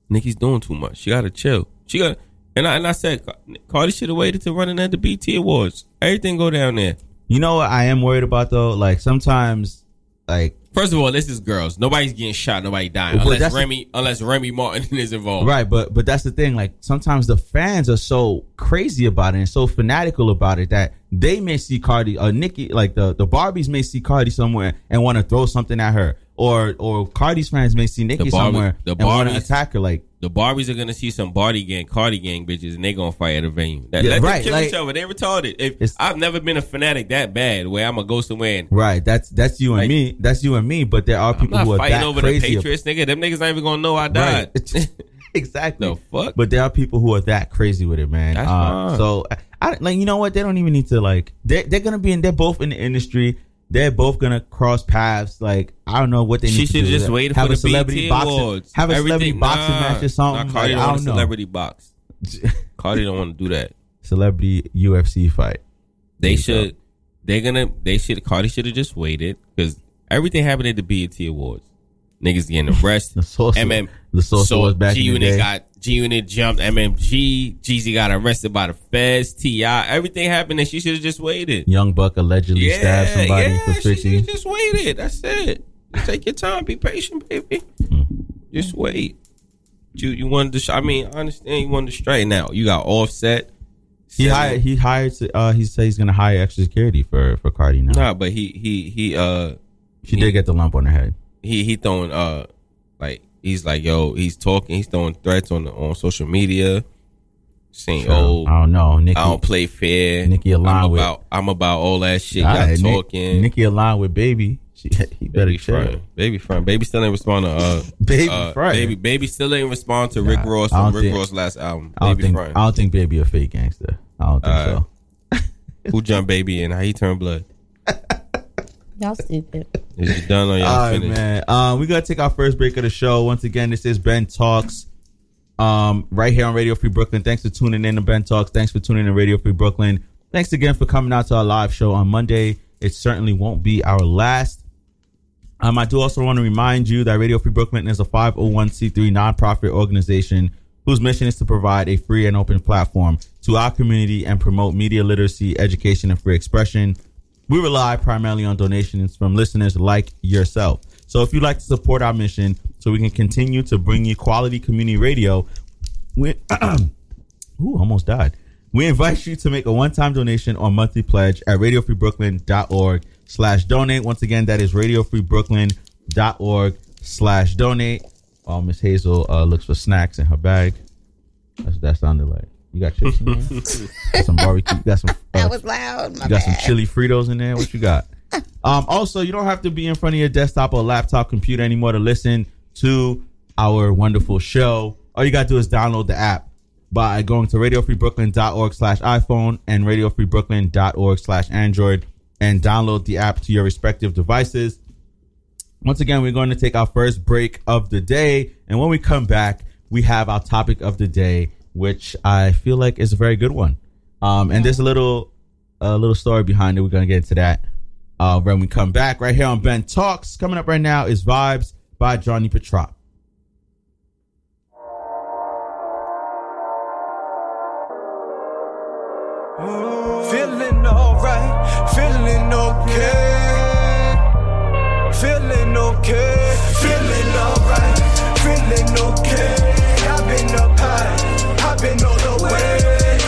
[SPEAKER 5] Nikki's doing too much. She got to chill. She got to. And I, and I said, Ca- Cardi should have waited to running at the BT Awards. Everything go down there.
[SPEAKER 3] You know what I am worried about though? Like sometimes, like
[SPEAKER 5] First of all, this is girls. Nobody's getting shot. Nobody dying.
[SPEAKER 3] But
[SPEAKER 5] Unless
[SPEAKER 3] that's-
[SPEAKER 5] Remy, unless Remy Martin <laughs> is involved.
[SPEAKER 3] right, but but that's the thing. Like sometimes the fans are so crazy about it and so fanatical about it that they may see Cardi or Nicki, like the the Barbies may see Cardi somewhere and want to throw something at her, or or Cardi's fans may see Nicki
[SPEAKER 5] Barbies-
[SPEAKER 3] somewhere
[SPEAKER 5] the
[SPEAKER 3] and want to
[SPEAKER 5] Barbies-
[SPEAKER 3] attack her. Like
[SPEAKER 5] The Barbies are gonna see some Barty gang, Cardi gang bitches, and they gonna fight at a venue. That,
[SPEAKER 3] Yeah,
[SPEAKER 5] let them
[SPEAKER 3] right,
[SPEAKER 5] kill
[SPEAKER 3] like-
[SPEAKER 5] each other. They retarded. If
[SPEAKER 3] It's-
[SPEAKER 5] I've never been a fanatic that bad, where I'm gonna go somewhere and
[SPEAKER 3] right, that's that's you and
[SPEAKER 5] Like-
[SPEAKER 3] me. That's you and me. But there are
[SPEAKER 5] I'm
[SPEAKER 3] people
[SPEAKER 5] not
[SPEAKER 3] who are
[SPEAKER 5] fighting
[SPEAKER 3] that
[SPEAKER 5] over the
[SPEAKER 3] crazy. ab-
[SPEAKER 5] Patriots, nigga. Them niggas not even gonna know I died. <laughs>
[SPEAKER 3] Right. <laughs> exactly.
[SPEAKER 5] The fuck?
[SPEAKER 3] But there are people who are that crazy with it, man.
[SPEAKER 5] That's
[SPEAKER 3] Uh,
[SPEAKER 5] fine.
[SPEAKER 3] so I, I like you know what? They don't even need to like. They they're gonna be in. They're both in the industry. They're both gonna cross paths. Like I don't know what they.
[SPEAKER 5] She
[SPEAKER 3] need to
[SPEAKER 5] should
[SPEAKER 3] do.
[SPEAKER 5] just wait
[SPEAKER 3] have
[SPEAKER 5] for
[SPEAKER 3] a
[SPEAKER 5] the
[SPEAKER 3] celebrity
[SPEAKER 5] BET
[SPEAKER 3] boxing.
[SPEAKER 5] Awards.
[SPEAKER 3] Have a
[SPEAKER 5] Everything-
[SPEAKER 3] celebrity boxing
[SPEAKER 5] nah,
[SPEAKER 3] match or something.
[SPEAKER 5] Nah, Cardi
[SPEAKER 3] Like,
[SPEAKER 5] don't
[SPEAKER 3] I
[SPEAKER 5] want
[SPEAKER 3] don't
[SPEAKER 5] a
[SPEAKER 3] know.
[SPEAKER 5] celebrity
[SPEAKER 3] <laughs>
[SPEAKER 5] box. Cardi don't want to do that.
[SPEAKER 3] Celebrity UFC fight.
[SPEAKER 5] They
[SPEAKER 3] There you
[SPEAKER 5] should.
[SPEAKER 3] go.
[SPEAKER 5] They're gonna. They should. Cardi should have just waited because everything happened at the BET Awards. Niggas
[SPEAKER 3] <laughs>
[SPEAKER 5] getting arrested.
[SPEAKER 3] The source.
[SPEAKER 5] MM.
[SPEAKER 3] The source
[SPEAKER 5] so
[SPEAKER 3] was back
[SPEAKER 5] G
[SPEAKER 3] in the
[SPEAKER 5] Unit
[SPEAKER 3] day.
[SPEAKER 5] got G Unit jumped MMG. Jeezy got arrested by the feds. Ti. Everything happened, and she should have just waited.
[SPEAKER 3] Young Buck allegedly stabbed somebody for
[SPEAKER 5] she
[SPEAKER 3] fifty.
[SPEAKER 5] shoulda just waited. That's it. Just take your time. Be patient, baby.
[SPEAKER 3] Mm-hmm.
[SPEAKER 5] Just wait. You you wanted to? sh- I mean, I understand you wanted to straighten out. You got offset.
[SPEAKER 3] he
[SPEAKER 5] Seven-
[SPEAKER 3] hired. He hired. Uh, he said he's gonna hire extra security for for Cardi now.
[SPEAKER 5] Nah, but he he he uh
[SPEAKER 3] she did get the lump on her head.
[SPEAKER 5] he he throwing uh like he's like yo he's talking he's throwing threats on the, on social media saying oh
[SPEAKER 3] I don't know. Nikki,
[SPEAKER 5] I don't play fair
[SPEAKER 3] Nicki
[SPEAKER 5] I'm
[SPEAKER 3] aligned with-
[SPEAKER 5] about I'm about all that shit
[SPEAKER 3] All right,
[SPEAKER 5] y'all
[SPEAKER 3] Nick-
[SPEAKER 5] talking
[SPEAKER 3] Nicki aligned with baby. She, <laughs> he better
[SPEAKER 5] baby
[SPEAKER 3] chill.
[SPEAKER 5] front baby front baby still ain't respond to uh
[SPEAKER 3] <laughs> Baby
[SPEAKER 5] uh,
[SPEAKER 3] front.
[SPEAKER 5] baby baby still ain't respond to Rick
[SPEAKER 3] Nah,
[SPEAKER 5] Ross
[SPEAKER 3] I
[SPEAKER 5] from
[SPEAKER 3] don't
[SPEAKER 5] Rick
[SPEAKER 3] think-
[SPEAKER 5] Ross last album
[SPEAKER 3] I don't
[SPEAKER 5] baby
[SPEAKER 3] think.
[SPEAKER 5] front
[SPEAKER 3] I don't think baby a fake gangster. I don't think
[SPEAKER 5] All
[SPEAKER 3] so.
[SPEAKER 5] who jumped baby and how he turned blood
[SPEAKER 4] Y'all stupid.
[SPEAKER 5] is you done or y'all
[SPEAKER 3] All right,
[SPEAKER 5] finished
[SPEAKER 3] man. Um, we gotta take our first break of the show. Once again, this is Ben Talks. Um, right here on Radio Free Brooklyn. Thanks for tuning in to Ben Talks. Thanks for tuning in to Radio Free Brooklyn. Thanks again for coming out to our live show on Monday. It certainly won't be our last. Um, I do also want to remind you that Radio Free Brooklyn is a 501c3 nonprofit organization whose mission is to provide a free and open platform to our community and promote media literacy, education, and free expression. We rely primarily on donations from listeners like yourself. So if you'd like to support our mission so we can continue to bring you quality community radio, we <clears throat> Ooh, almost died. We invite you to make a one-time donation or monthly pledge at radiofreebrooklyn.org slash donate. Once again, that is radiofreebrooklyn.org slash donate. Oh, Miss Hazel uh, looks for snacks in her bag. That's what that sounded like. You got chips in there?
[SPEAKER 5] <laughs>
[SPEAKER 4] <laughs>
[SPEAKER 3] Got some barbecue. Got some. uh,
[SPEAKER 4] That was loud. Oh, My
[SPEAKER 3] you got some
[SPEAKER 4] bad.
[SPEAKER 3] chili Fritos in there. What
[SPEAKER 4] <laughs>
[SPEAKER 3] you got? um, also, you don't have to be in front of your desktop or laptop computer anymore to listen to our wonderful show. All you got to do is download the app by going to radiofreebrooklyn.org slash iPhone and radiofreebrooklyn.org slash Android. and download the app to your respective devices. Once again, we're going to take our first break of the day. And when we come back, we have our topic of the day, which I feel like is a very good one. Um, and there's a little, a little story behind it. We're going to get into that uh, when we come back. Right here on Ben Talks. Coming up right now is Vibes by Johnny Petrop.
[SPEAKER 10] Feeling alright, feeling okay. Feeling okay, feeling alright, feeling okay. I've been up high, I've been all the way.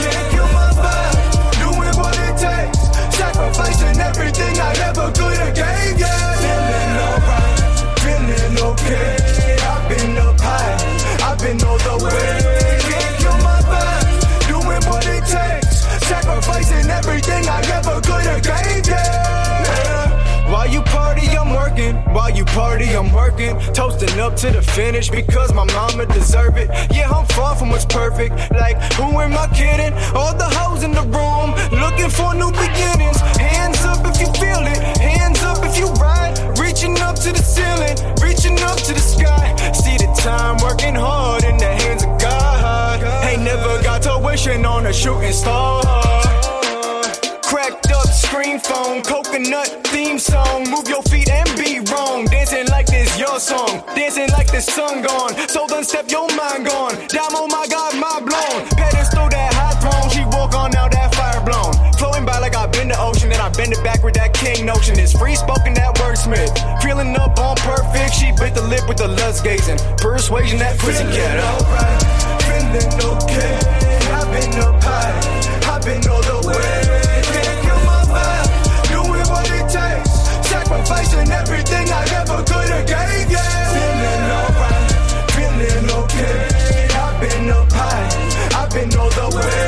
[SPEAKER 10] Yeah, you my vibe, doing what it takes, sacrificing everything I ever could have gave. Yeah, feeling alright, feeling okay. I've been up high, I've been all the way. Yeah, you my vibe, doing what it takes, sacrificing everything I ever could have gave. Yeah. Yeah. While you party, I'm working. While you party, I'm working. Toasting up to the finish because my mama deserve it. Yeah, I'm far from what's perfect. Like, who am I kidding? All the hoes in the room looking for new beginnings. Hands up if you feel it. Hands up if you ride. Reaching up to the ceiling. Reaching up to the sky. See the time working hard in the hands of God. Ain't never got to wishing on a shooting star. Cracked up screen phone, coconut theme song. Move your feet and be wrong. Dancing like this, your song. Dancing like the sun gone. So then step your mind gone. Damo, my God, my blown. Pedestal that high throne. She walk on now that fire blown. Flowing by like I've been the ocean. Then I bend it back with that king notion. It's free spoken, that wordsmith. Feeling up on perfect. She bit the lip with the lust gazing. Persuasion that prison cat. Alright, feeling okay. I've been up high. I've been all the way. Can't kill my vibe. Doing what it takes. Sacrificing everything I ever could have gave. Yeah. Feeling alright. Feeling okay. I've been up high. I've been all the way.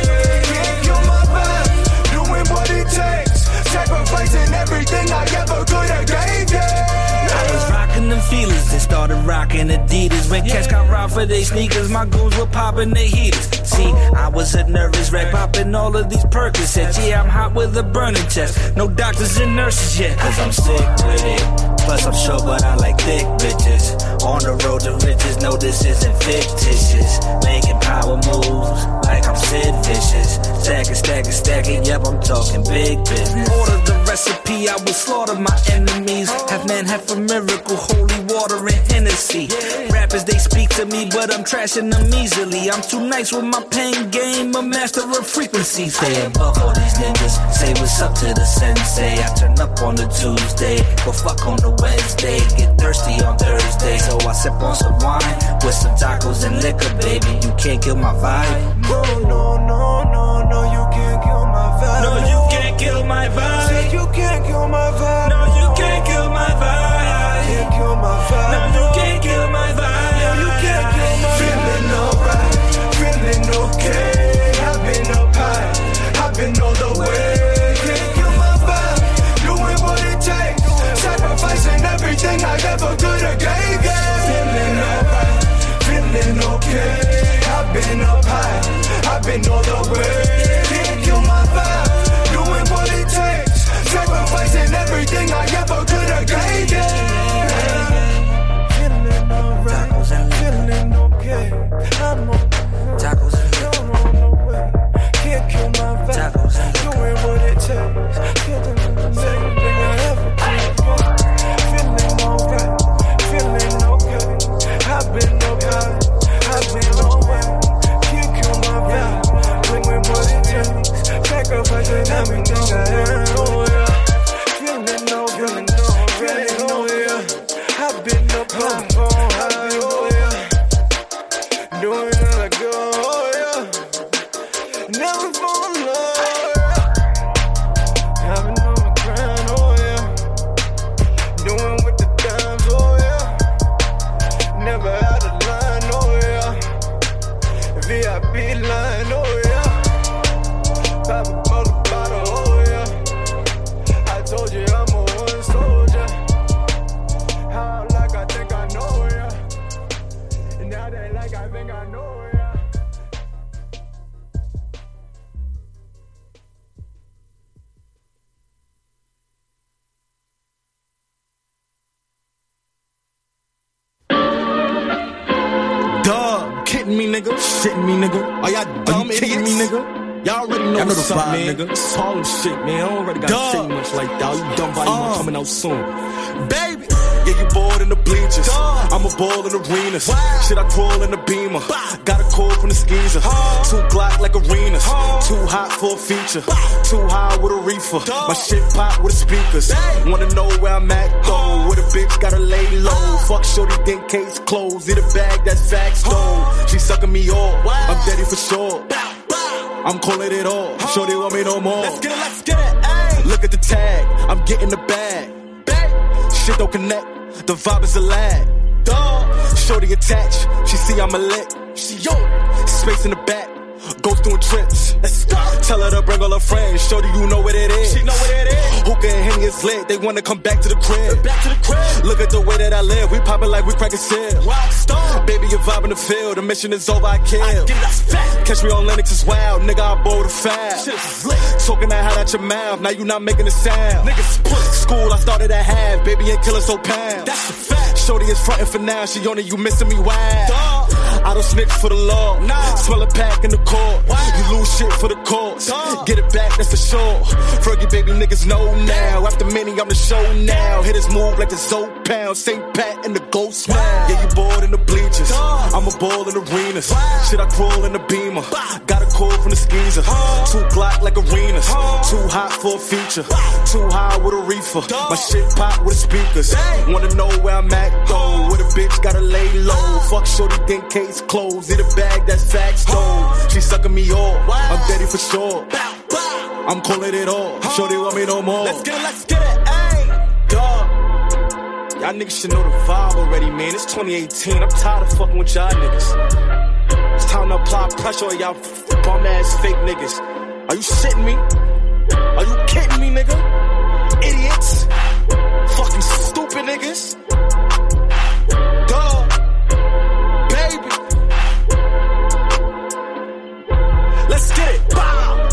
[SPEAKER 10] Can't kill my vibe. Doing what it takes. Sacrificing everything I ever could have gave. Yeah.
[SPEAKER 11] I was rocking them feelers, then started rocking Adidas. When cats got robbed for their sneakers, my goons were popping their heaters. See, I was a nervous wreck, popping all of these Percocets. Yeah, I'm hot with a burning chest. No doctors and nurses yet, cause I'm sick with it. Plus, I'm sure, but I like thick bitches. On the road to riches, no, this isn't fictitious. Making power moves like I'm Sid Vicious. Stacking, stacking, stacking, yep, I'm talking big business. Order the recipe, I will slaughter my enemies. Half man, half a miracle, holy water and Hennessy. Rappers, they speak to me, but I'm trashing them easily. I'm too nice with my pain game, a master of frequencies. Stay above all these niggas, say what's up to the sensei. I turn up on the Tuesday, but fuck on the Wednesday. Get thirsty on Thursday, so I sip on some wine with some tacos and liquor, baby. You can't kill my vibe.
[SPEAKER 10] No, no, no, no, no, you can't kill my vibe.
[SPEAKER 11] No, you can't kill my
[SPEAKER 10] Said
[SPEAKER 11] vibe.
[SPEAKER 10] you can't kill my vibe.
[SPEAKER 11] No, you can't kill my vibe.
[SPEAKER 10] can't kill my vibe.
[SPEAKER 11] No, you can't kill my vibe.
[SPEAKER 10] No, you can't kill my vibe. Feeling alright, feeling okay. I've been up high, I've been all the way. Can't kill my vibe, doing what it takes, sacrificing everything I ever could have gave. Yeah. Feeling alright, feeling okay. I've been up high, I've been all the way. Can't kill my vibe, doing what it takes, sacrificing everything I ever could have gave. Yeah. Feeling alright,
[SPEAKER 11] Tacos and liquor.
[SPEAKER 10] feeling okay. I'm on,
[SPEAKER 11] Tacos and liquor.
[SPEAKER 10] I'm on the way. Can't kill my vibe.
[SPEAKER 11] Tacos and
[SPEAKER 10] Doing what it takes. Feeling everything I ever could want. Feeling alright, feeling okay. I've been up high, I've been on way. Can't kill my vibe. Doing what it takes. Sacrificing everything I ever could Feeling no, feeling no, feeling no, yeah. I've been up high, on high, oh yeah doing it like go, oh, yeah. Never fall in love, yeah. Having on my grind, oh yeah. Doing with the times, oh yeah. Never out of line, oh yeah. VIP line, oh yeah. Pop a bottle, bottle, oh yeah. I told you I'm a one soldier. How like I think I know, yeah. Now they like I think I know ya.
[SPEAKER 12] shitting me, nigga? Shitting me, nigga? Are y'all dumb idiots? me, nigga? Y'all already know,
[SPEAKER 13] Y'all know
[SPEAKER 12] what's
[SPEAKER 13] the
[SPEAKER 12] up,
[SPEAKER 13] vibe,
[SPEAKER 12] man.
[SPEAKER 13] nigga.
[SPEAKER 12] It's Harlem shit, man. I don't already gotta
[SPEAKER 13] Duh.
[SPEAKER 12] say much like that. You dumb body
[SPEAKER 13] Uh.
[SPEAKER 12] coming out soon.
[SPEAKER 13] Baby, yeah, you bored in the bleachers. I'm a ball in arenas. Shit, I crawl in the beamer. Got a call from the skeezer. Two Glock like arenas. Too hot for a feature. Too high with a reefer. My shit pop with the speakers. Wanna know where I'm at though? Where the bitch gotta lay low. Fuck shorty, think case closed. In a bag, that's facts though. She sucking me off. I'm daddy for sure. I'm calling it all. Shorty want me no more. Let's get it, let's get it. Look at the tag. I'm getting the bag. Shit don't connect, the vibe is a lag. Dog, shorty attached, she see I'm a lick. She yo, space in the back, goes doing trips. Let's go. Tell her to bring all her friends, shorty you know what it is. She know what it is. Who can hang his leg? They wanna come back to the crib. Back to the crib. Look at the way that I live, we poppin' like we crackin' sip. Wild star, baby you vibing the field, the mission is over, I kill. I did Catch me on Linux is wild, nigga I bowl the fab. Talking that hot out your mouth, now you not making a sound. Niggas School I started at half, baby ain't killing so pound. That's a fact. Shorty is frontin' for now, she on it, you missing me, wow. I don't snitch for the law, nah. smell a pack in the court. You lose shit for the cause, get it back, that's for sure. Fergie baby niggas know now, after many I'm the show now. Hit his move like the Zoe Pound, St. Pat and the Ghost Wow. Yeah, you bored in the bleachers, I'm a ball in arenas. Shit, I crawl in the beamer, got a call from the skeezer. Two Glock like arenas, too hot for a feature, too high with a reefer. My shit pop with speakers. Wanna know where I'm at though? Where the bitch gotta lay low? Fuck shorty, think case closed. In a bag, that's facts though. She sucking me off. I'm daddy for sure. I'm calling it all. Shorty want me no more. Let's get it, let's get it. Ayy, dog. Y'all niggas should know the vibe already, man. It's 2018. I'm tired of fucking with y'all niggas. It's time to apply pressure on y'all bum ass fake niggas. Are you shitting me? Are you kidding me, nigga? Idiots. Fucking stupid niggas. Duh. Baby. Let's get it. Bow.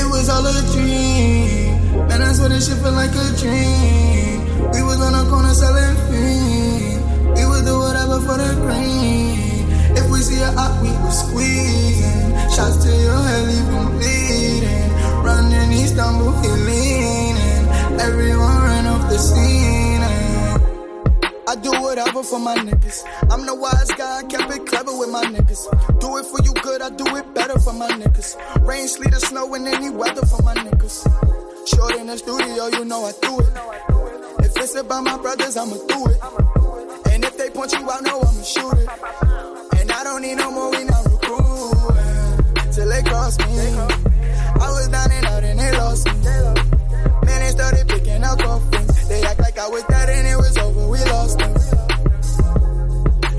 [SPEAKER 14] It was all a dream. Man, I swear this shit feel like a dream. We was on a corner selling fiend. We would do whatever for the green. If we see a op, we was squeezing. Shots to your head, leave 'em bleeding. Running Istanbul, he leaning. Everyone ran off the scene. and I do whatever for my niggas. I'm the wise guy, I kept it clever with my niggas. Do it for you good, I do it better for my niggas. Rain, sleet, or snow, in any weather for my niggas. Short in the studio, you know I do it. If it's about my brothers, I'ma do it. And if they point you out, no, I'ma shoot it. And I don't need no more, we not recruiting. Till they cross me. I was down and out and they lost me. Then they started picking up coffins. They act like I was dead and it was over. We lost them.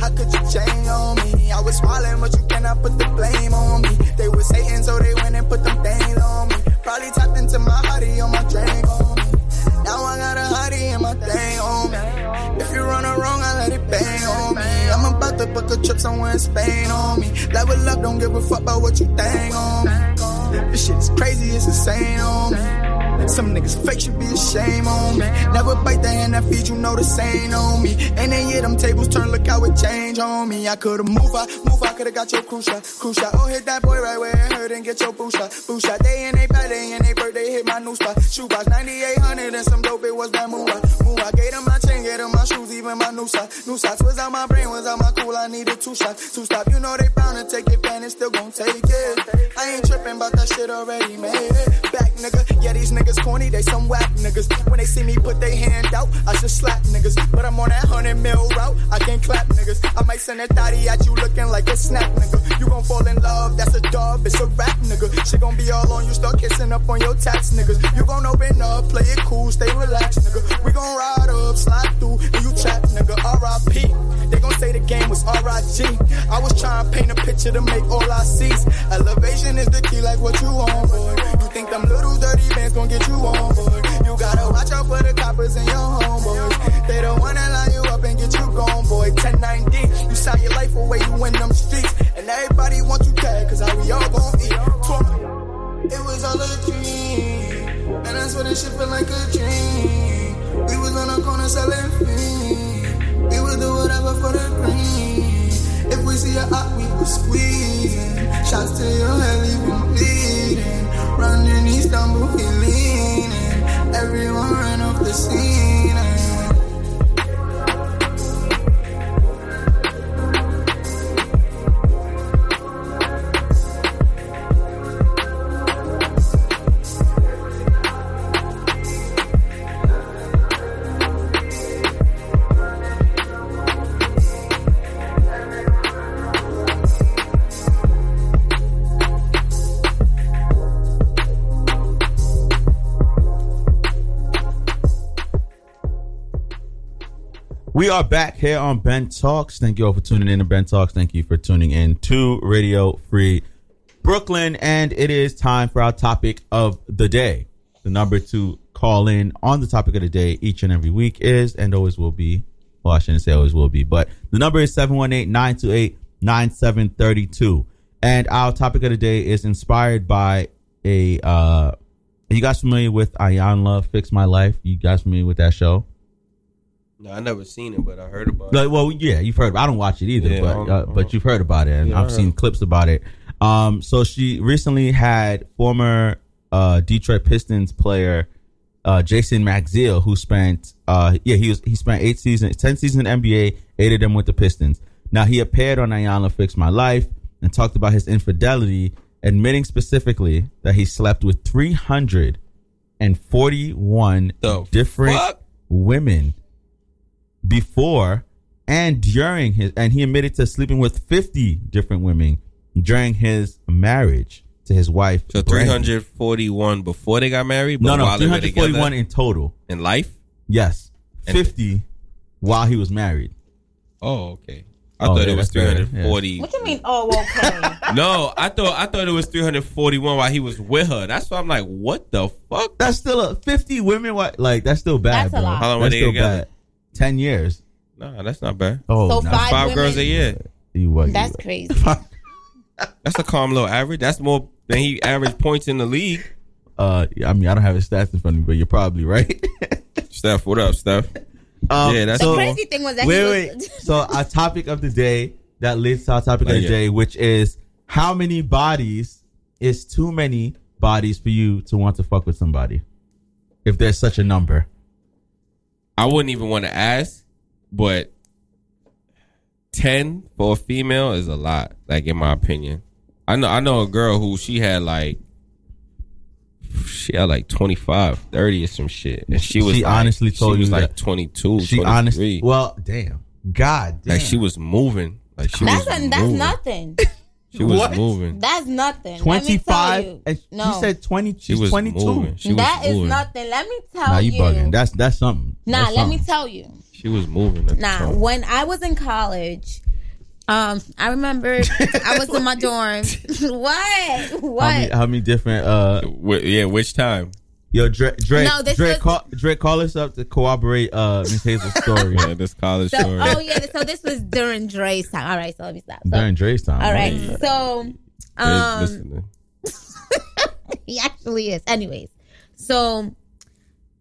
[SPEAKER 14] How could you change on me? I was smiling, but you cannot put the blame on me. They was hating, so they went and put them things on me. Probably tapped into my hottie on my drink on me. Now I got a hottie in my thing on me. If you run her wrong, I let it bang on me. I'm about to book a trip somewhere in Spain on me. Level up, don't give a fuck about what you think on me. This shit is crazy, it's insane on me. Some niggas fake should be ashamed on me. Never bite the hand that feeds you, know the same on me. And then yeah, them tables turn, look how it change on me. I could've moved out, move out, could've got your crew shot, crew shot. Oh, hit that boy right where it hurt and get your boo shot, boo shot. They in they birthday and they birthday hit my new spot. Shoebox 9800 and some dope, it was that move out, move out. Gave them my chain, gave them my shoes, even my new sock, new socks. Was out my brain, was out my cool, I needed two shots, two stop. You know they bound to take advantage, still gon' take it. I ain't tripping about that shit already, man. Back nigga, yeah, these niggas corny, they some whack niggas. When they see me put they hand out, I should slap niggas. But I'm on that hundred mil route, I can't clap niggas. I might send a thotty at you looking like a snap nigga. You gon' fall in love, that's a dove, it's a rap nigga. Shit gon' be all on you, start kissing up on your tax niggas. You gon' open pouring up, play it cool, stay relaxed, nigga. We gon' ride up, slide through, and you chat, nigga. RIP. They gon' say the game was RIG. I was trying to paint a picture to make all I see. Elevation is the key, like what you on, boy. You think them little dirty bands gon' get you on, boy. You gotta watch out for the coppers and your homeboys. They the one that line you up and get you gone, boy. 1090, you sign your life away, you win them streets. And everybody wants you dead, cause how we all gon' eat. It was all a dream. And that's what this shit feel like a dream. We was on the corner selling fiends. We would do whatever for the green. If we see a op, we would squeeze. Shots to your head, leave him bleeding. Running Istanbul, he leaning. Everyone ran off the scene. and-
[SPEAKER 3] We are back here on Ben Talks. Thank you all for tuning in to Ben Talks. Thank you for tuning in to Radio Free Brooklyn. And it is time for our topic of the day. The number to call in on the topic of the day each and every week is and always will be. Well, I shouldn't say always will be, but the number is 718 928 9732. And our topic of the day is inspired by a. Uh, are you guys familiar with Ayanla Fix My Life? You guys familiar with that show?
[SPEAKER 5] No, I never seen it, but I heard about
[SPEAKER 3] Like, well, yeah, you've heard. I don't watch it either,
[SPEAKER 5] Yeah, I
[SPEAKER 3] but
[SPEAKER 5] don't-
[SPEAKER 3] uh, but you've heard about it, and
[SPEAKER 5] Yeah, I
[SPEAKER 3] I've seen
[SPEAKER 5] heard.
[SPEAKER 3] clips about it. Um, so she recently had former uh, Detroit Pistons player uh, Jason Maxill, who spent uh, yeah he was he spent eight seasons, ten seasons in the NBA, eight of them with the Pistons. Now he appeared on Ayala Fix My Life and talked about his infidelity, admitting specifically that he slept with three hundred and forty-one different women before and during his and he admitted to sleeping with 50 different women during his marriage to his wife
[SPEAKER 5] So three
[SPEAKER 3] Brandy.
[SPEAKER 5] hundred forty-one before they got married.
[SPEAKER 3] no
[SPEAKER 5] but
[SPEAKER 3] no
[SPEAKER 5] while they were
[SPEAKER 3] 341
[SPEAKER 5] together?
[SPEAKER 3] in total
[SPEAKER 5] in life.
[SPEAKER 3] yes
[SPEAKER 5] And-
[SPEAKER 3] 50 while he was married
[SPEAKER 5] Oh, okay. I
[SPEAKER 3] Oh,
[SPEAKER 5] thought
[SPEAKER 3] yeah,
[SPEAKER 5] it was
[SPEAKER 3] that's better, yeah.
[SPEAKER 4] <laughs>
[SPEAKER 5] 340.
[SPEAKER 15] What you mean? Oh, okay.
[SPEAKER 5] No, I thought I thought it was 341 while he was with her. That's why I'm like, what the fuck?
[SPEAKER 3] that's still a 50 women wa- like that's still bad
[SPEAKER 5] That's a
[SPEAKER 3] bro.
[SPEAKER 5] lot. How long were
[SPEAKER 3] that's
[SPEAKER 5] they
[SPEAKER 3] still
[SPEAKER 5] together?
[SPEAKER 3] bad 10 years
[SPEAKER 5] Nah, that's not bad.
[SPEAKER 4] So
[SPEAKER 3] Oh,
[SPEAKER 4] nah. five
[SPEAKER 5] five
[SPEAKER 4] women-
[SPEAKER 5] girls a year.
[SPEAKER 3] You
[SPEAKER 4] That's crazy.
[SPEAKER 5] That's a calm little average. That's more than he average points in the league.
[SPEAKER 3] uh i mean i don't have his stats in front of me but you're probably right
[SPEAKER 5] <laughs> Steph, what up, Steph?
[SPEAKER 3] Um,
[SPEAKER 5] yeah, that's
[SPEAKER 4] the
[SPEAKER 3] so-
[SPEAKER 4] crazy thing was that he was,
[SPEAKER 3] wait, wait. so our topic of the day that leads to our topic of the
[SPEAKER 5] Yeah.
[SPEAKER 3] day, which is how many bodies is too many bodies for you to want to fuck with somebody? If there's such a number,
[SPEAKER 5] I wouldn't even want to ask, but ten for a female is a lot. Like in my opinion, I know I know a girl who she had like she had like 25, 30 or some shit, and she was
[SPEAKER 3] She
[SPEAKER 5] like-
[SPEAKER 3] honestly told
[SPEAKER 5] she was
[SPEAKER 3] you
[SPEAKER 5] like
[SPEAKER 3] that.
[SPEAKER 5] twenty two.
[SPEAKER 3] she honestly, well, damn, God, damn.
[SPEAKER 5] like she was moving, like she
[SPEAKER 4] that's,
[SPEAKER 5] was
[SPEAKER 4] a, that's
[SPEAKER 5] moving.
[SPEAKER 3] <laughs>
[SPEAKER 4] nothing.
[SPEAKER 5] She was
[SPEAKER 3] What?
[SPEAKER 5] moving.
[SPEAKER 4] That's nothing. Let
[SPEAKER 3] 25
[SPEAKER 4] me tell
[SPEAKER 3] and
[SPEAKER 4] you.
[SPEAKER 3] she
[SPEAKER 4] No.
[SPEAKER 3] said 20
[SPEAKER 5] She was
[SPEAKER 3] she's 22
[SPEAKER 5] moving. She was
[SPEAKER 4] That is
[SPEAKER 5] moving.
[SPEAKER 4] nothing. Let me tell
[SPEAKER 3] nah you
[SPEAKER 4] you.
[SPEAKER 3] bugging that's that's something
[SPEAKER 4] Nah,
[SPEAKER 3] That's
[SPEAKER 4] let me
[SPEAKER 3] something.
[SPEAKER 4] tell you.
[SPEAKER 5] She was moving. at the
[SPEAKER 4] Nah,
[SPEAKER 5] time.
[SPEAKER 4] when I was in college, um, I remember I was
[SPEAKER 3] <laughs>
[SPEAKER 4] in my dorm. <laughs> what? What?
[SPEAKER 3] how many, how many different uh
[SPEAKER 5] yeah which time
[SPEAKER 3] yo Dre Dre
[SPEAKER 4] No, this
[SPEAKER 3] Dre,
[SPEAKER 4] was-
[SPEAKER 3] call, Dre call us up to corroborate uh Miss Hazel's story
[SPEAKER 5] <laughs> yeah this college
[SPEAKER 4] so, oh yeah. So this was during Dre's time. All right. So let me stop. So,
[SPEAKER 3] during Dre's time
[SPEAKER 4] all right.
[SPEAKER 3] Yeah.
[SPEAKER 4] So,
[SPEAKER 5] Hey,
[SPEAKER 4] um,
[SPEAKER 5] listening.
[SPEAKER 4] <laughs> he actually is. Anyways, so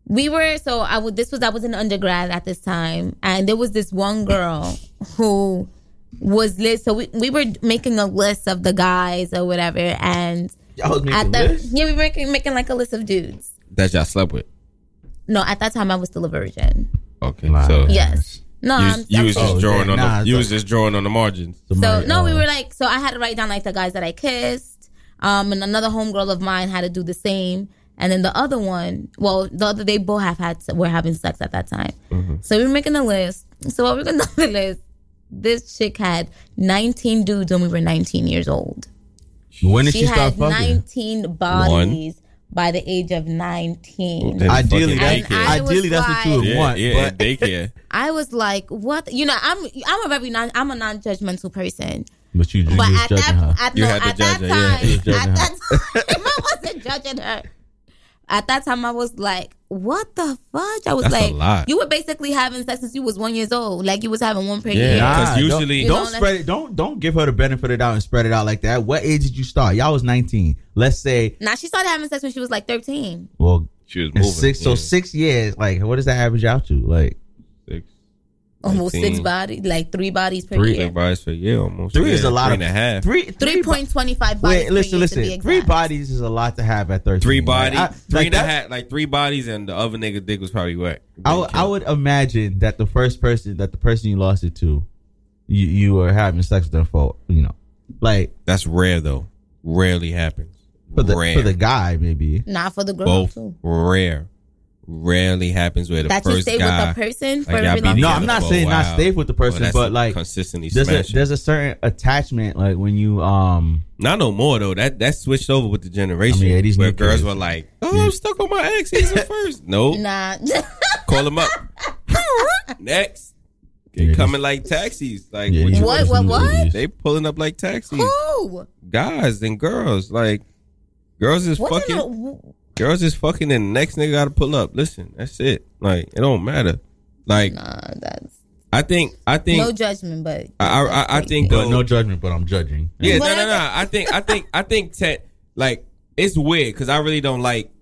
[SPEAKER 4] we were so I would this was I was an undergrad at this time, and there was this one girl who was list. So we, we were making a list of the guys or whatever, and
[SPEAKER 5] Y'all was making
[SPEAKER 4] the
[SPEAKER 5] lists?
[SPEAKER 4] yeah we were making, making like a list of dudes.
[SPEAKER 5] that y'all slept with.
[SPEAKER 4] No, at that time I was still a virgin.
[SPEAKER 5] Okay, so
[SPEAKER 4] Yes. No,
[SPEAKER 5] you,
[SPEAKER 4] I'm-
[SPEAKER 5] you
[SPEAKER 4] I'm
[SPEAKER 5] was
[SPEAKER 4] saying-
[SPEAKER 5] just drawing
[SPEAKER 3] Oh,
[SPEAKER 5] on
[SPEAKER 3] nah,
[SPEAKER 5] the you was just drawing on the margins.
[SPEAKER 4] So no, we were like, so I had to write down like the guys that I kissed. Um, and another homegirl of mine had to do the same. And then the other one, well, the other they both have had were having sex at that time. So we were making a list. So while we were <laughs> going down the list, this chick had 19 dudes when we were 19 years old.
[SPEAKER 3] When did she,
[SPEAKER 4] had
[SPEAKER 3] start fucking?
[SPEAKER 4] 19 bodies by the age of 19.
[SPEAKER 3] Ideally, that's,
[SPEAKER 4] And I was
[SPEAKER 3] ideally that's what you would
[SPEAKER 4] like-
[SPEAKER 3] want.
[SPEAKER 5] Yeah,
[SPEAKER 3] but
[SPEAKER 5] daycare.
[SPEAKER 4] I was like, what? You know, I'm I'm a very non I'm a non-judgmental person.
[SPEAKER 3] <laughs> But you, you
[SPEAKER 4] But
[SPEAKER 3] was
[SPEAKER 4] at
[SPEAKER 3] judging
[SPEAKER 4] that-
[SPEAKER 3] her.
[SPEAKER 4] at- You no, had to at judge that her, yeah. time-
[SPEAKER 3] You was judging her.
[SPEAKER 4] <laughs> I wasn't judging her. At that time, I was like, "What the fudge?" I was
[SPEAKER 5] That's a
[SPEAKER 4] like,
[SPEAKER 5] lot.
[SPEAKER 4] "You were basically having sex since you was one years old. Like you was having one per year."
[SPEAKER 3] Nah,
[SPEAKER 5] because
[SPEAKER 3] don't-
[SPEAKER 5] usually-
[SPEAKER 3] don't,
[SPEAKER 4] You know,
[SPEAKER 3] spread it. Don't don't give her the benefit of the doubt and spread it out like that. What age did you start? Y'all was nineteen. Let's say
[SPEAKER 4] Now she started having sex when she was like thirteen.
[SPEAKER 3] well,
[SPEAKER 5] she was
[SPEAKER 3] moving. Six, So six years. Like, what does that average out to? Like
[SPEAKER 5] six,
[SPEAKER 4] Almost six
[SPEAKER 5] 19.
[SPEAKER 4] bodies, like three bodies per
[SPEAKER 5] three
[SPEAKER 4] year.
[SPEAKER 5] bodies per year almost.
[SPEAKER 3] Three
[SPEAKER 5] Yeah,
[SPEAKER 3] is a lot
[SPEAKER 5] three
[SPEAKER 3] of-
[SPEAKER 5] and a half.
[SPEAKER 3] three.
[SPEAKER 4] Three point twenty five bodies.
[SPEAKER 3] Wait,
[SPEAKER 4] per year
[SPEAKER 3] listen,
[SPEAKER 4] to be
[SPEAKER 3] listen.
[SPEAKER 4] exact.
[SPEAKER 3] Three bodies is a lot to have at thirteen.
[SPEAKER 5] Three bodies,
[SPEAKER 3] Like, I-
[SPEAKER 5] three
[SPEAKER 3] like
[SPEAKER 5] and a
[SPEAKER 3] that-
[SPEAKER 5] half, like three bodies, and the other nigga dick was probably wet.
[SPEAKER 3] I would- I would imagine that the first person that the person you lost it to, you you were having sex with them for you know, like
[SPEAKER 5] that's rare though. Rarely happens.
[SPEAKER 3] for the
[SPEAKER 5] Rare.
[SPEAKER 3] for the guy maybe.
[SPEAKER 4] Not for the girl
[SPEAKER 5] Both
[SPEAKER 4] too.
[SPEAKER 5] rare. Rarely happens where the
[SPEAKER 4] That you
[SPEAKER 5] first
[SPEAKER 4] stay with
[SPEAKER 5] guy,
[SPEAKER 4] the person for
[SPEAKER 5] y'all
[SPEAKER 4] a
[SPEAKER 5] be
[SPEAKER 4] really long
[SPEAKER 5] together
[SPEAKER 3] No, I'm not
[SPEAKER 5] for a
[SPEAKER 3] saying
[SPEAKER 5] while.
[SPEAKER 3] not stay with the
[SPEAKER 5] Oh,
[SPEAKER 3] person,
[SPEAKER 5] that's
[SPEAKER 3] but like
[SPEAKER 5] consistently
[SPEAKER 3] There's a
[SPEAKER 5] smashing.
[SPEAKER 3] there's a certain attachment like when you um
[SPEAKER 5] Not no more though. That that switched over with the generation.
[SPEAKER 3] I mean, yeah, these
[SPEAKER 5] where
[SPEAKER 3] new
[SPEAKER 5] girls
[SPEAKER 3] kids.
[SPEAKER 5] were like, "Oh, I'm stuck on my ex. He's
[SPEAKER 3] <laughs>
[SPEAKER 5] the first. No,
[SPEAKER 4] Nah.
[SPEAKER 5] call him
[SPEAKER 4] <laughs>
[SPEAKER 5] up. Next, they
[SPEAKER 3] Yeah,
[SPEAKER 5] coming like taxis. Like
[SPEAKER 3] Yeah, these
[SPEAKER 4] What, what, what?
[SPEAKER 5] They pulling up like taxis.
[SPEAKER 4] Who?
[SPEAKER 5] Guys and girls, like girls is
[SPEAKER 4] What
[SPEAKER 5] fucking.
[SPEAKER 4] in the-
[SPEAKER 5] girls is fucking, and the next nigga gotta pull up. Listen, that's it. Like it don't matter. Like
[SPEAKER 4] that's.
[SPEAKER 5] I think I think
[SPEAKER 4] no judgment, but
[SPEAKER 5] I, I- I I think
[SPEAKER 3] but
[SPEAKER 5] though,
[SPEAKER 3] no judgment, but I'm judging.
[SPEAKER 5] yeah, no, no, no. I think, I think, I think tech. Like it's weird because I really don't like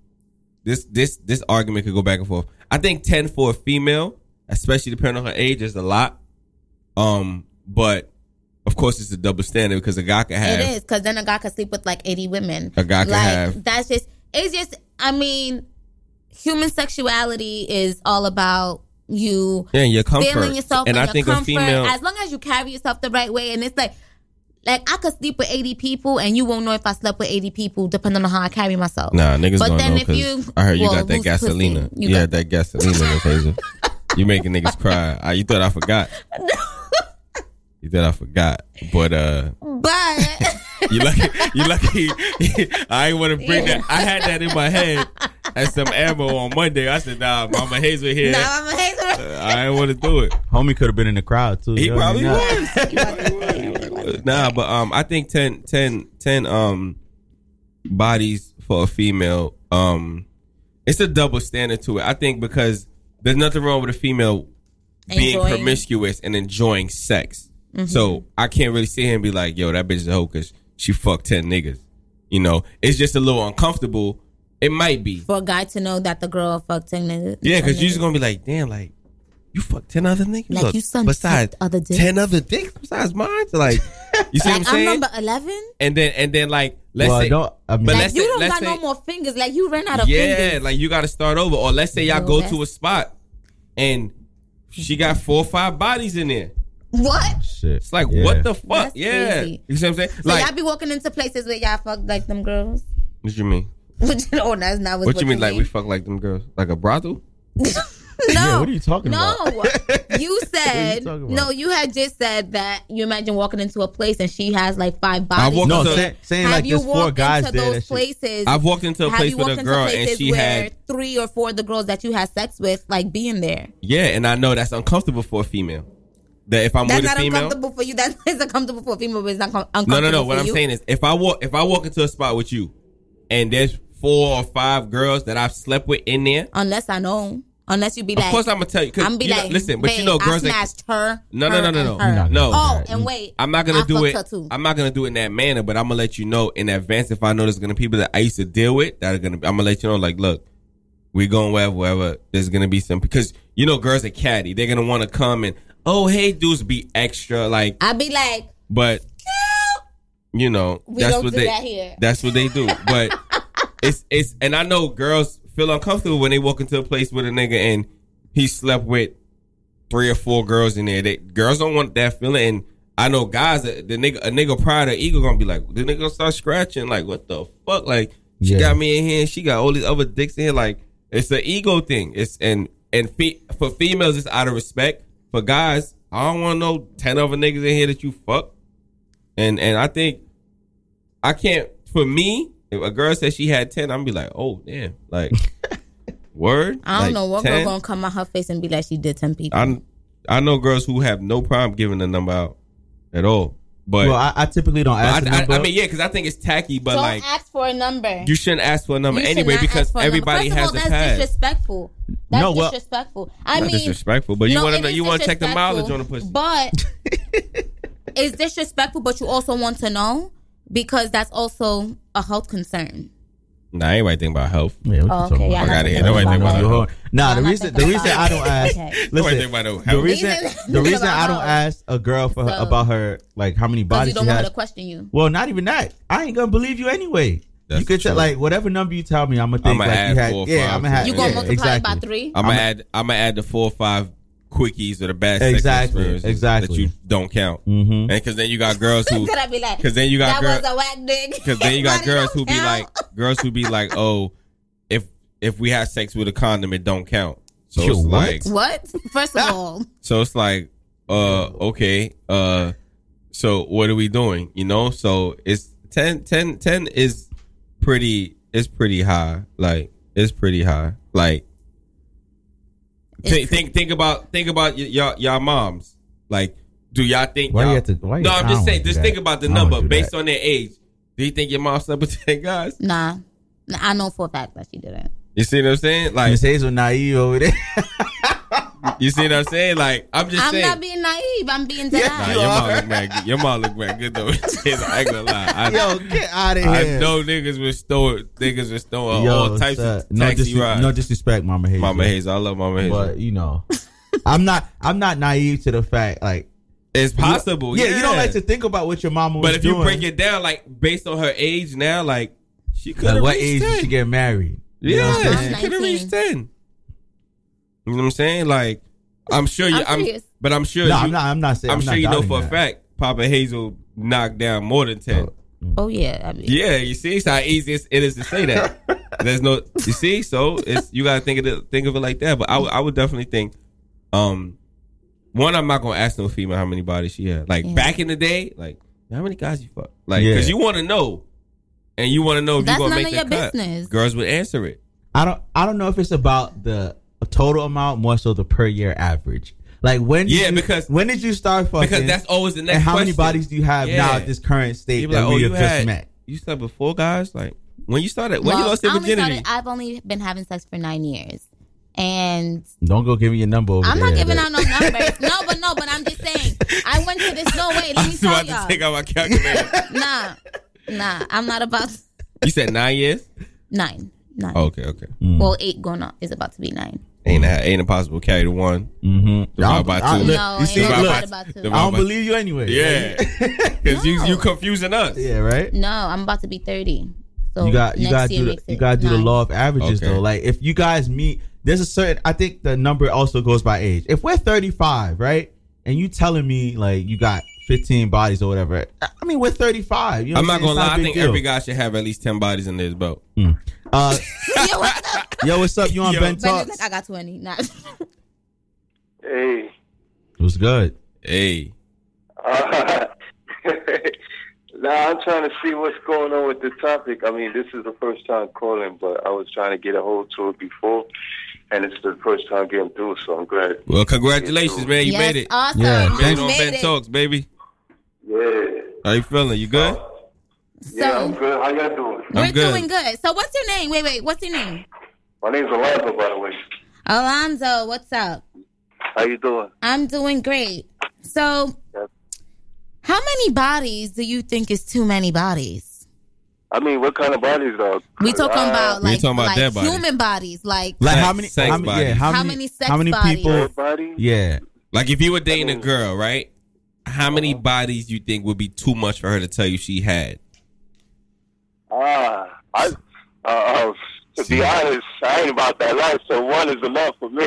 [SPEAKER 5] this. This this argument could go back and forth. I think ten for a female, especially depending on her age, is a lot. Um, but of course it's a double standard because a guy could have.
[SPEAKER 4] It is because then a guy could sleep with like eighty women.
[SPEAKER 5] A guy could
[SPEAKER 4] like,
[SPEAKER 5] have-
[SPEAKER 4] That's just. It's just. I mean, human sexuality is all about you.
[SPEAKER 5] Yeah, and your comfort.
[SPEAKER 4] Feeling yourself
[SPEAKER 5] And
[SPEAKER 4] and,
[SPEAKER 5] I
[SPEAKER 4] your
[SPEAKER 5] think a
[SPEAKER 4] comfort.
[SPEAKER 5] female-
[SPEAKER 4] as long as you carry yourself the right way, and it's like, like I could sleep with eighty people, and you won't know if I slept with eighty people, depending on how I carry myself.
[SPEAKER 5] Nah, niggas
[SPEAKER 4] But
[SPEAKER 5] don't
[SPEAKER 4] then
[SPEAKER 5] know
[SPEAKER 4] if
[SPEAKER 5] 'cause
[SPEAKER 4] you,
[SPEAKER 5] I heard you
[SPEAKER 4] well,
[SPEAKER 5] got that
[SPEAKER 4] who's pussy?
[SPEAKER 5] gasolina.
[SPEAKER 4] You
[SPEAKER 5] yeah,
[SPEAKER 4] got-
[SPEAKER 5] that gasolina, Hazel. You making niggas cry. Ah, you thought I forgot. You thought I forgot, but uh,
[SPEAKER 4] <laughs> But
[SPEAKER 5] you
[SPEAKER 4] <laughs>
[SPEAKER 5] lucky. You lucky. <laughs> I ain't want to bring that. I had that in my head as some ammo on Monday. I said, "Nah, Mama Hazel here.
[SPEAKER 4] nah, I'm a hater.
[SPEAKER 5] I ain't want to do it."
[SPEAKER 3] Homie could have been in the crowd too.
[SPEAKER 5] He
[SPEAKER 3] yo,
[SPEAKER 5] probably
[SPEAKER 3] you know.
[SPEAKER 5] was. nah, but um, I think 10, 10, 10 um bodies for a female um, it's a double standard to it. I think because there's nothing wrong with a female being
[SPEAKER 16] Enjoying.
[SPEAKER 5] promiscuous and enjoying sex.
[SPEAKER 4] Mm-hmm.
[SPEAKER 16] Mhm.
[SPEAKER 5] So I can't really sit here and be like, "Yo, that bitch is a hoe 'cause she fucked ten niggas." You know, it's just a little uncomfortable. It might be,
[SPEAKER 4] for a guy to know that the girl fucked ten niggas.
[SPEAKER 5] yeah, because you're
[SPEAKER 4] ten
[SPEAKER 5] just gonna be like, "Damn, like you fucked ten other niggas."
[SPEAKER 4] Like,
[SPEAKER 5] Look,
[SPEAKER 4] you son
[SPEAKER 5] besides
[SPEAKER 4] fucked other dicks.
[SPEAKER 5] ten other dicks besides mine. So, like, you see
[SPEAKER 4] <laughs> niggas. Like
[SPEAKER 5] what I'm
[SPEAKER 4] I'm
[SPEAKER 5] saying?
[SPEAKER 4] number eleven.
[SPEAKER 5] and then and then like let's
[SPEAKER 3] Well,
[SPEAKER 5] say,
[SPEAKER 3] don't- I mean-
[SPEAKER 5] but
[SPEAKER 3] Like,
[SPEAKER 5] let's
[SPEAKER 4] you
[SPEAKER 5] say,
[SPEAKER 4] don't
[SPEAKER 5] let's
[SPEAKER 4] got
[SPEAKER 5] say,
[SPEAKER 4] no more fingers. Like you ran out of
[SPEAKER 5] yeah,
[SPEAKER 4] fingers.
[SPEAKER 5] like you got to start over, or let's say y'all
[SPEAKER 4] Yo,
[SPEAKER 5] go
[SPEAKER 4] that's-
[SPEAKER 5] to a spot and she got four or five bodies in there.
[SPEAKER 4] What?
[SPEAKER 3] Shit.
[SPEAKER 5] It's like
[SPEAKER 3] Yeah.
[SPEAKER 5] what the fuck?
[SPEAKER 4] That's
[SPEAKER 5] yeah,
[SPEAKER 4] crazy.
[SPEAKER 5] you see what I'm saying?
[SPEAKER 4] So
[SPEAKER 5] like,
[SPEAKER 4] y'all be walking into places where y'all fuck like them girls. <laughs>
[SPEAKER 5] what you mean?
[SPEAKER 4] Which oh, that's not
[SPEAKER 5] What, you mean? Like we fuck like them girls, like a brothel?
[SPEAKER 4] <laughs> No.
[SPEAKER 5] <laughs> Yeah, what are you talking
[SPEAKER 4] no, <laughs> you said
[SPEAKER 5] talking about?
[SPEAKER 4] no. You had just said that you imagine walking into a place and she has like five
[SPEAKER 5] I
[SPEAKER 4] bodies.
[SPEAKER 5] walked
[SPEAKER 4] So
[SPEAKER 5] into-
[SPEAKER 4] have
[SPEAKER 5] say- saying, like,
[SPEAKER 4] you
[SPEAKER 5] there's four
[SPEAKER 4] walked
[SPEAKER 5] guys
[SPEAKER 4] into
[SPEAKER 5] there
[SPEAKER 4] those
[SPEAKER 5] that she-
[SPEAKER 4] places.
[SPEAKER 5] I've walked into a
[SPEAKER 4] have
[SPEAKER 5] place
[SPEAKER 4] you
[SPEAKER 5] with
[SPEAKER 4] walked
[SPEAKER 5] a
[SPEAKER 4] into
[SPEAKER 5] girl and
[SPEAKER 4] places
[SPEAKER 5] she
[SPEAKER 4] where
[SPEAKER 5] had-
[SPEAKER 4] three or four of the girls that you had sex with, like being there.
[SPEAKER 5] Yeah, and I know that's uncomfortable for a female. That if I'm
[SPEAKER 4] that's
[SPEAKER 5] with a
[SPEAKER 4] not
[SPEAKER 5] female,
[SPEAKER 4] uncomfortable for you. <laughs> That is uncomfortable for a female, but it's not com-
[SPEAKER 5] no,
[SPEAKER 4] uncomfortable.
[SPEAKER 5] no, no. What
[SPEAKER 4] for
[SPEAKER 5] I'm
[SPEAKER 4] you.
[SPEAKER 5] saying is, if I walk, if I walk into a spot with you, and there's four or five girls that I've slept with in there,
[SPEAKER 4] unless I know, unless you be
[SPEAKER 5] Of
[SPEAKER 4] like,
[SPEAKER 5] course I'ma tell you, 'cause
[SPEAKER 4] I'm be
[SPEAKER 5] you know-
[SPEAKER 4] like,
[SPEAKER 5] listen, but you know
[SPEAKER 4] "Babe,
[SPEAKER 5] girls
[SPEAKER 4] I
[SPEAKER 5] that-
[SPEAKER 4] smashed her.
[SPEAKER 5] No, no,
[SPEAKER 4] her,
[SPEAKER 5] no, no,
[SPEAKER 4] and
[SPEAKER 5] no,
[SPEAKER 4] her."
[SPEAKER 5] no.
[SPEAKER 4] Oh, and wait,
[SPEAKER 5] I'm not gonna
[SPEAKER 4] I
[SPEAKER 5] do
[SPEAKER 4] fucked
[SPEAKER 5] it.
[SPEAKER 4] her too.
[SPEAKER 5] I'm not gonna do it in that manner, but I'm gonna let you know in advance if I know there's gonna be people that I used to deal with that are gonna. I'm gonna let you know, like, look, we going wherever, wherever. There's gonna be some because you know girls are catty. They're gonna want to come and oh hey dudes be extra like,
[SPEAKER 4] I be like,
[SPEAKER 5] but you know
[SPEAKER 4] We
[SPEAKER 5] that's
[SPEAKER 4] don't
[SPEAKER 5] what
[SPEAKER 4] do
[SPEAKER 5] they
[SPEAKER 4] that here.
[SPEAKER 5] that's what they do. But it's it's and I know girls feel uncomfortable when they walk into a place with a nigga and he slept with three or four girls in there. They girls don't want that feeling. And I know guys, uh, the nigga, a nigga pride or ego gonna be like, the nigga gonna start scratching. Like, what the fuck? Like, she
[SPEAKER 16] Yeah.
[SPEAKER 5] got me in here, and she got all these other dicks in here. Like, it's an ego thing. It's and and fe- for females, it's out of respect. For guys, I don't want no ten other niggas in here that you fuck. And and I think I can't. For me, If a girl says she had ten, I'm be like, oh damn,
[SPEAKER 4] <laughs>
[SPEAKER 5] like word.
[SPEAKER 4] I don't
[SPEAKER 5] Like,
[SPEAKER 4] know what girl
[SPEAKER 5] 10?
[SPEAKER 4] gonna come out her face and be like she did ten people.
[SPEAKER 5] I I know girls who have no problem giving the number out at all. But
[SPEAKER 3] <laughs> well, I, I typically don't ask.
[SPEAKER 5] I,
[SPEAKER 3] the
[SPEAKER 5] I-
[SPEAKER 3] number.
[SPEAKER 5] I mean, yeah, because I think it's tacky, but
[SPEAKER 4] don't
[SPEAKER 5] like
[SPEAKER 4] ask for a number.
[SPEAKER 5] you shouldn't ask for a number
[SPEAKER 4] You should
[SPEAKER 5] anyway
[SPEAKER 4] not
[SPEAKER 5] because
[SPEAKER 4] ask for a number.
[SPEAKER 5] everybody
[SPEAKER 4] First
[SPEAKER 5] has
[SPEAKER 4] of
[SPEAKER 5] a
[SPEAKER 4] all,
[SPEAKER 5] pad.
[SPEAKER 4] That's disrespectful. That's
[SPEAKER 5] No, well-
[SPEAKER 4] disrespectful. I
[SPEAKER 5] Not
[SPEAKER 4] mean,
[SPEAKER 5] disrespectful, but you
[SPEAKER 4] no,
[SPEAKER 5] wanna
[SPEAKER 4] it
[SPEAKER 5] know-
[SPEAKER 4] is
[SPEAKER 5] you wanna check the
[SPEAKER 4] disrespectful,
[SPEAKER 5] mileage on the pussy.
[SPEAKER 4] But
[SPEAKER 5] <laughs>
[SPEAKER 4] it's disrespectful, but you also want to know because that's also a health concern.
[SPEAKER 5] Nah, everybody think about health.
[SPEAKER 3] Yeah,
[SPEAKER 4] Oh, okay, talking about? yeah,
[SPEAKER 5] I
[SPEAKER 4] I'm not
[SPEAKER 5] got it.
[SPEAKER 4] thinking
[SPEAKER 5] Nobody think
[SPEAKER 4] about
[SPEAKER 5] about
[SPEAKER 4] health.
[SPEAKER 5] health.
[SPEAKER 3] Nah, the reason the reason I don't ask.
[SPEAKER 4] Okay.
[SPEAKER 5] Nobody
[SPEAKER 3] Listen,
[SPEAKER 5] think about no
[SPEAKER 3] the
[SPEAKER 5] health.
[SPEAKER 3] reason the reason I don't ask a girl for her
[SPEAKER 4] So-
[SPEAKER 3] about her like how many
[SPEAKER 4] Because you
[SPEAKER 3] bodies
[SPEAKER 4] don't
[SPEAKER 3] she
[SPEAKER 4] want her
[SPEAKER 3] has.
[SPEAKER 4] to question
[SPEAKER 5] <laughs>
[SPEAKER 4] you.
[SPEAKER 3] Well, not even that. I ain't gonna believe you anyway. you could tell like whatever number you tell me, I'm gonna think
[SPEAKER 5] I'ma
[SPEAKER 3] like
[SPEAKER 5] add
[SPEAKER 3] you had.
[SPEAKER 5] four or
[SPEAKER 3] yeah,
[SPEAKER 5] five
[SPEAKER 3] I'm gonna have.
[SPEAKER 4] You gonna
[SPEAKER 3] yeah,
[SPEAKER 4] multiply it
[SPEAKER 3] exactly.
[SPEAKER 4] by three?
[SPEAKER 5] I'm gonna add. I'm gonna add the four or five quickies or the bad sex
[SPEAKER 3] Exactly,
[SPEAKER 5] experiences
[SPEAKER 3] exactly. Mm-hmm.
[SPEAKER 5] that you don't count, and because then you got girls
[SPEAKER 4] <laughs>
[SPEAKER 5] who <laughs>
[SPEAKER 4] Then I be like,
[SPEAKER 5] because then you
[SPEAKER 4] that
[SPEAKER 5] got girls
[SPEAKER 4] was a whack dick.
[SPEAKER 5] because then you got girls who be like girls who be like oh if if we have sex with a condom it don't count so
[SPEAKER 4] Yo,
[SPEAKER 5] it's
[SPEAKER 4] what?
[SPEAKER 5] like
[SPEAKER 4] What? First
[SPEAKER 5] <laughs>
[SPEAKER 4] of all,
[SPEAKER 5] so it's like uh okay uh so what are we doing you know so it's 10 10 10 is pretty it's pretty high like it's pretty high like think think think about think about y- y'all y'all moms like do y'all think
[SPEAKER 3] Why
[SPEAKER 5] y'all,
[SPEAKER 3] you have to- why you-
[SPEAKER 5] no
[SPEAKER 3] I
[SPEAKER 5] I'm
[SPEAKER 3] don't
[SPEAKER 5] just saying
[SPEAKER 3] wanna do
[SPEAKER 5] just
[SPEAKER 3] that.
[SPEAKER 5] think about the
[SPEAKER 3] I don't wanna
[SPEAKER 5] number
[SPEAKER 3] do
[SPEAKER 5] based
[SPEAKER 3] that.
[SPEAKER 5] on their age do you think your mom slept <laughs> with 10 guys
[SPEAKER 4] nah. Nah, I know for a fact that she didn't.
[SPEAKER 5] You see what I'm saying? Like
[SPEAKER 3] Miss Hazel naive over there. <laughs>
[SPEAKER 5] you see what I'm saying? Like I'm just
[SPEAKER 4] I'm
[SPEAKER 5] saying.
[SPEAKER 4] not being naive. I'm being dead
[SPEAKER 5] Nah,
[SPEAKER 4] ass.
[SPEAKER 5] your mom look mad. good- Your mom look mad good though. <laughs> I ain't gonna lie. <laughs> I,
[SPEAKER 3] Yo, get outta
[SPEAKER 5] I
[SPEAKER 3] here.
[SPEAKER 5] know niggas was throwing niggas was throwing
[SPEAKER 3] Yo,
[SPEAKER 5] all types
[SPEAKER 3] sir,
[SPEAKER 5] of
[SPEAKER 3] no,
[SPEAKER 5] taxi
[SPEAKER 3] dis-
[SPEAKER 5] rides.
[SPEAKER 3] no disrespect, Mama Hazel.
[SPEAKER 5] Mama Hazel, I love Mama Hazel.
[SPEAKER 3] But you know, I'm not. I'm not naive to the fact like
[SPEAKER 5] it's possible,
[SPEAKER 3] Yeah, you don't
[SPEAKER 5] yeah.
[SPEAKER 3] like to think about what your mama.
[SPEAKER 5] but
[SPEAKER 3] was
[SPEAKER 5] if
[SPEAKER 3] doing.
[SPEAKER 5] you break it down, like based on her age now, like she could
[SPEAKER 3] At
[SPEAKER 5] have
[SPEAKER 3] what
[SPEAKER 5] reached
[SPEAKER 3] age did
[SPEAKER 5] 10.
[SPEAKER 3] she get married? You know what I'm
[SPEAKER 5] Yeah,
[SPEAKER 3] saying?
[SPEAKER 5] she could have reached ten. You know what I'm saying? Like I'm sure you.
[SPEAKER 3] I'm
[SPEAKER 5] I'm,
[SPEAKER 3] serious.
[SPEAKER 5] but I'm sure.
[SPEAKER 3] No,
[SPEAKER 5] you,
[SPEAKER 3] I'm not- I'm not saying-
[SPEAKER 5] I'm,
[SPEAKER 3] I'm
[SPEAKER 5] sure
[SPEAKER 3] not
[SPEAKER 5] you know
[SPEAKER 3] doubting
[SPEAKER 5] for a
[SPEAKER 3] that.
[SPEAKER 5] fact Papa Hazel knocked down more than ten.
[SPEAKER 4] Oh yeah, I mean,
[SPEAKER 5] Yeah, you see, it's how easy it's, it is to say
[SPEAKER 3] <laughs>
[SPEAKER 5] that. There's no, you see, so it's you gotta think of it, think of it like that. But I would, I would definitely think, um, one, I'm not gonna ask no female how many bodies she had. Like
[SPEAKER 3] Yeah.
[SPEAKER 5] back in the day, like how many guys you fuck, like
[SPEAKER 3] Yeah.
[SPEAKER 5] because you want to know, and you want to know if
[SPEAKER 4] That's
[SPEAKER 5] you gonna
[SPEAKER 4] none
[SPEAKER 5] make
[SPEAKER 4] of
[SPEAKER 5] the
[SPEAKER 4] your
[SPEAKER 5] cut.
[SPEAKER 4] business.
[SPEAKER 5] Girls would answer it.
[SPEAKER 3] I don't. I don't know if it's about the total amount, more so the per year average. Like when? Did
[SPEAKER 5] Yeah,
[SPEAKER 3] you,
[SPEAKER 5] because-
[SPEAKER 3] when did you start fucking?
[SPEAKER 5] Because that's always the next.
[SPEAKER 3] And how many
[SPEAKER 5] question.
[SPEAKER 3] bodies do you have
[SPEAKER 5] Yeah.
[SPEAKER 3] now at this current state
[SPEAKER 5] You be
[SPEAKER 3] that
[SPEAKER 5] like, oh,
[SPEAKER 3] we
[SPEAKER 5] you
[SPEAKER 3] have just
[SPEAKER 5] had,
[SPEAKER 3] met?
[SPEAKER 5] You slept with four guys. Like when you started, when
[SPEAKER 4] Well,
[SPEAKER 5] you lost your
[SPEAKER 4] I only
[SPEAKER 5] virginity.
[SPEAKER 4] started- I've only been having sex for nine years, and
[SPEAKER 3] Don't go give me your number. Over
[SPEAKER 4] I'm not
[SPEAKER 3] there,
[SPEAKER 4] giving
[SPEAKER 3] but-
[SPEAKER 4] out no numbers. no, but no, but I'm just saying. I went to this. No, wait.
[SPEAKER 5] <laughs>
[SPEAKER 4] Let
[SPEAKER 5] I
[SPEAKER 4] me
[SPEAKER 5] was
[SPEAKER 4] tell
[SPEAKER 5] about to
[SPEAKER 4] y'all.
[SPEAKER 5] take out my calculator.
[SPEAKER 4] Nah, nah. I'm not
[SPEAKER 5] <laughs>
[SPEAKER 4] about
[SPEAKER 5] you said nine years. Oh,
[SPEAKER 4] nine. Nine.
[SPEAKER 5] Okay, okay.
[SPEAKER 3] Mm.
[SPEAKER 4] Well, eight going on is about to be nine.
[SPEAKER 5] Ain't a, ain't impossible carry the one.
[SPEAKER 3] Mm-hmm.
[SPEAKER 5] Divide by two.
[SPEAKER 3] I- look,
[SPEAKER 4] No,
[SPEAKER 3] you see,
[SPEAKER 4] ain't
[SPEAKER 3] look,
[SPEAKER 4] nobody about to.
[SPEAKER 3] I don't believe you anyway.
[SPEAKER 5] Yeah, <laughs>
[SPEAKER 3] <laughs>
[SPEAKER 5] because you you confusing us.
[SPEAKER 3] Yeah, right.
[SPEAKER 4] No, I'm about to be thirty. So
[SPEAKER 3] you got you
[SPEAKER 4] next
[SPEAKER 3] got to
[SPEAKER 4] year
[SPEAKER 3] do the,
[SPEAKER 4] makes
[SPEAKER 3] you
[SPEAKER 4] it
[SPEAKER 3] got to do the
[SPEAKER 4] nine.
[SPEAKER 3] law of averages
[SPEAKER 5] Okay.
[SPEAKER 3] though. Like if you guys meet, there's a certain. I think the number also goes by age. If we're 35, right, and you telling me like you got 15 bodies or whatever, I I mean we're 35. You know
[SPEAKER 5] I'm
[SPEAKER 3] what
[SPEAKER 5] not
[SPEAKER 3] saying?
[SPEAKER 5] gonna
[SPEAKER 3] It's
[SPEAKER 5] lie.
[SPEAKER 3] a
[SPEAKER 5] I
[SPEAKER 3] big
[SPEAKER 5] think
[SPEAKER 3] deal.
[SPEAKER 5] every guy should have at least ten bodies in his belt.
[SPEAKER 3] Uh, <laughs>
[SPEAKER 4] <laughs>
[SPEAKER 3] yo, what's up? You on
[SPEAKER 5] Yo.
[SPEAKER 3] Ben
[SPEAKER 4] But it's
[SPEAKER 3] Talks?
[SPEAKER 4] like I got twenty. Nah. <laughs>
[SPEAKER 16] Hey,
[SPEAKER 3] It was good.
[SPEAKER 5] Hey,
[SPEAKER 16] uh, <laughs> now I'm trying to see what's going on with the topic. I mean, this is the first time calling, but I was trying to get a hold to it before, and it's the first time getting through, so I'm glad.
[SPEAKER 5] Well, congratulations, man. You
[SPEAKER 16] Yes,
[SPEAKER 5] made it.
[SPEAKER 16] awesome.
[SPEAKER 5] Yeah,
[SPEAKER 16] You
[SPEAKER 5] made it on
[SPEAKER 16] made
[SPEAKER 5] Ben
[SPEAKER 16] it.
[SPEAKER 5] Talks, baby.
[SPEAKER 16] Yeah.
[SPEAKER 5] How you feeling? You good?
[SPEAKER 3] Uh-huh.
[SPEAKER 16] yeah, I'm good. How y'all doing?
[SPEAKER 4] We're doing good. So what's your name? Wait, wait. What's your name?
[SPEAKER 16] My name's Alonzo, by the way.
[SPEAKER 4] Alonzo. What's up?
[SPEAKER 16] How you doing?
[SPEAKER 4] I'm doing great. So,
[SPEAKER 16] Yes.
[SPEAKER 4] how many bodies do you think is too many bodies?
[SPEAKER 16] I mean, what kind of bodies though?
[SPEAKER 4] We talking
[SPEAKER 16] Uh,
[SPEAKER 4] about
[SPEAKER 16] We
[SPEAKER 4] like,
[SPEAKER 5] talking about
[SPEAKER 4] like
[SPEAKER 5] dead bodies.
[SPEAKER 4] human bodies, like
[SPEAKER 5] Like
[SPEAKER 3] how many- how many- yeah, how
[SPEAKER 4] How
[SPEAKER 3] many-
[SPEAKER 4] many sex
[SPEAKER 3] how many
[SPEAKER 4] bodies?
[SPEAKER 3] people- Yeah.
[SPEAKER 5] Like if you were dating a girl, right? How many
[SPEAKER 3] Uh-huh.
[SPEAKER 5] bodies you think would be too much for her to tell you she had?
[SPEAKER 16] Ah, I. Uh, uh, to be honest, I ain't about that life, so one is enough for
[SPEAKER 5] <laughs>
[SPEAKER 16] me.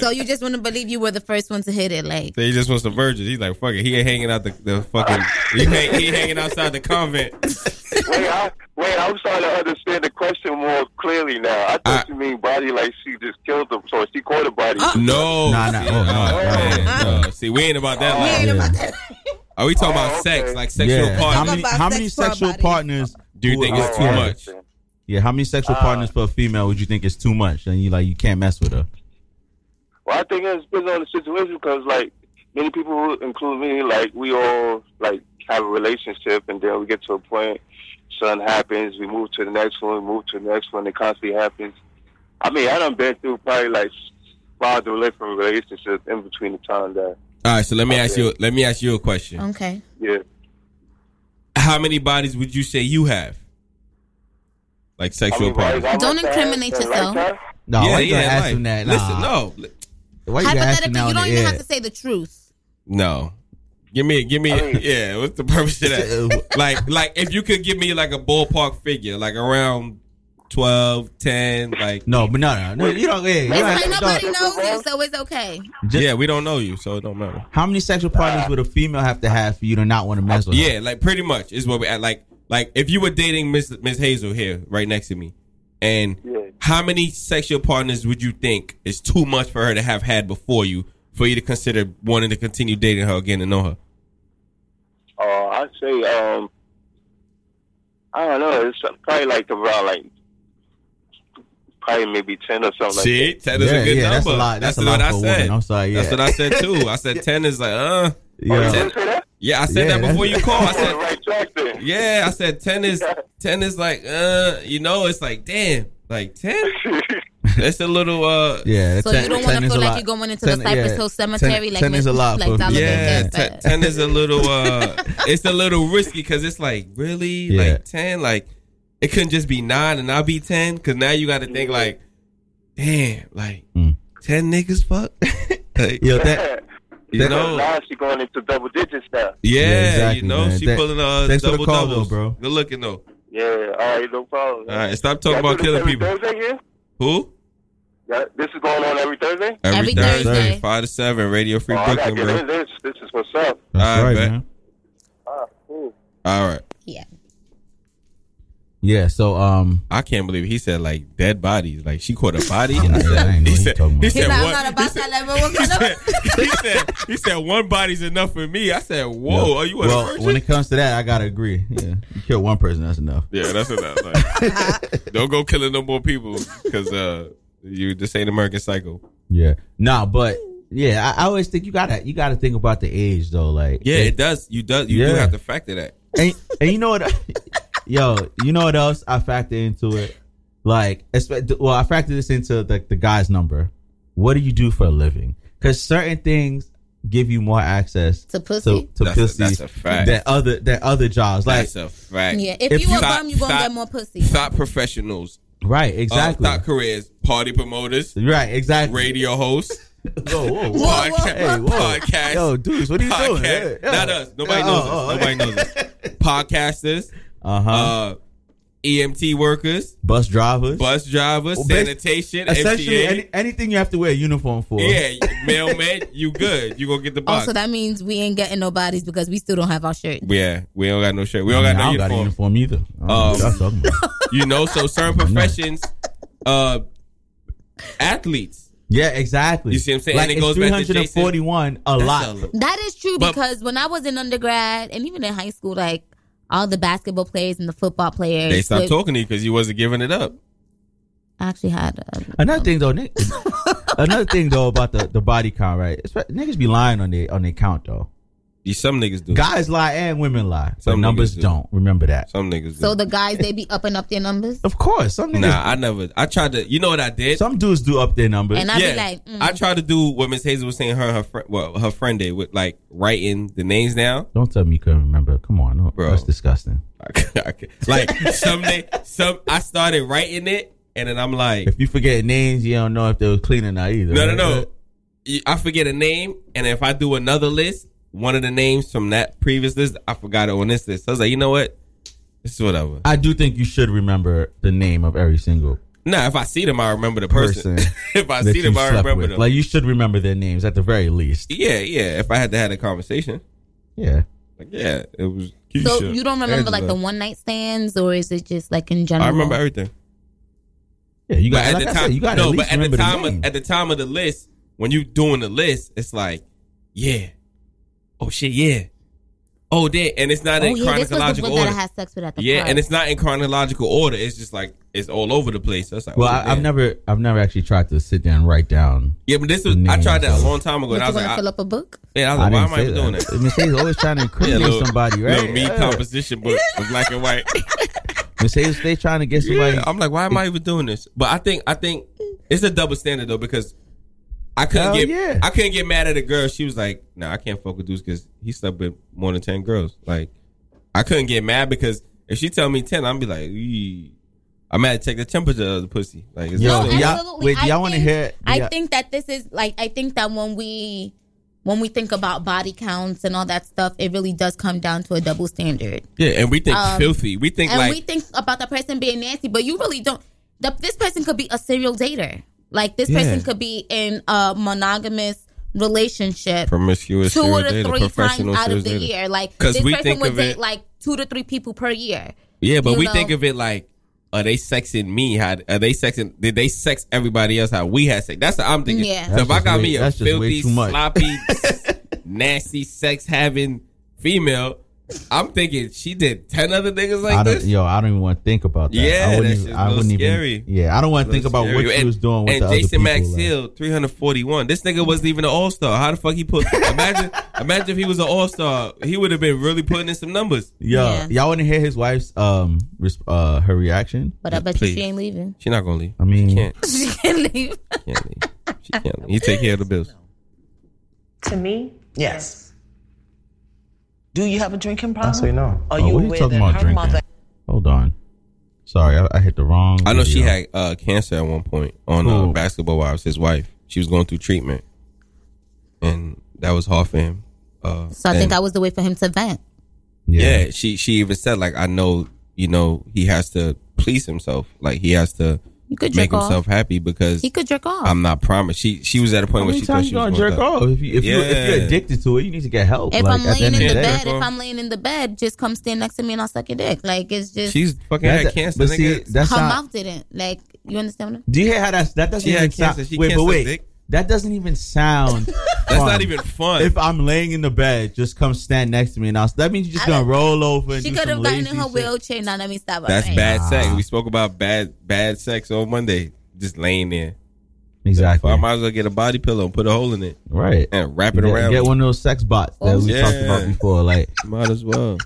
[SPEAKER 4] So you just want to believe you were the first one to hit it, like
[SPEAKER 5] So he just wants the virgins. He's like, fuck it. He ain't hanging out the, the fucking. he, hang, he
[SPEAKER 3] <laughs>
[SPEAKER 5] hanging outside the convent.
[SPEAKER 16] wait, I, wait, I'm starting to understand the question more clearly now. I thought you mean body like she just killed him, so she caught a body.
[SPEAKER 5] Uh, Oh,
[SPEAKER 3] Oh,
[SPEAKER 5] No, nah, nah, oh, no, man, no. See, we ain't about that. life.
[SPEAKER 16] ain't
[SPEAKER 5] about
[SPEAKER 4] that.
[SPEAKER 5] <laughs> Are we talking about sex, like sexual
[SPEAKER 3] Oh, Yeah.
[SPEAKER 5] partners?
[SPEAKER 3] How many, how many sexual partners
[SPEAKER 5] Do you
[SPEAKER 3] would-
[SPEAKER 5] think it's
[SPEAKER 3] are
[SPEAKER 5] too
[SPEAKER 3] too
[SPEAKER 5] much?
[SPEAKER 3] Yeah, how many sexual partners for a female would you think is too much? And you like you can't mess with her.
[SPEAKER 16] Well, I think it depends on the situation because, like, many people, who include me, like, we all, like, have a relationship and then we get to a point, something happens, we move to the next one, we move to the next one, it constantly happens. I mean, I done been through probably, like, five different relationships in between the time that,
[SPEAKER 5] All right, so let me ask you. Let me ask you a question.
[SPEAKER 4] Okay.
[SPEAKER 16] yeah.
[SPEAKER 5] How many bodies would you say you have? Like sexual partners?
[SPEAKER 4] Don't incriminate yourself.
[SPEAKER 3] No, why you gonna ask
[SPEAKER 5] like-
[SPEAKER 3] him that?
[SPEAKER 5] Listen,
[SPEAKER 3] Nah.
[SPEAKER 5] no,
[SPEAKER 3] Why
[SPEAKER 4] Hypothetically, you don't even have to say the truth.
[SPEAKER 5] no. Give me, give me, yeah. What's the purpose of
[SPEAKER 3] <laughs> Uh,
[SPEAKER 5] that? like, like if you could give me like a ballpark figure, like around 12, 10, like
[SPEAKER 3] no, but no, no, no. You don't. Yeah, you
[SPEAKER 4] It's
[SPEAKER 3] don't
[SPEAKER 4] like
[SPEAKER 3] have to-
[SPEAKER 4] nobody
[SPEAKER 3] don't-
[SPEAKER 4] knows you, so it's okay.
[SPEAKER 5] yeah, we don't know you, so it don't matter.
[SPEAKER 3] How many sexual partners would a female have to have for you to not want to mess with? her?
[SPEAKER 5] Yeah, like pretty much is what we at. Like, like if you were dating Miss Miss Hazel here, right next to me, and how many sexual partners would you think is too much for her to have had before you for you to consider wanting to continue dating her again and know her?
[SPEAKER 16] Uh, I'd say, um, I don't know, it's probably, like, around, like, probably maybe 10 or something
[SPEAKER 5] See,
[SPEAKER 16] like that.
[SPEAKER 5] ten is a good
[SPEAKER 3] yeah,
[SPEAKER 5] number.
[SPEAKER 3] that's a lot- that's a
[SPEAKER 5] what
[SPEAKER 3] lot
[SPEAKER 5] I
[SPEAKER 3] for a
[SPEAKER 5] said.
[SPEAKER 3] woman. I'm sorry, yeah.
[SPEAKER 5] That's what I said too. I
[SPEAKER 3] <laughs>
[SPEAKER 5] said ten is like, uh,
[SPEAKER 3] Yeah.
[SPEAKER 5] yeah. Yeah, I said
[SPEAKER 3] Yeah,
[SPEAKER 5] that before
[SPEAKER 3] that's-
[SPEAKER 5] you called. I said, yeah, I said ten is ten is like, uh, you know, it's like, damn, like <laughs> ten. That's a little, uh,
[SPEAKER 3] yeah.
[SPEAKER 4] So you don't want to feel like you're going into the Cypress Hill Cemetery, like Miss- like Dollar
[SPEAKER 5] yeah,
[SPEAKER 4] Bill
[SPEAKER 5] te-
[SPEAKER 4] said.
[SPEAKER 5] ten
[SPEAKER 4] <laughs>
[SPEAKER 5] is a little. uh It's a little risky because it's like really
[SPEAKER 3] Yeah.
[SPEAKER 5] like ten. Like it couldn't just be nine and I'll be ten because now you got to think like, damn, like
[SPEAKER 3] Mm.
[SPEAKER 5] ten niggas
[SPEAKER 3] <laughs>
[SPEAKER 5] fuck. like,
[SPEAKER 3] Yo, that-
[SPEAKER 5] <laughs> you
[SPEAKER 16] Because
[SPEAKER 5] know.
[SPEAKER 16] now she going into double digits now.
[SPEAKER 5] Yeah,
[SPEAKER 3] exactly,
[SPEAKER 5] you know
[SPEAKER 3] man.
[SPEAKER 5] she
[SPEAKER 3] Thank-
[SPEAKER 5] pulling uh
[SPEAKER 3] thanks for the
[SPEAKER 5] double
[SPEAKER 3] call,
[SPEAKER 5] doubles,
[SPEAKER 3] though, bro.
[SPEAKER 5] Good looking though.
[SPEAKER 16] Yeah, all right, no problem.
[SPEAKER 5] All right, stop talking about killing people.
[SPEAKER 16] Thursday here?
[SPEAKER 5] Who?
[SPEAKER 16] Yeah, this is going on every Thursday?
[SPEAKER 5] five to seven, Radio Free
[SPEAKER 16] Oh, I gotta
[SPEAKER 5] Brooklyn,
[SPEAKER 16] get
[SPEAKER 5] bro.
[SPEAKER 16] in this. This is what's up.
[SPEAKER 5] All
[SPEAKER 3] right,
[SPEAKER 5] bet.
[SPEAKER 3] man.
[SPEAKER 16] Ah, cool.
[SPEAKER 5] All right.
[SPEAKER 4] Yeah.
[SPEAKER 3] Yeah. So um,
[SPEAKER 5] I can't believe he said like dead bodies. Like she caught a body. I said, he said, he
[SPEAKER 4] He's
[SPEAKER 5] said
[SPEAKER 4] not, I'm
[SPEAKER 5] one.
[SPEAKER 4] not about that level. What kind of-
[SPEAKER 5] <laughs> he said he said one body's enough for me. I said, whoa,
[SPEAKER 3] yeah.
[SPEAKER 5] are you a
[SPEAKER 3] well,
[SPEAKER 5] virgin?
[SPEAKER 3] when it comes to that, I gotta agree. Yeah, you kill one person, that's enough.
[SPEAKER 5] yeah, that's enough. Like, don't go killing no more people because uh, you just ain't American Psycho.
[SPEAKER 3] Yeah. Nah, but yeah, I, I always think you gotta you gotta think about the age though. Like
[SPEAKER 5] Yeah, it does. You does. You do
[SPEAKER 3] Yeah.
[SPEAKER 5] have to factor that.
[SPEAKER 3] and, and you know what <laughs> yo you know what else i factor into it like espe- well i factor this into the, the guy's number what do you do for a living because certain things give you more access
[SPEAKER 4] To
[SPEAKER 3] to,
[SPEAKER 4] pussy?
[SPEAKER 3] to
[SPEAKER 5] That's a-
[SPEAKER 3] pussy
[SPEAKER 5] that's a fact.
[SPEAKER 3] that other that other jobs like
[SPEAKER 5] That's a fact.
[SPEAKER 4] Yeah, if, you, a bum, you gonna
[SPEAKER 5] thought-
[SPEAKER 4] get more pussy.
[SPEAKER 5] Thought professionals,
[SPEAKER 3] right exactly
[SPEAKER 5] Uh, thought careers, party promoters,
[SPEAKER 3] right exactly
[SPEAKER 5] radio hosts.
[SPEAKER 3] <laughs> Whoa, whoa,
[SPEAKER 5] whoa. Podcast.
[SPEAKER 3] Hey, whoa.
[SPEAKER 5] Podcast.
[SPEAKER 3] Yo, dudes, what are you doing?
[SPEAKER 5] Podcast.
[SPEAKER 3] Yeah, yeah.
[SPEAKER 5] Not us. Nobody
[SPEAKER 3] Yeah,
[SPEAKER 5] knows
[SPEAKER 3] oh,
[SPEAKER 5] us.
[SPEAKER 3] oh,
[SPEAKER 5] Nobody knows us.
[SPEAKER 3] <laughs>
[SPEAKER 5] Podcasters.
[SPEAKER 3] Uh-huh.
[SPEAKER 5] Uh EMT workers,
[SPEAKER 3] bus drivers
[SPEAKER 5] bus drivers,
[SPEAKER 3] Well, bas-
[SPEAKER 5] sanitation,
[SPEAKER 3] essentially
[SPEAKER 5] MTA.
[SPEAKER 3] any, anything you have to wear a uniform for
[SPEAKER 5] yeah, mailman, you good. You gonna get the box.
[SPEAKER 4] Also, that means we ain't getting no bodies because we still don't have our shirt.
[SPEAKER 5] yeah, we don't got no shirt. We don't
[SPEAKER 3] I
[SPEAKER 5] got no
[SPEAKER 3] don't got a
[SPEAKER 5] uniform.
[SPEAKER 3] uniform either I don't know what
[SPEAKER 5] Um,
[SPEAKER 3] y'all talking about.
[SPEAKER 5] <laughs> You know, so certain professions, uh, athletes.
[SPEAKER 3] Yeah, exactly.
[SPEAKER 5] You see what I'm saying?
[SPEAKER 3] Like,
[SPEAKER 5] And it goes
[SPEAKER 3] it's
[SPEAKER 5] back to
[SPEAKER 3] 341 a
[SPEAKER 5] That's
[SPEAKER 3] lot.
[SPEAKER 5] a-
[SPEAKER 4] That is true
[SPEAKER 5] But-
[SPEAKER 4] because when I was in undergrad and even in high school, like all the basketball players and the football players,
[SPEAKER 5] They stopped
[SPEAKER 4] would-
[SPEAKER 5] talking to you because you wasn't giving it up.
[SPEAKER 4] I actually had. uh, A,
[SPEAKER 3] Another thing though, Nick, <laughs> another thing though about the, the body count, right? It's- Niggas be lying on their on their count though.
[SPEAKER 5] You some niggas do.
[SPEAKER 3] Guys lie and women lie. Some
[SPEAKER 5] Some
[SPEAKER 3] numbers
[SPEAKER 5] niggas do.
[SPEAKER 3] don't. Remember that.
[SPEAKER 5] Some niggas do.
[SPEAKER 4] so the guys they be upping up their numbers.
[SPEAKER 3] Of course, some niggas.
[SPEAKER 5] nah, I never. I tried to. You know what I did?
[SPEAKER 3] Some dudes do up their numbers.
[SPEAKER 4] And I be like, mm.
[SPEAKER 5] I tried to do what Miss Hazel was saying. Her, and her friend, well, her friend did with like writing the names down.
[SPEAKER 3] don't tell me you couldn't remember. Come on, no,
[SPEAKER 5] Bro. <laughs>
[SPEAKER 3] that's disgusting. <laughs>
[SPEAKER 5] like someday, some I started writing it, and then I'm like,
[SPEAKER 3] If you forget names, you don't know if they was clean or not either.
[SPEAKER 5] no, no,
[SPEAKER 3] right?
[SPEAKER 5] no. You- I forget a name, and if I do another list, one of the names from that previous list, I forgot it on this list. So I was like, you know what? It's whatever.
[SPEAKER 3] I do think you should remember the name of every single
[SPEAKER 5] Nah, if I see them, I remember the person.
[SPEAKER 3] person.
[SPEAKER 5] <laughs> if I
[SPEAKER 3] that
[SPEAKER 5] see
[SPEAKER 3] you
[SPEAKER 5] them, I
[SPEAKER 3] slept
[SPEAKER 5] remember
[SPEAKER 3] with.
[SPEAKER 5] them.
[SPEAKER 3] Like you should remember their names at the very least.
[SPEAKER 5] yeah, yeah. If I had to have a conversation,
[SPEAKER 3] Yeah.
[SPEAKER 5] like yeah, it was.
[SPEAKER 4] So
[SPEAKER 5] Keisha,
[SPEAKER 4] you don't remember like the
[SPEAKER 5] Angela.
[SPEAKER 4] one night stands, or is it just like in general?
[SPEAKER 5] I remember everything.
[SPEAKER 3] Yeah, you
[SPEAKER 5] But
[SPEAKER 3] got like
[SPEAKER 5] at
[SPEAKER 3] I
[SPEAKER 5] the
[SPEAKER 3] said,
[SPEAKER 5] time,
[SPEAKER 3] you got
[SPEAKER 5] no,
[SPEAKER 3] at least
[SPEAKER 5] but at
[SPEAKER 3] remember
[SPEAKER 5] the time,
[SPEAKER 3] the name.
[SPEAKER 5] of, at the time of the list, when you doing the list, it's like, yeah, oh shit, yeah, Oh, they and it's not
[SPEAKER 4] oh,
[SPEAKER 5] in
[SPEAKER 4] yeah, this was the
[SPEAKER 5] chronological
[SPEAKER 4] one that I
[SPEAKER 5] order.
[SPEAKER 4] had sex with at the
[SPEAKER 5] Yeah,
[SPEAKER 4] park.
[SPEAKER 5] and it's not in chronological order. It's just like it's all over the place. That's like
[SPEAKER 3] Well,
[SPEAKER 5] oh,
[SPEAKER 3] I, I've
[SPEAKER 5] damn.
[SPEAKER 3] never, I've never actually tried to sit down and write down.
[SPEAKER 5] Yeah, but this was I
[SPEAKER 3] names
[SPEAKER 5] tried that
[SPEAKER 3] of-
[SPEAKER 5] a long time ago.
[SPEAKER 4] Would
[SPEAKER 5] And I
[SPEAKER 4] you
[SPEAKER 5] was
[SPEAKER 4] want
[SPEAKER 5] like,
[SPEAKER 4] to
[SPEAKER 5] I,
[SPEAKER 4] fill up a book?
[SPEAKER 5] yeah, I was like, why am I even
[SPEAKER 3] didn't
[SPEAKER 5] doing
[SPEAKER 3] say
[SPEAKER 5] that?
[SPEAKER 3] that. Mercedes always
[SPEAKER 5] <laughs>
[SPEAKER 3] trying to incriminate
[SPEAKER 5] little-
[SPEAKER 3] somebody, right?
[SPEAKER 5] little me composition book of black and white.
[SPEAKER 3] Mercedes, they trying to get somebody.
[SPEAKER 5] Yeah, I'm like, why am I even doing this? But I think I think it's a double standard though because I couldn't
[SPEAKER 3] Hell
[SPEAKER 5] get
[SPEAKER 3] yeah.
[SPEAKER 5] I couldn't get mad at a girl. She was like, no, I can't fuck with dudes because he slept with more than ten girls. Like I couldn't get mad because if she tell me ten, I'd be like, "Ee." I'm had to take the temperature of the pussy. Like, it's
[SPEAKER 3] Yo,
[SPEAKER 5] not-
[SPEAKER 3] y'all, wait,
[SPEAKER 4] I
[SPEAKER 3] y'all want to
[SPEAKER 4] think-
[SPEAKER 3] hear?
[SPEAKER 4] Oh, I
[SPEAKER 3] yeah.
[SPEAKER 4] think that this is like I think that when we when we think about body counts and all that stuff, it really does come down to a double standard.
[SPEAKER 5] yeah, and we think
[SPEAKER 4] Um,
[SPEAKER 5] filthy. We think
[SPEAKER 4] and
[SPEAKER 5] like
[SPEAKER 4] we think about the person being nasty, but you really don't. The, this person could be a serial dater. Like this
[SPEAKER 5] Yeah.
[SPEAKER 4] person could be in a monogamous relationship,
[SPEAKER 5] promiscuous
[SPEAKER 4] two
[SPEAKER 5] serial
[SPEAKER 4] or
[SPEAKER 5] dater,
[SPEAKER 4] three times
[SPEAKER 5] professional
[SPEAKER 4] out
[SPEAKER 5] serial
[SPEAKER 4] of the
[SPEAKER 5] dater.
[SPEAKER 4] year. Like
[SPEAKER 5] 'Cause
[SPEAKER 4] this
[SPEAKER 5] we
[SPEAKER 4] person
[SPEAKER 5] think
[SPEAKER 4] would
[SPEAKER 5] of
[SPEAKER 4] date
[SPEAKER 5] it-
[SPEAKER 4] like two to three people per
[SPEAKER 5] <laughs>
[SPEAKER 4] year.
[SPEAKER 5] Yeah, but
[SPEAKER 4] you
[SPEAKER 5] we
[SPEAKER 4] know?
[SPEAKER 5] think of it like, are they sexing me? How are they sexing? Did they sex everybody else? How we had sex? That's what I'm thinking.
[SPEAKER 4] Yeah.
[SPEAKER 5] So if
[SPEAKER 3] That's
[SPEAKER 5] I got
[SPEAKER 3] just
[SPEAKER 5] me
[SPEAKER 3] way-
[SPEAKER 5] a
[SPEAKER 3] that's just
[SPEAKER 5] filthy,
[SPEAKER 3] way too much. <laughs>
[SPEAKER 5] sloppy, nasty sex having female, I'm thinking she did ten other niggas like
[SPEAKER 3] I don't,
[SPEAKER 5] this.
[SPEAKER 3] yo, I don't even want to think about that.
[SPEAKER 5] Yeah,
[SPEAKER 3] I wouldn't
[SPEAKER 5] that's
[SPEAKER 3] even,
[SPEAKER 5] just
[SPEAKER 3] I
[SPEAKER 5] a little
[SPEAKER 3] wouldn't
[SPEAKER 5] scary.
[SPEAKER 3] even. Yeah, I don't want to think
[SPEAKER 5] Little
[SPEAKER 3] about what
[SPEAKER 5] scary.
[SPEAKER 3] she was doing with
[SPEAKER 5] and
[SPEAKER 3] the
[SPEAKER 5] Jason
[SPEAKER 3] other people. like-
[SPEAKER 5] Maxill, 341. This nigga wasn't even an all star. How the fuck he put? imagine, imagine if he was an all star, he would have been really putting in some numbers.
[SPEAKER 3] Yo, y'all want to hear his wife's um res- uh her reaction?
[SPEAKER 4] But I bet you
[SPEAKER 5] Please.
[SPEAKER 4] she ain't leaving.
[SPEAKER 5] She not gonna leave.
[SPEAKER 3] I mean,
[SPEAKER 5] can't.
[SPEAKER 4] She can't leave.
[SPEAKER 5] Can't leave. She can't. You take care of the bills.
[SPEAKER 17] To me,
[SPEAKER 18] Yes. Do you have a drinking problem?
[SPEAKER 3] say no.
[SPEAKER 18] Are
[SPEAKER 3] Oh,
[SPEAKER 18] you
[SPEAKER 3] what are you
[SPEAKER 18] aware
[SPEAKER 3] talking
[SPEAKER 18] that
[SPEAKER 3] about
[SPEAKER 18] her
[SPEAKER 3] drinking?
[SPEAKER 18] mother
[SPEAKER 3] Hold on. Sorry, I, I hit the wrong.
[SPEAKER 5] I know she
[SPEAKER 3] video.
[SPEAKER 5] had uh, cancer at one point on uh, Basketball Wives, his wife. She was going through treatment, and that was hard for him. Uh,
[SPEAKER 4] So I think
[SPEAKER 5] and-
[SPEAKER 4] that was the way for him to vent.
[SPEAKER 5] yeah. she she even said like, I know you know he has to please himself, like he has to
[SPEAKER 4] could
[SPEAKER 5] make
[SPEAKER 4] jerk off.
[SPEAKER 5] himself happy because
[SPEAKER 4] He could jerk off.
[SPEAKER 5] I'm not promised. She she was at a point
[SPEAKER 3] How
[SPEAKER 5] where
[SPEAKER 3] many
[SPEAKER 5] she thought
[SPEAKER 3] times
[SPEAKER 5] she
[SPEAKER 3] you
[SPEAKER 5] was
[SPEAKER 3] gonna
[SPEAKER 5] going
[SPEAKER 3] jerk
[SPEAKER 5] through-
[SPEAKER 3] off? If you if you if
[SPEAKER 5] Yeah.
[SPEAKER 3] you're addicted to it, you need to get help.
[SPEAKER 4] If I'm
[SPEAKER 3] like, at the
[SPEAKER 4] laying in
[SPEAKER 3] end of
[SPEAKER 4] the
[SPEAKER 3] the day.
[SPEAKER 4] bed, if I'm laying in the bed, just come stand next to me and I'll suck your dick. Like it's just
[SPEAKER 5] She's fucking had
[SPEAKER 3] That's-
[SPEAKER 5] cancer.
[SPEAKER 3] but
[SPEAKER 5] nigga.
[SPEAKER 3] see, that's
[SPEAKER 4] her
[SPEAKER 3] not-
[SPEAKER 4] mouth didn't. Like you understand what I'm
[SPEAKER 3] Do you hear how that's that doesn't
[SPEAKER 5] She had
[SPEAKER 3] even sound?
[SPEAKER 5] cancer. She
[SPEAKER 3] Wait,
[SPEAKER 5] can't
[SPEAKER 3] but
[SPEAKER 5] suck
[SPEAKER 3] wait,
[SPEAKER 5] dick.
[SPEAKER 3] that doesn't even sound.
[SPEAKER 5] <laughs> That's not even fun.
[SPEAKER 3] If I'm laying in the bed, just come stand next to me, and I'll. That means you're just gonna roll over. And
[SPEAKER 4] She
[SPEAKER 3] do
[SPEAKER 4] could
[SPEAKER 3] some
[SPEAKER 4] have gotten
[SPEAKER 3] lazy
[SPEAKER 4] in her
[SPEAKER 3] shit.
[SPEAKER 4] wheelchair. Now let me stop.
[SPEAKER 5] that's
[SPEAKER 4] alright.
[SPEAKER 5] bad sex. We spoke about bad bad sex on Monday. Just laying there.
[SPEAKER 3] Exactly.
[SPEAKER 5] I might as well get a body pillow and put a hole in it.
[SPEAKER 3] Right.
[SPEAKER 5] And wrap it
[SPEAKER 3] Get-
[SPEAKER 5] around.
[SPEAKER 3] Get one of those sex bots that we
[SPEAKER 5] Yeah.
[SPEAKER 3] talked about before. Like
[SPEAKER 5] Might as well.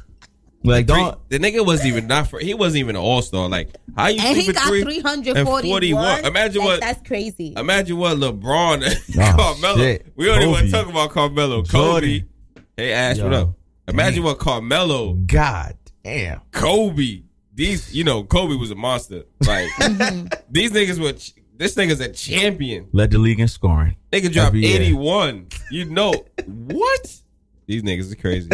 [SPEAKER 3] Like don't.
[SPEAKER 5] The nigga wasn't even not for. He wasn't even an all star. Like how you
[SPEAKER 4] And he
[SPEAKER 5] sleeping
[SPEAKER 4] got
[SPEAKER 5] three-
[SPEAKER 4] three
[SPEAKER 5] and
[SPEAKER 4] hundred
[SPEAKER 5] 41.
[SPEAKER 4] forty-one.
[SPEAKER 5] Imagine
[SPEAKER 4] Like,
[SPEAKER 5] what-
[SPEAKER 4] That's crazy.
[SPEAKER 5] Imagine what LeBron, <laughs> Carmelo.
[SPEAKER 3] shit.
[SPEAKER 5] We don't even want
[SPEAKER 3] Kobe.
[SPEAKER 5] to talk about Carmelo. Kobe.
[SPEAKER 3] Jordan.
[SPEAKER 5] Hey Ash, what
[SPEAKER 3] Yo,
[SPEAKER 5] up? Imagine what Carmelo.
[SPEAKER 3] God damn.
[SPEAKER 5] Kobe. These, you know, Kobe was a monster.
[SPEAKER 3] <laughs>
[SPEAKER 5] Like
[SPEAKER 3] Mhm.
[SPEAKER 5] these niggas were. ch- This nigga's a champion.
[SPEAKER 3] Led the league in scoring.
[SPEAKER 5] They could drop
[SPEAKER 3] Every year.
[SPEAKER 5] eighty one. You know what? These niggas are
[SPEAKER 3] <laughs>
[SPEAKER 5] crazy.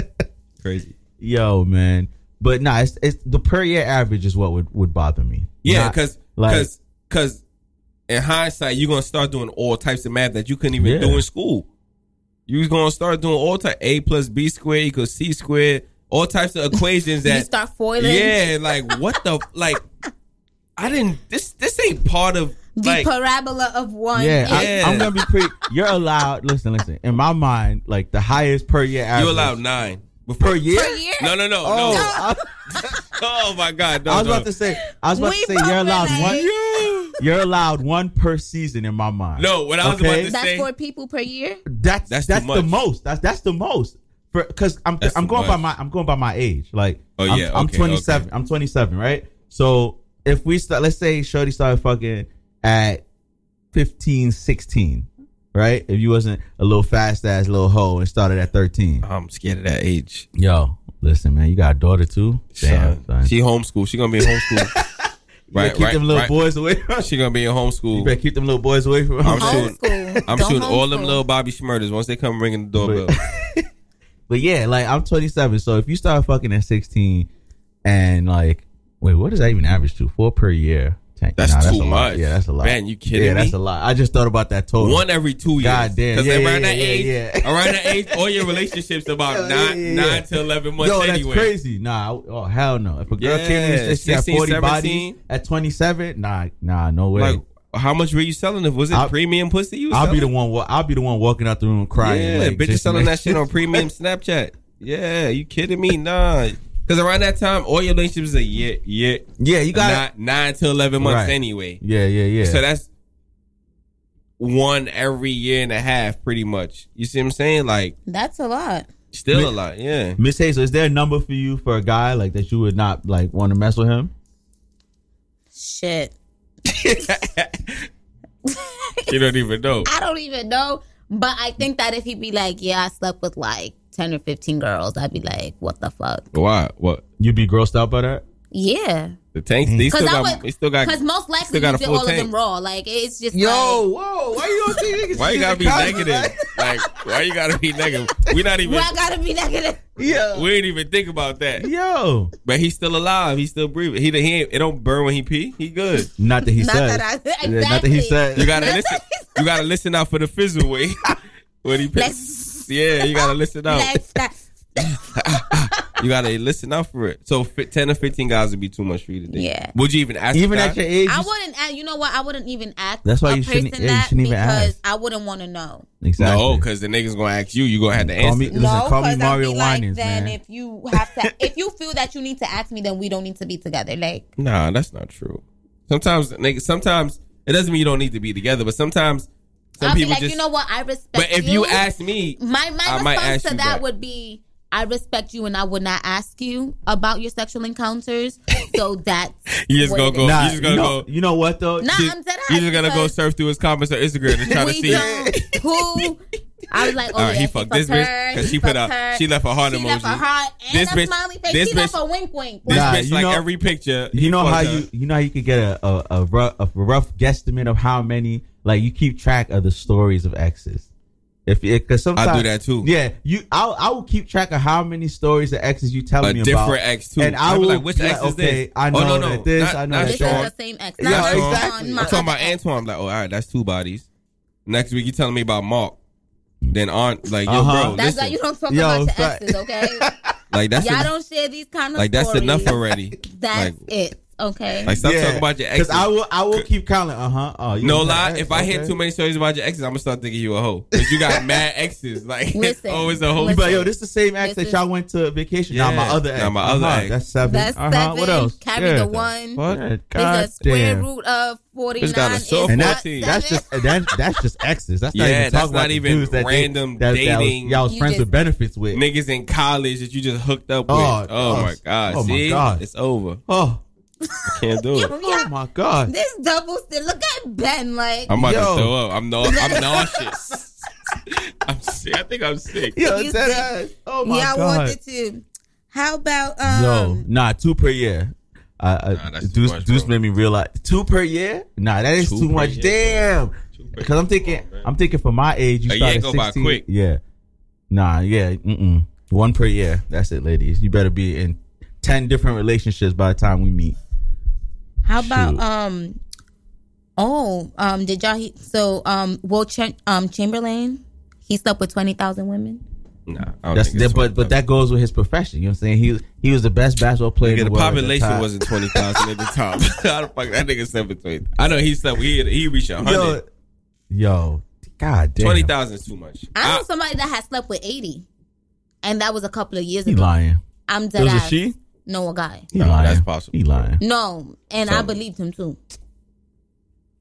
[SPEAKER 5] crazy.
[SPEAKER 3] Yo, man. But nah, it's, it's the per year average is what would, would bother me.
[SPEAKER 5] Yeah,
[SPEAKER 3] Not,
[SPEAKER 5] because
[SPEAKER 3] like-
[SPEAKER 5] because because in hindsight, you're gonna start doing all types of math that you couldn't even
[SPEAKER 3] Yeah.
[SPEAKER 5] do in school. You're gonna start doing all type a plus b squared equals c squared, all types
[SPEAKER 3] <laughs>
[SPEAKER 5] of equations
[SPEAKER 4] you
[SPEAKER 5] that
[SPEAKER 4] start foiling.
[SPEAKER 5] yeah, like what the like. I didn't. This this ain't part of
[SPEAKER 4] The
[SPEAKER 5] like
[SPEAKER 4] parabola of one.
[SPEAKER 3] yeah,
[SPEAKER 5] Yeah.
[SPEAKER 3] I, am gonna be pretty. You're allowed. Listen, listen. In my mind, like the highest per year average.
[SPEAKER 5] you allowed nine
[SPEAKER 3] per year.
[SPEAKER 5] No, no, no,
[SPEAKER 3] Oh,
[SPEAKER 5] no.
[SPEAKER 3] I-
[SPEAKER 5] <laughs> oh my god! No,
[SPEAKER 3] I was
[SPEAKER 5] no.
[SPEAKER 3] about to say. I was about
[SPEAKER 4] We
[SPEAKER 3] to say you're
[SPEAKER 4] both
[SPEAKER 3] allowed
[SPEAKER 4] relate.
[SPEAKER 3] one. You're allowed one per season in my mind.
[SPEAKER 5] No, what I was about to
[SPEAKER 4] That's
[SPEAKER 5] say-
[SPEAKER 4] four people per year.
[SPEAKER 3] That's that's,
[SPEAKER 5] too
[SPEAKER 3] the
[SPEAKER 5] much.
[SPEAKER 3] most. That's that's the most. Because I'm
[SPEAKER 5] That's
[SPEAKER 3] I'm
[SPEAKER 5] too
[SPEAKER 3] going by
[SPEAKER 5] much.
[SPEAKER 3] my I'm going by my age. Like
[SPEAKER 5] Oh,
[SPEAKER 3] I'm,
[SPEAKER 5] yeah,
[SPEAKER 3] I'm
[SPEAKER 5] okay,
[SPEAKER 3] 27. I'm 27, right? So if we start, let's say Shorty started fucking at 15, 16, right? If you wasn't a little fast ass little hoe and started at 13,
[SPEAKER 5] I'm scared of that age.
[SPEAKER 3] yo, listen, man, you got a daughter too. Damn,
[SPEAKER 5] Son,
[SPEAKER 3] son.
[SPEAKER 5] She homeschool. She gonna be in homeschool.
[SPEAKER 3] better keep them little boys away.
[SPEAKER 5] she gonna be in homeschool.
[SPEAKER 3] you better keep them little boys away from. <laughs>
[SPEAKER 5] I'm shooting. I'm
[SPEAKER 4] Don't
[SPEAKER 5] shooting all them
[SPEAKER 4] homeschool.
[SPEAKER 5] little Bobby Schmurders once they come ringing the doorbell.
[SPEAKER 3] But yeah, like I'm 27, so if you start fucking at 16, and like, wait, what does that even average to? Four per year. Tank-
[SPEAKER 5] That's
[SPEAKER 3] nah,
[SPEAKER 5] too
[SPEAKER 3] a lot.
[SPEAKER 5] much.
[SPEAKER 3] Yeah, that's a lot.
[SPEAKER 5] Man, you kidding
[SPEAKER 3] Yeah, that's
[SPEAKER 5] me?
[SPEAKER 3] a lot. I just thought about that
[SPEAKER 5] <laughs>
[SPEAKER 3] total.
[SPEAKER 5] One every two years.
[SPEAKER 3] God damn.
[SPEAKER 5] Because
[SPEAKER 3] Yeah, yeah,
[SPEAKER 5] around that
[SPEAKER 3] yeah,
[SPEAKER 5] age,
[SPEAKER 3] yeah.
[SPEAKER 5] around that age, all your relationships about
[SPEAKER 3] Yeah,
[SPEAKER 5] nine,
[SPEAKER 3] yeah, yeah.
[SPEAKER 5] nine to eleven months
[SPEAKER 3] Yo, that's
[SPEAKER 5] anyway.
[SPEAKER 3] crazy. Nah, I- oh hell no. If a girl
[SPEAKER 5] Yeah,
[SPEAKER 3] came in and said she had
[SPEAKER 5] 16,
[SPEAKER 3] 40 bodies
[SPEAKER 5] 17.
[SPEAKER 3] at 27, nah, nah, no way.
[SPEAKER 5] Like, how much were you selling? If was it
[SPEAKER 3] I'll-
[SPEAKER 5] premium pussy? You was
[SPEAKER 3] I'll be
[SPEAKER 5] selling?
[SPEAKER 3] the one. wa- I'll be the one walking out the room crying.
[SPEAKER 5] Yeah,
[SPEAKER 3] like,
[SPEAKER 5] bitches
[SPEAKER 3] just
[SPEAKER 5] selling
[SPEAKER 3] make-
[SPEAKER 5] that shit on premium Snapchat. Yeah, you kidding me? Nah. Because around that time, all your relationships are yeah, yeah,
[SPEAKER 3] yeah. You
[SPEAKER 5] got nine, nine to eleven months
[SPEAKER 3] Right.
[SPEAKER 5] anyway.
[SPEAKER 3] Yeah, yeah, yeah.
[SPEAKER 5] So that's one every year and a half, pretty much. You see what I'm saying? Like
[SPEAKER 4] That's a lot.
[SPEAKER 5] still a lot. Yeah.
[SPEAKER 3] <laughs> Miss Hazel, is there a number for you for a guy like that you would not like want to mess with him?
[SPEAKER 4] Shit.
[SPEAKER 5] <laughs> You don't even know.
[SPEAKER 4] I don't even know. But I think that if he'd be like, yeah, I slept with like 10 or 15 girls, I'd be like, what the fuck?
[SPEAKER 5] Why? What?
[SPEAKER 3] You'd be grossed out by that? Mm.
[SPEAKER 4] Yeah.
[SPEAKER 5] The tanks. They
[SPEAKER 4] Cause
[SPEAKER 5] still
[SPEAKER 4] I
[SPEAKER 5] got.
[SPEAKER 4] would-
[SPEAKER 5] They still got.
[SPEAKER 4] Because most likely
[SPEAKER 5] still got
[SPEAKER 4] you
[SPEAKER 5] a
[SPEAKER 4] did
[SPEAKER 5] full
[SPEAKER 4] all of
[SPEAKER 5] tank.
[SPEAKER 4] them raw. Like, it's just
[SPEAKER 3] Yo,
[SPEAKER 4] like,
[SPEAKER 3] whoa. Why you don't see niggas?
[SPEAKER 5] Why you gotta
[SPEAKER 4] <laughs>
[SPEAKER 5] be negative? Like, why you gotta be negative? We not even.
[SPEAKER 4] Why I gotta be negative?
[SPEAKER 3] Yeah.
[SPEAKER 5] We didn't even think about that.
[SPEAKER 3] Yo.
[SPEAKER 5] But he's still alive. He's still breathing. He, he ain't, it don't burn when he pee. He good.
[SPEAKER 3] Not that he
[SPEAKER 4] Not that
[SPEAKER 3] said.
[SPEAKER 4] I-
[SPEAKER 3] Yeah, Not that he
[SPEAKER 4] exactly.
[SPEAKER 3] said.
[SPEAKER 5] You gotta listen. You gotta listen out for the fizzle way. <laughs> when he
[SPEAKER 4] piss.
[SPEAKER 5] Yeah, you gotta listen out.
[SPEAKER 4] Like,
[SPEAKER 3] <laughs>
[SPEAKER 4] that-
[SPEAKER 5] You gotta listen out for it. So fi- ten or fifteen guys would be too much for you to date.
[SPEAKER 4] Yeah.
[SPEAKER 5] Would you even ask?
[SPEAKER 3] Even
[SPEAKER 5] a guy?
[SPEAKER 3] at your age,
[SPEAKER 4] I wouldn't, ask, you know what? I wouldn't even ask
[SPEAKER 5] That's why
[SPEAKER 4] a
[SPEAKER 5] you
[SPEAKER 4] person
[SPEAKER 5] shouldn't- yeah, you
[SPEAKER 4] that
[SPEAKER 5] shouldn't even
[SPEAKER 4] because
[SPEAKER 5] ask.
[SPEAKER 4] I wouldn't want to know.
[SPEAKER 3] Exactly.
[SPEAKER 5] No, because the niggas gonna ask you. You gonna have to answer.
[SPEAKER 3] Call me- listen, No, call me
[SPEAKER 4] 'cause I'd be
[SPEAKER 3] Mario
[SPEAKER 4] like,
[SPEAKER 3] Winans,
[SPEAKER 4] then
[SPEAKER 3] man.
[SPEAKER 4] if you have to, if you feel that you need to ask me, then we don't need to be together. Like,
[SPEAKER 5] Nah, that's not true. Sometimes niggas. Sometimes it doesn't mean you don't need to be together, but sometimes some
[SPEAKER 4] I'll be
[SPEAKER 5] people
[SPEAKER 4] like,
[SPEAKER 5] just.
[SPEAKER 4] you know what? I respect.
[SPEAKER 5] but if you ask me,
[SPEAKER 4] my
[SPEAKER 5] I
[SPEAKER 4] my
[SPEAKER 5] might
[SPEAKER 4] response
[SPEAKER 5] ask
[SPEAKER 4] to
[SPEAKER 5] you
[SPEAKER 4] that,
[SPEAKER 5] that.
[SPEAKER 4] would be, I respect you, and I would not ask you about your sexual encounters.
[SPEAKER 5] <laughs>
[SPEAKER 4] So that's
[SPEAKER 5] you just gonna go.
[SPEAKER 3] Nah,
[SPEAKER 5] you just gonna
[SPEAKER 3] you know-
[SPEAKER 5] go.
[SPEAKER 3] You know what though?
[SPEAKER 4] Nah, I'm dead
[SPEAKER 5] You just gonna go surf through his comments on Instagram and try to
[SPEAKER 4] we
[SPEAKER 5] see.
[SPEAKER 4] don't. <laughs> Who? I was like, oh,
[SPEAKER 5] All right,
[SPEAKER 4] yeah,
[SPEAKER 5] he fucked this
[SPEAKER 4] her,
[SPEAKER 5] bitch because
[SPEAKER 4] he
[SPEAKER 5] she put
[SPEAKER 4] fucked
[SPEAKER 5] a
[SPEAKER 4] her,
[SPEAKER 5] she left a heart
[SPEAKER 4] she
[SPEAKER 5] emoji.
[SPEAKER 4] left a heart and
[SPEAKER 5] this
[SPEAKER 4] a
[SPEAKER 5] bitch,
[SPEAKER 4] smiley face.
[SPEAKER 5] this
[SPEAKER 4] she
[SPEAKER 5] bitch,
[SPEAKER 4] left a wink, wink.
[SPEAKER 5] this
[SPEAKER 3] Nah,
[SPEAKER 5] bitch
[SPEAKER 3] you
[SPEAKER 5] like
[SPEAKER 3] know-
[SPEAKER 5] every picture.
[SPEAKER 3] You know
[SPEAKER 5] he
[SPEAKER 3] how
[SPEAKER 5] fucked her.
[SPEAKER 3] you you know how you could get a a, a, rough, a rough guesstimate of how many like you keep track of the stories of exes. If because sometimes
[SPEAKER 5] I do that too.
[SPEAKER 3] Yeah, you I'll, I will keep track of how many stories of exes you telling
[SPEAKER 5] a
[SPEAKER 3] me about.
[SPEAKER 5] different ex too.
[SPEAKER 3] and I
[SPEAKER 5] I'll be
[SPEAKER 3] will
[SPEAKER 5] like, which
[SPEAKER 3] be
[SPEAKER 5] ex is
[SPEAKER 3] okay,
[SPEAKER 5] this?
[SPEAKER 3] I know
[SPEAKER 5] oh, no, no,
[SPEAKER 3] that this,
[SPEAKER 5] not-
[SPEAKER 3] I know
[SPEAKER 5] not
[SPEAKER 3] that.
[SPEAKER 4] This is
[SPEAKER 5] Sean.
[SPEAKER 4] the same ex.
[SPEAKER 3] Yeah,
[SPEAKER 4] Not Sean,
[SPEAKER 3] exactly.
[SPEAKER 4] my
[SPEAKER 5] I'm talking about Antoine. I'm like, oh, all right, that's two bodies. Next week, you telling me about Mark. Then Aunt, like, yo,
[SPEAKER 3] Uh-huh.
[SPEAKER 5] bro,
[SPEAKER 4] That's
[SPEAKER 5] listen,
[SPEAKER 4] why you don't talk
[SPEAKER 5] Yo,
[SPEAKER 4] about your
[SPEAKER 5] fact.
[SPEAKER 4] exes, okay?
[SPEAKER 5] <laughs> like that's
[SPEAKER 4] Y'all
[SPEAKER 5] en-
[SPEAKER 4] don't share these kind of
[SPEAKER 5] like that's
[SPEAKER 4] stories.
[SPEAKER 5] enough already.
[SPEAKER 4] <laughs> That's it, okay?
[SPEAKER 5] Like, stop talking about your exes.
[SPEAKER 3] Because I will I will keep counting. Uh huh. Oh, you
[SPEAKER 5] no
[SPEAKER 3] was
[SPEAKER 5] lie,
[SPEAKER 3] that ex,
[SPEAKER 5] if I hear
[SPEAKER 3] okay.
[SPEAKER 5] too many stories about your exes, I'm gonna start thinking you a hoe. Cause
[SPEAKER 4] <laughs>
[SPEAKER 5] you got mad exes. Like, <laughs> oh, it's
[SPEAKER 4] Listen,
[SPEAKER 5] always a hoe.
[SPEAKER 3] You be like, yo, this is the same ex that
[SPEAKER 4] is-
[SPEAKER 3] y'all went to vacation.
[SPEAKER 5] Yeah.
[SPEAKER 3] Nah, my other ex.
[SPEAKER 5] Nah, my other
[SPEAKER 3] Uh-huh,
[SPEAKER 5] ex.
[SPEAKER 3] That's seven.
[SPEAKER 4] That's
[SPEAKER 3] Uh-huh, What
[SPEAKER 4] seven.
[SPEAKER 3] else?
[SPEAKER 4] Carry the one.
[SPEAKER 3] What?
[SPEAKER 4] There's a
[SPEAKER 3] God
[SPEAKER 4] square
[SPEAKER 3] damn.
[SPEAKER 4] root of 49
[SPEAKER 5] It's got a
[SPEAKER 4] is
[SPEAKER 5] soft
[SPEAKER 4] what,
[SPEAKER 3] and that, that's
[SPEAKER 4] seven?
[SPEAKER 3] just that, that's just exes. That's not
[SPEAKER 5] Yeah,
[SPEAKER 3] even talking
[SPEAKER 5] that's
[SPEAKER 3] about
[SPEAKER 5] not
[SPEAKER 3] the
[SPEAKER 5] even
[SPEAKER 3] dudes that they-
[SPEAKER 5] random
[SPEAKER 3] that, that was-
[SPEAKER 5] dating.
[SPEAKER 3] y'all was
[SPEAKER 4] You
[SPEAKER 3] friends
[SPEAKER 4] just-
[SPEAKER 3] with benefits with.
[SPEAKER 5] niggas in college that you just hooked up with.
[SPEAKER 3] Oh,
[SPEAKER 5] Oh,
[SPEAKER 3] oh,
[SPEAKER 5] my god.
[SPEAKER 3] oh my
[SPEAKER 5] See?
[SPEAKER 3] God.
[SPEAKER 5] It's over.
[SPEAKER 3] Oh,
[SPEAKER 5] Can't do
[SPEAKER 4] <laughs> <laughs> Yo,
[SPEAKER 5] it.
[SPEAKER 3] oh my god!
[SPEAKER 4] This double stick. Look at Ben. Like,
[SPEAKER 5] I'm about
[SPEAKER 3] Yo.
[SPEAKER 5] to throw up. I'm no
[SPEAKER 4] <laughs>
[SPEAKER 5] I'm nauseous. I'm sick. I think I'm sick.
[SPEAKER 3] Yo,
[SPEAKER 4] You
[SPEAKER 3] dead
[SPEAKER 4] see-
[SPEAKER 3] ass. Oh my
[SPEAKER 4] yeah, I
[SPEAKER 3] god!
[SPEAKER 4] wanted to. How about,
[SPEAKER 3] Yo,
[SPEAKER 4] um,
[SPEAKER 3] nah, two per year. Uh, I, I,
[SPEAKER 5] Nah, that's too
[SPEAKER 3] Deuce,
[SPEAKER 5] much,
[SPEAKER 3] Deuce
[SPEAKER 5] bro.
[SPEAKER 3] made me realize two per year. Nah, that is
[SPEAKER 5] Two
[SPEAKER 3] too
[SPEAKER 5] per
[SPEAKER 3] much.
[SPEAKER 5] year,
[SPEAKER 3] Damn. Because I'm thinking, I'm thinking for my age, you
[SPEAKER 5] A year
[SPEAKER 3] start at
[SPEAKER 5] go by
[SPEAKER 3] 16.
[SPEAKER 5] quick.
[SPEAKER 3] Yeah. Nah, yeah. Mm-mm. One per year. That's it, ladies. You better be in ten different relationships by the time we meet.
[SPEAKER 4] how about,
[SPEAKER 3] shoot.
[SPEAKER 4] um, oh, um, did y'all, he- so, um, Will Ch- um, Chamberlain, he slept with 20,000 women.
[SPEAKER 5] Nah, I don't
[SPEAKER 3] That's
[SPEAKER 5] think it's
[SPEAKER 3] that, but but that goes with his profession. You know what I'm saying? He he was the best basketball player.
[SPEAKER 5] Nigga,
[SPEAKER 3] in
[SPEAKER 5] the
[SPEAKER 3] the, world at
[SPEAKER 5] population
[SPEAKER 3] time.
[SPEAKER 5] wasn't twenty thousand at the top.
[SPEAKER 3] <laughs>
[SPEAKER 5] How the fuck that nigga slept between? I know he slept. He he reached
[SPEAKER 3] Yo,
[SPEAKER 5] hundred.
[SPEAKER 3] yo, god damn.
[SPEAKER 5] Twenty thousand is too much.
[SPEAKER 4] I know
[SPEAKER 3] Ah.
[SPEAKER 4] somebody that had slept with 80, and that was a couple of years
[SPEAKER 3] He
[SPEAKER 4] ago.
[SPEAKER 3] lying.
[SPEAKER 4] I'm dead
[SPEAKER 3] It was a
[SPEAKER 4] ass.
[SPEAKER 3] she.
[SPEAKER 4] No, a guy.
[SPEAKER 3] He
[SPEAKER 5] No,
[SPEAKER 3] lying.
[SPEAKER 5] that's possible.
[SPEAKER 3] He lying.
[SPEAKER 4] No, and I
[SPEAKER 5] Totally.
[SPEAKER 4] believed him too.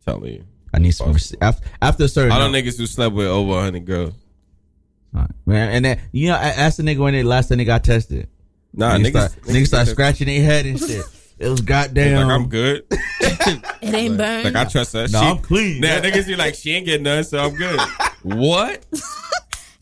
[SPEAKER 5] Tell me,
[SPEAKER 3] I need some rece- after, after a certain.
[SPEAKER 5] I know niggas who slept with over hundred girls.
[SPEAKER 3] Alright, man. And then you know, I asked the nigga when they last time they got tested.
[SPEAKER 5] Nah,
[SPEAKER 3] niggas,
[SPEAKER 5] niggas,
[SPEAKER 3] start, niggas, start scratching their head and shit. It was
[SPEAKER 5] Like
[SPEAKER 3] goddamn.
[SPEAKER 5] I'm good.
[SPEAKER 4] It ain't burned.
[SPEAKER 5] Like I trust her.
[SPEAKER 3] No,
[SPEAKER 5] she,
[SPEAKER 3] I'm clean.
[SPEAKER 5] Nah, niggas be like, she ain't getting none, so I'm
[SPEAKER 3] <laughs>
[SPEAKER 5] good. what?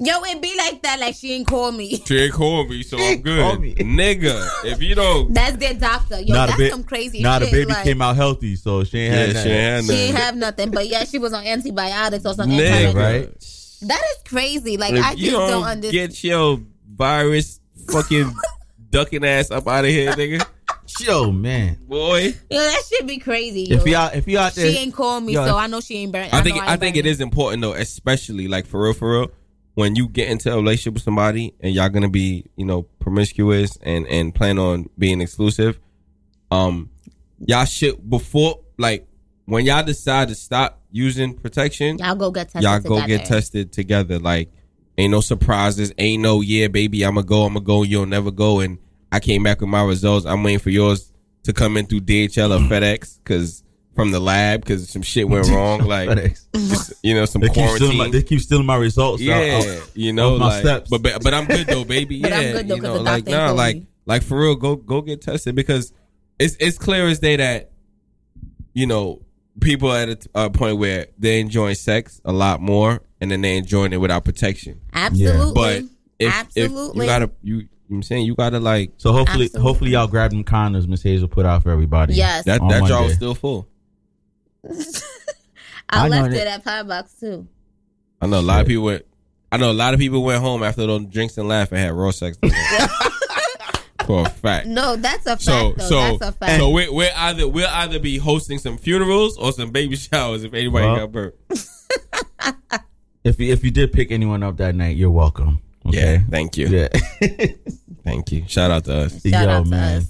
[SPEAKER 4] Yo, it be like that. Like she ain't call me. <laughs>
[SPEAKER 5] She ain't call me, so I'm
[SPEAKER 3] call
[SPEAKER 5] good.
[SPEAKER 3] me.
[SPEAKER 5] Nigga, if you don't,
[SPEAKER 4] That's their doctor. Yo,
[SPEAKER 3] Nah, the
[SPEAKER 4] that's
[SPEAKER 3] ba-
[SPEAKER 4] some crazy
[SPEAKER 3] Nah, the
[SPEAKER 4] shit.
[SPEAKER 3] baby
[SPEAKER 4] like,
[SPEAKER 3] came out healthy, so she ain't
[SPEAKER 5] yeah,
[SPEAKER 3] had
[SPEAKER 5] she
[SPEAKER 3] nothing.
[SPEAKER 5] ain't had
[SPEAKER 4] She ain't
[SPEAKER 5] nothing.
[SPEAKER 4] have nothing, but yeah, she was on antibiotics or something.
[SPEAKER 5] Nigga,
[SPEAKER 3] Right?
[SPEAKER 4] That is crazy. Like
[SPEAKER 5] If
[SPEAKER 4] I just
[SPEAKER 5] you
[SPEAKER 4] don't,
[SPEAKER 5] don't,
[SPEAKER 4] understand.
[SPEAKER 5] get your virus
[SPEAKER 3] <laughs>
[SPEAKER 5] fucking ducking ass up out of here, nigga,
[SPEAKER 3] Yo, man.
[SPEAKER 5] boy.
[SPEAKER 4] Yo, that should be crazy. Yo.
[SPEAKER 3] If y'all, if y'all out
[SPEAKER 4] she
[SPEAKER 3] there,
[SPEAKER 4] ain't call me,
[SPEAKER 3] Yo,
[SPEAKER 4] so
[SPEAKER 3] if-
[SPEAKER 4] I know she ain't burned.
[SPEAKER 5] I think I,
[SPEAKER 4] ain't
[SPEAKER 5] think
[SPEAKER 4] burned.
[SPEAKER 5] it is important though, especially like for real, for real. When you get into a relationship with somebody and y'all gonna be, you know, promiscuous and and plan on being exclusive, um, y'all should before like when y'all decide to stop using protection,
[SPEAKER 4] Y'all go get tested.
[SPEAKER 5] y'all go
[SPEAKER 4] together.
[SPEAKER 5] get tested together. Like Ain't no surprises. Ain't no yeah, baby. I'ma go. I'ma go. You'll never go. And I came back with my results. I'm waiting for yours to come in through DHL or FedEx because from the lab because some shit went
[SPEAKER 3] <laughs>
[SPEAKER 5] wrong. Like
[SPEAKER 3] FedEx.
[SPEAKER 5] just, you know, some
[SPEAKER 3] They keep,
[SPEAKER 5] quarantine.
[SPEAKER 3] stealing my, they keep stealing my results. out-
[SPEAKER 5] Yeah,
[SPEAKER 3] out-
[SPEAKER 5] you know,
[SPEAKER 3] off my
[SPEAKER 5] like,
[SPEAKER 3] steps.
[SPEAKER 5] but but but I'm good though, baby. Yeah,
[SPEAKER 3] <laughs> But I'm good though,
[SPEAKER 5] you
[SPEAKER 3] 'cause
[SPEAKER 5] know,
[SPEAKER 3] the
[SPEAKER 5] like
[SPEAKER 3] doctor ain't
[SPEAKER 5] nah,
[SPEAKER 3] told
[SPEAKER 5] like
[SPEAKER 3] me.
[SPEAKER 5] like for real, go go get tested because it's it's clear as day that you know people are at a, a point where they're enjoying sex a lot more, and then they're enjoying it without protection.
[SPEAKER 4] Absolutely.
[SPEAKER 5] but if, if you
[SPEAKER 4] Absolutely.
[SPEAKER 5] gotta you, you know what I'm saying you gotta like
[SPEAKER 3] so
[SPEAKER 5] hopefully
[SPEAKER 4] Absolutely.
[SPEAKER 3] hopefully y'all grab them condoms. Miss Hayes will put out for everybody.
[SPEAKER 4] Yes.
[SPEAKER 5] that
[SPEAKER 3] On
[SPEAKER 5] that jar
[SPEAKER 3] Monday.
[SPEAKER 5] was still full.
[SPEAKER 4] I,
[SPEAKER 3] I know
[SPEAKER 4] left
[SPEAKER 5] that-
[SPEAKER 4] it at Pie Box too.
[SPEAKER 5] I know a lot of people went. I know a lot of people went home after those drinks and laugh and had
[SPEAKER 4] <laughs>
[SPEAKER 5] raw sex. For a fact.
[SPEAKER 4] No, that's a fact.
[SPEAKER 5] So
[SPEAKER 4] though.
[SPEAKER 5] so
[SPEAKER 4] that's a fact.
[SPEAKER 5] so we we either we'll either be hosting some funerals or some baby showers if anybody
[SPEAKER 3] Well,
[SPEAKER 5] got burnt.
[SPEAKER 3] If you, if you did pick anyone up that night, you're welcome. Okay?
[SPEAKER 5] Yeah, thank you.
[SPEAKER 3] Yeah. <laughs>
[SPEAKER 5] thank you. Shout out to us.
[SPEAKER 3] Shout Yo, out to man. us.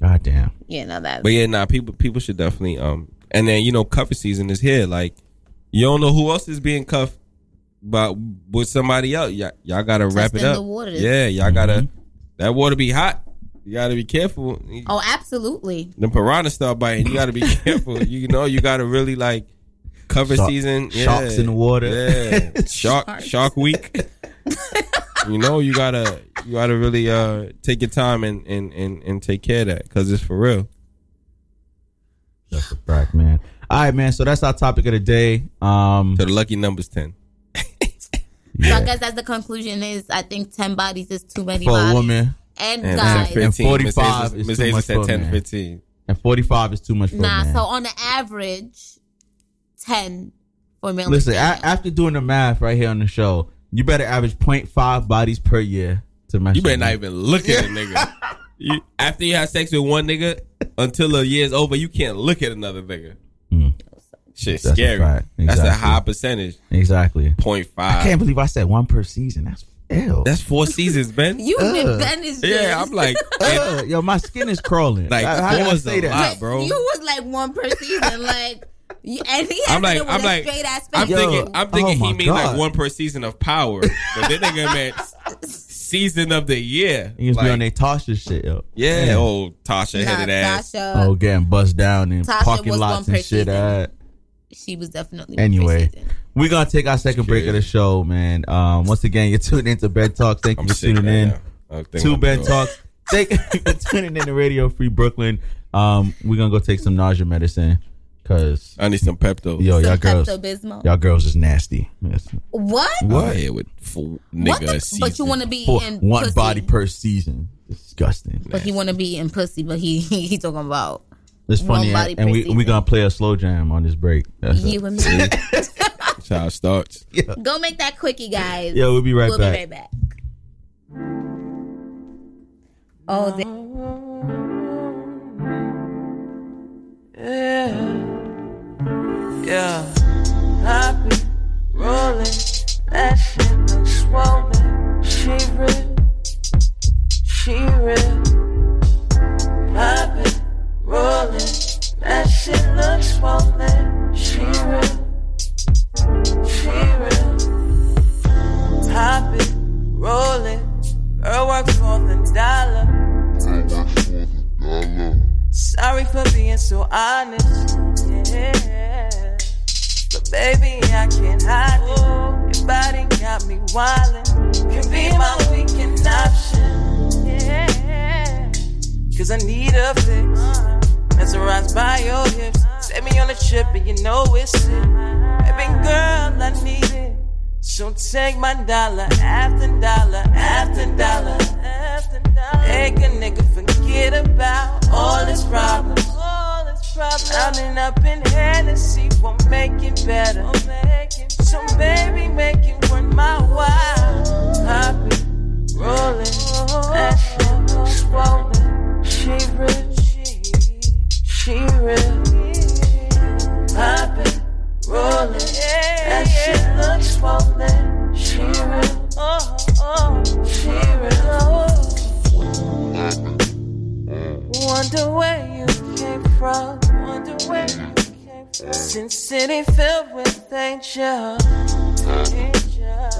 [SPEAKER 3] God damn.
[SPEAKER 4] yeah, no, that.
[SPEAKER 5] But yeah, nah, people people should definitely um and then you know cuffing season is here. Like you don't know who else is being cuffed but with somebody else. Y'all, y'all gotta wrap it
[SPEAKER 4] Testing
[SPEAKER 5] up.
[SPEAKER 4] the waters.
[SPEAKER 5] Yeah, y'all gotta
[SPEAKER 3] Mm-hmm.
[SPEAKER 5] that water be hot. You gotta be careful.
[SPEAKER 4] Oh, absolutely.
[SPEAKER 5] The piranha start biting. You <laughs> gotta be careful. you know, you gotta really like cover
[SPEAKER 3] Shark-
[SPEAKER 5] season. Yeah.
[SPEAKER 3] sharks in the water. <laughs>
[SPEAKER 5] Yeah. Shark
[SPEAKER 3] Sharks.
[SPEAKER 5] Shark Week. you know, you gotta you gotta really uh take your time and and and, and take care of that because it's for real.
[SPEAKER 3] That's a fact, man. All right, man. So that's our topic of the day. Um,
[SPEAKER 5] so the lucky number's ten.
[SPEAKER 4] So I guess that's the conclusion is I think ten bodies is too many
[SPEAKER 3] for
[SPEAKER 4] bodies.
[SPEAKER 3] a woman.
[SPEAKER 4] And,
[SPEAKER 5] And
[SPEAKER 4] guys.
[SPEAKER 5] ten,
[SPEAKER 3] And
[SPEAKER 5] 15.
[SPEAKER 3] 45
[SPEAKER 5] Miss Hayes-
[SPEAKER 3] is
[SPEAKER 5] Miss
[SPEAKER 3] too
[SPEAKER 5] Hayes
[SPEAKER 3] much
[SPEAKER 5] said
[SPEAKER 3] for a
[SPEAKER 5] 10,
[SPEAKER 3] man.
[SPEAKER 5] 15.
[SPEAKER 3] And 45 is too much for
[SPEAKER 4] Nah,
[SPEAKER 3] a man.
[SPEAKER 4] so on the average, ten for male.
[SPEAKER 3] Listen, a- after doing the math right here on the show, you better average 0.5 bodies per year to my
[SPEAKER 5] You better not even look at a nigga. <laughs> You, after you have sex with one nigga, until a year's over, you can't look at another nigga. Shit,
[SPEAKER 3] Mm. That's a
[SPEAKER 5] scary.
[SPEAKER 3] fact.
[SPEAKER 5] That's a
[SPEAKER 3] Exactly.
[SPEAKER 5] high percentage.
[SPEAKER 3] <laughs> Exactly.
[SPEAKER 5] Point
[SPEAKER 3] I can't
[SPEAKER 5] five.
[SPEAKER 3] believe I said one per season. That's ew.
[SPEAKER 5] That's four seasons, Ben.
[SPEAKER 4] You been
[SPEAKER 3] Ugh.
[SPEAKER 4] Ben is
[SPEAKER 5] Yeah,
[SPEAKER 4] just-
[SPEAKER 5] I'm like,
[SPEAKER 3] <laughs> Ugh, yo, my skin is crawling.
[SPEAKER 5] Like,
[SPEAKER 3] How- how do I
[SPEAKER 5] four's
[SPEAKER 3] say
[SPEAKER 5] a
[SPEAKER 3] that?
[SPEAKER 5] lot, bro.
[SPEAKER 4] You was like one per season, like, you, and he
[SPEAKER 5] I'm like,
[SPEAKER 4] with
[SPEAKER 5] I'm
[SPEAKER 4] a
[SPEAKER 5] like,
[SPEAKER 4] straight ass face.
[SPEAKER 5] I'm thinking, I'm
[SPEAKER 3] oh
[SPEAKER 5] thinking
[SPEAKER 3] my
[SPEAKER 5] he means
[SPEAKER 3] God.
[SPEAKER 5] like one per season of power, but then they gonna meant season of the year.
[SPEAKER 3] You just be
[SPEAKER 5] Like,
[SPEAKER 3] on their Tasha shit, yo.
[SPEAKER 5] yeah,
[SPEAKER 3] Yeah.
[SPEAKER 5] old Tasha
[SPEAKER 4] Nah,
[SPEAKER 5] headed ass.
[SPEAKER 4] Tasha,
[SPEAKER 3] Oh, getting bust down in
[SPEAKER 4] Tasha
[SPEAKER 3] parking
[SPEAKER 4] was one
[SPEAKER 3] lots
[SPEAKER 4] per
[SPEAKER 3] and shit.
[SPEAKER 4] season.
[SPEAKER 3] uh,
[SPEAKER 4] she was definitely
[SPEAKER 3] Anyway, we're gonna take our second break of the show, man. Um, once again, you're tuned into Bed Talks. Thank you for tuning in
[SPEAKER 5] I think
[SPEAKER 3] to
[SPEAKER 5] I'm
[SPEAKER 3] Bed
[SPEAKER 5] good.
[SPEAKER 3] Talks. Thank you for <laughs> tuning in to Radio Free Brooklyn. Um, we're gonna go take some nausea medicine because
[SPEAKER 5] I need some Pepto.
[SPEAKER 3] Yo, y'all
[SPEAKER 4] Some
[SPEAKER 3] girls,
[SPEAKER 4] Pepto-Bismol.
[SPEAKER 3] y'all girls is nasty. Yes.
[SPEAKER 4] What?
[SPEAKER 5] What? Yeah, with four
[SPEAKER 4] What
[SPEAKER 5] nigga
[SPEAKER 4] the-
[SPEAKER 5] a season.
[SPEAKER 4] but you want to be
[SPEAKER 3] For
[SPEAKER 4] in
[SPEAKER 3] one
[SPEAKER 4] pussy,
[SPEAKER 3] body per season, disgusting.
[SPEAKER 4] but he want to be in pussy, but he he talking about
[SPEAKER 3] It's
[SPEAKER 4] One
[SPEAKER 3] funny,
[SPEAKER 4] body
[SPEAKER 3] and
[SPEAKER 4] per
[SPEAKER 3] we we
[SPEAKER 4] season.
[SPEAKER 3] gonna play a slow jam on this break. That's it.
[SPEAKER 4] you and
[SPEAKER 3] <laughs>
[SPEAKER 4] me.
[SPEAKER 5] That's how it starts.
[SPEAKER 4] Go make that quickie, guys.
[SPEAKER 3] Yeah, we'll be right
[SPEAKER 4] we'll
[SPEAKER 3] back.
[SPEAKER 4] Be right back. Oh, they-
[SPEAKER 19] Yeah. Yeah. I be rolling. That shit look swollen. She real. She real. I be rolling. That shit look swollen. She real. She real. I be rolling. Girl works for the dollar. Sorry for being so honest. Yeah. But baby, I can't hide it. Your body got me wildin'. Can be my weekend option. Yeah. Cause I need a fix. Mesmerized by your hips. Take me on a trip and you know it's it. Baby girl, I need it. So take my dollar after dollar after dollar. Make a nigga forget about all his problems. Drowning up in Hennessy won't make it better. So baby, make it worth my while. I be rolling, that shit look swollen. She real, she real. I be rolling, that shit look swollen. She real, she real. Wonder where you came from. Wonder where you came from. Since city filled with danger. Danger.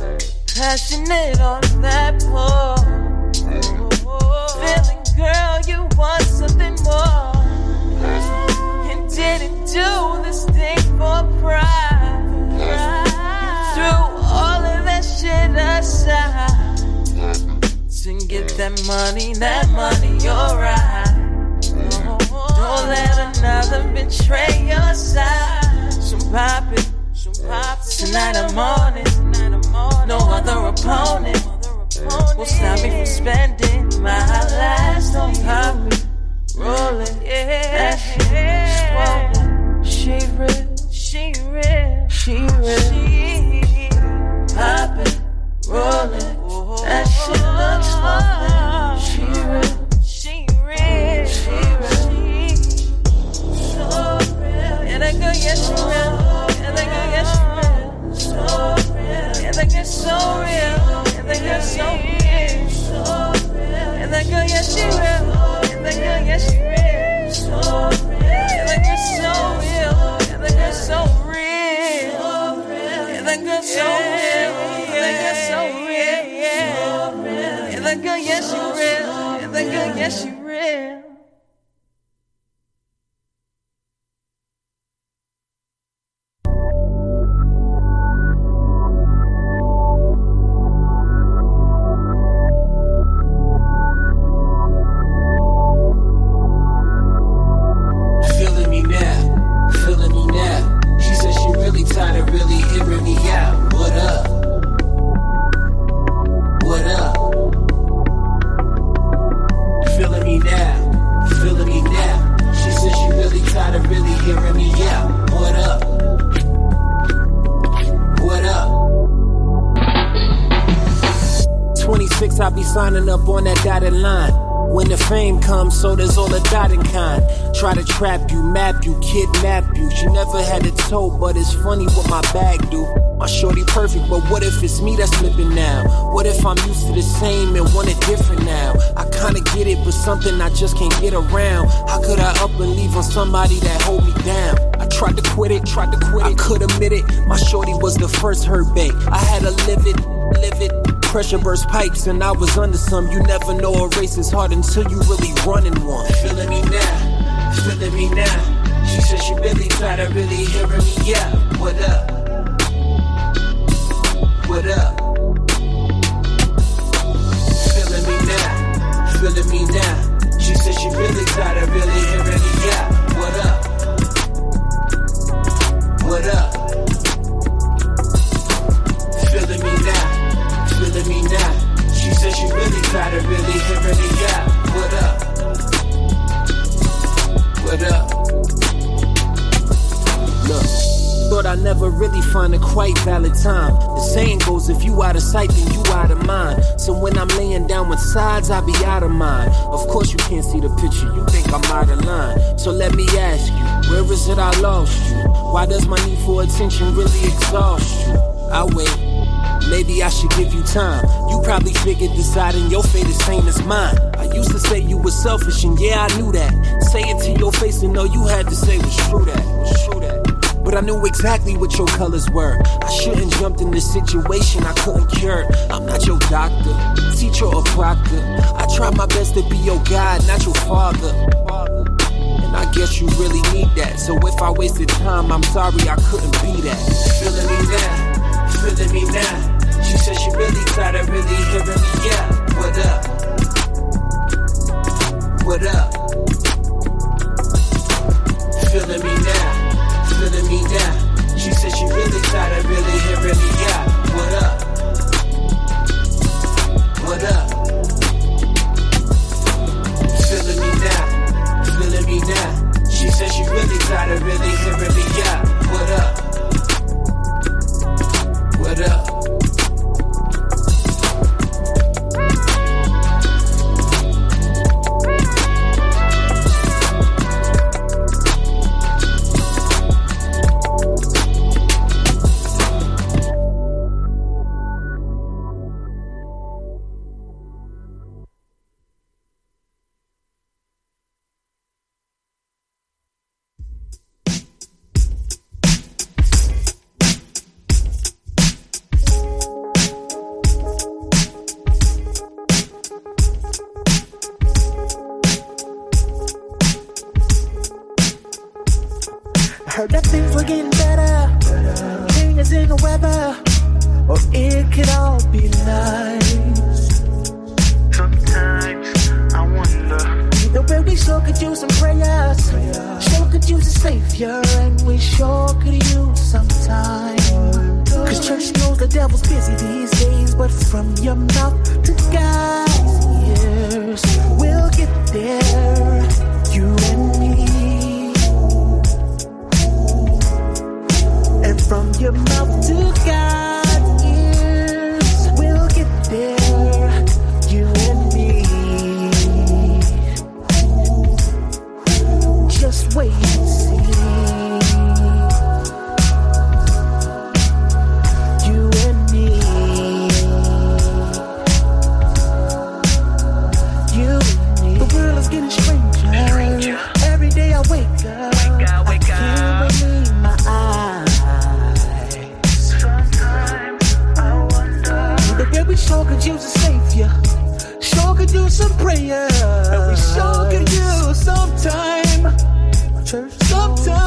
[SPEAKER 19] passionate on that pole. Feeling, girl, you want something more. And didn't do this thing for pride. Threw all of that shit aside. Soon get that money, that money, alright. Don't let another betray your side. Some poppin', some poppin'. Tonight I'm on it. No other opponent will stop me from spending my last on poppin', rollin', yeah. Swollen, she real, she real, she real, she poppin', rollin', that shit looks swollen. She real, she real, she real, so real. Yeah, that girl, yes she real. Yeah, that girl, yes she real. So real. And that girl so real. And that girl so real. And that girl, yeah, she real. And that girl, yeah, she real. So real. And that girl so real. And that girl so real. And that girl so real. And that girl so real. And that girl, yeah, she real. And that girl, yeah, she real.
[SPEAKER 20] Feeling me now, feeling me now. She said she really tired of really hearing me out. What up? What up? Feeling me now, feeling me now. She said she really tired of really hearing me out. What up? What up?
[SPEAKER 21] 26, I'll be signing up on that dotted line. When the fame comes, so does all the dotting kind. Try to trap you, map you, kidnap you. She never had a toe, but it's funny what my bag do. My shorty perfect, but what if it's me that's slipping now? What if I'm used to the same and want it different now? I kinda get it, but something I just can't get around. How could I up and leave on somebody that hold me down? I tried to quit it, tried to quit it. I could admit it. My shorty was the first hurt bait. I had to live it, live it. Pressure burst pipes, and I was under some. You never know a race is hard until you really run in one.
[SPEAKER 20] feeling me now, feeling me now. She said she really tired of really hearing me. Yeah, what up? What up? Feeling me now, feeling me now. She said she really tired of really hearing me. Yeah, what up? What up? Feeling me now, feeling me now. She said she really tired of really hearing me. Yeah, what up? What up?
[SPEAKER 21] Look, thought I never really find a quite valid time. The saying goes, if you out of sight, then you out of mind. So when I'm laying down with sides, I be out of mind. Of course you can't see the picture, you think I'm out of line. So let me ask you, where is it I lost you? Why does my need for attention really exhaust you? I wait. Maybe I should give you time. You probably figured deciding your fate is same as mine. I used to say you were selfish, and yeah, I knew that. Say it to your face, and all you had to say was true that. Was true that. But I knew exactly what your colors were. I shouldn't jumped in this situation I couldn't cure. I'm not your doctor, teacher, or proctor. I tried my best to be your guide, not your father. And I guess you really need that. So if I wasted time, I'm sorry I couldn't be that.
[SPEAKER 20] Feeling me now, feeling me now. She said she really tired of really hearing me. Yeah, what up? What up? Feeling me now, feeling me now. She said she really tired of really hearing me. Yeah, what up? What up? Feeling me now, feeling me now. She said she really tired of really hearing me. Yeah, what up? What up?
[SPEAKER 22] from your mouth to God's ears. We'll get there, you and me. And from your mouth to God's ears, we'll get there, you and me. Just wait and see. You and me. You and me. The world is getting stranger. Every day I wake up. I can't believe my eyes. The girl we sure could use a savior. Sure could use some prayer. And we sure could use some time. Church, some time.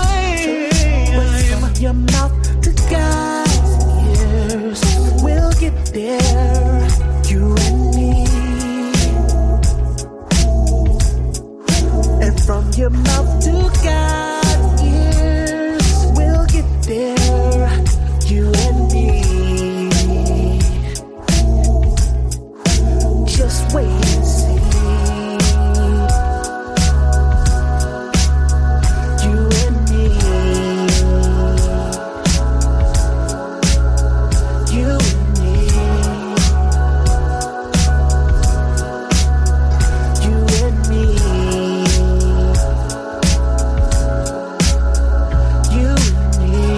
[SPEAKER 22] From your mouth to God's ears. We'll get there. You and me. And from your mouth to God's ears. We'll get there. You and me. Just wait and see. You and me. You and me. You and me. You and me.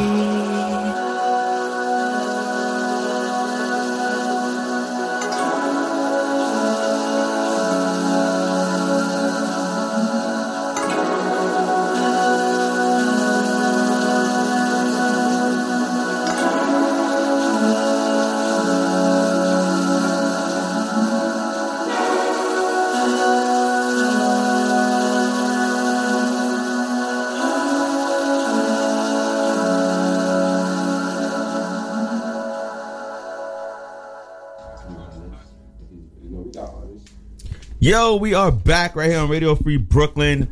[SPEAKER 3] Yo, we are back right here on Radio Free Brooklyn.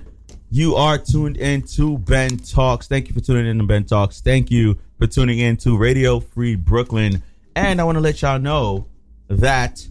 [SPEAKER 3] You are tuned in to Ben Talks. Thank you for tuning in to Ben Talks. Thank you for tuning in to Radio Free Brooklyn. And I want to let y'all know that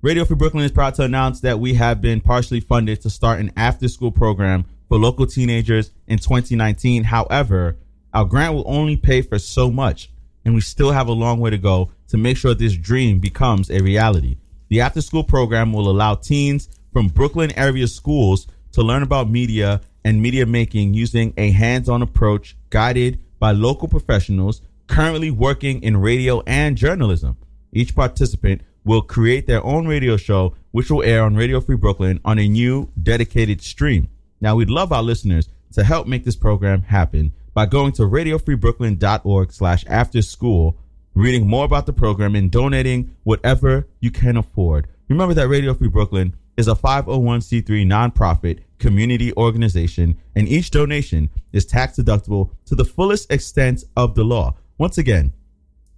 [SPEAKER 3] Radio Free Brooklyn is proud to announce that we have been partially funded to start an after school program for local teenagers in 2019. However, our grant will only pay for so much, and we still have a long way to go to make sure this dream becomes a reality. The after school program will allow teens from Brooklyn area schools to learn about media and media making using a hands on approach guided by local professionals currently working in radio and journalism. Each participant will create their own radio show, which will air on Radio Free Brooklyn on a new dedicated stream. Now, we'd love our listeners to help make this program happen by going to radiofreebrooklyn.org slash after school, reading more about the program, and donating whatever you can afford. Remember that Radio Free Brooklyn is a 501c3 nonprofit community organization, and each donation is tax deductible to the fullest extent of the law. Once again,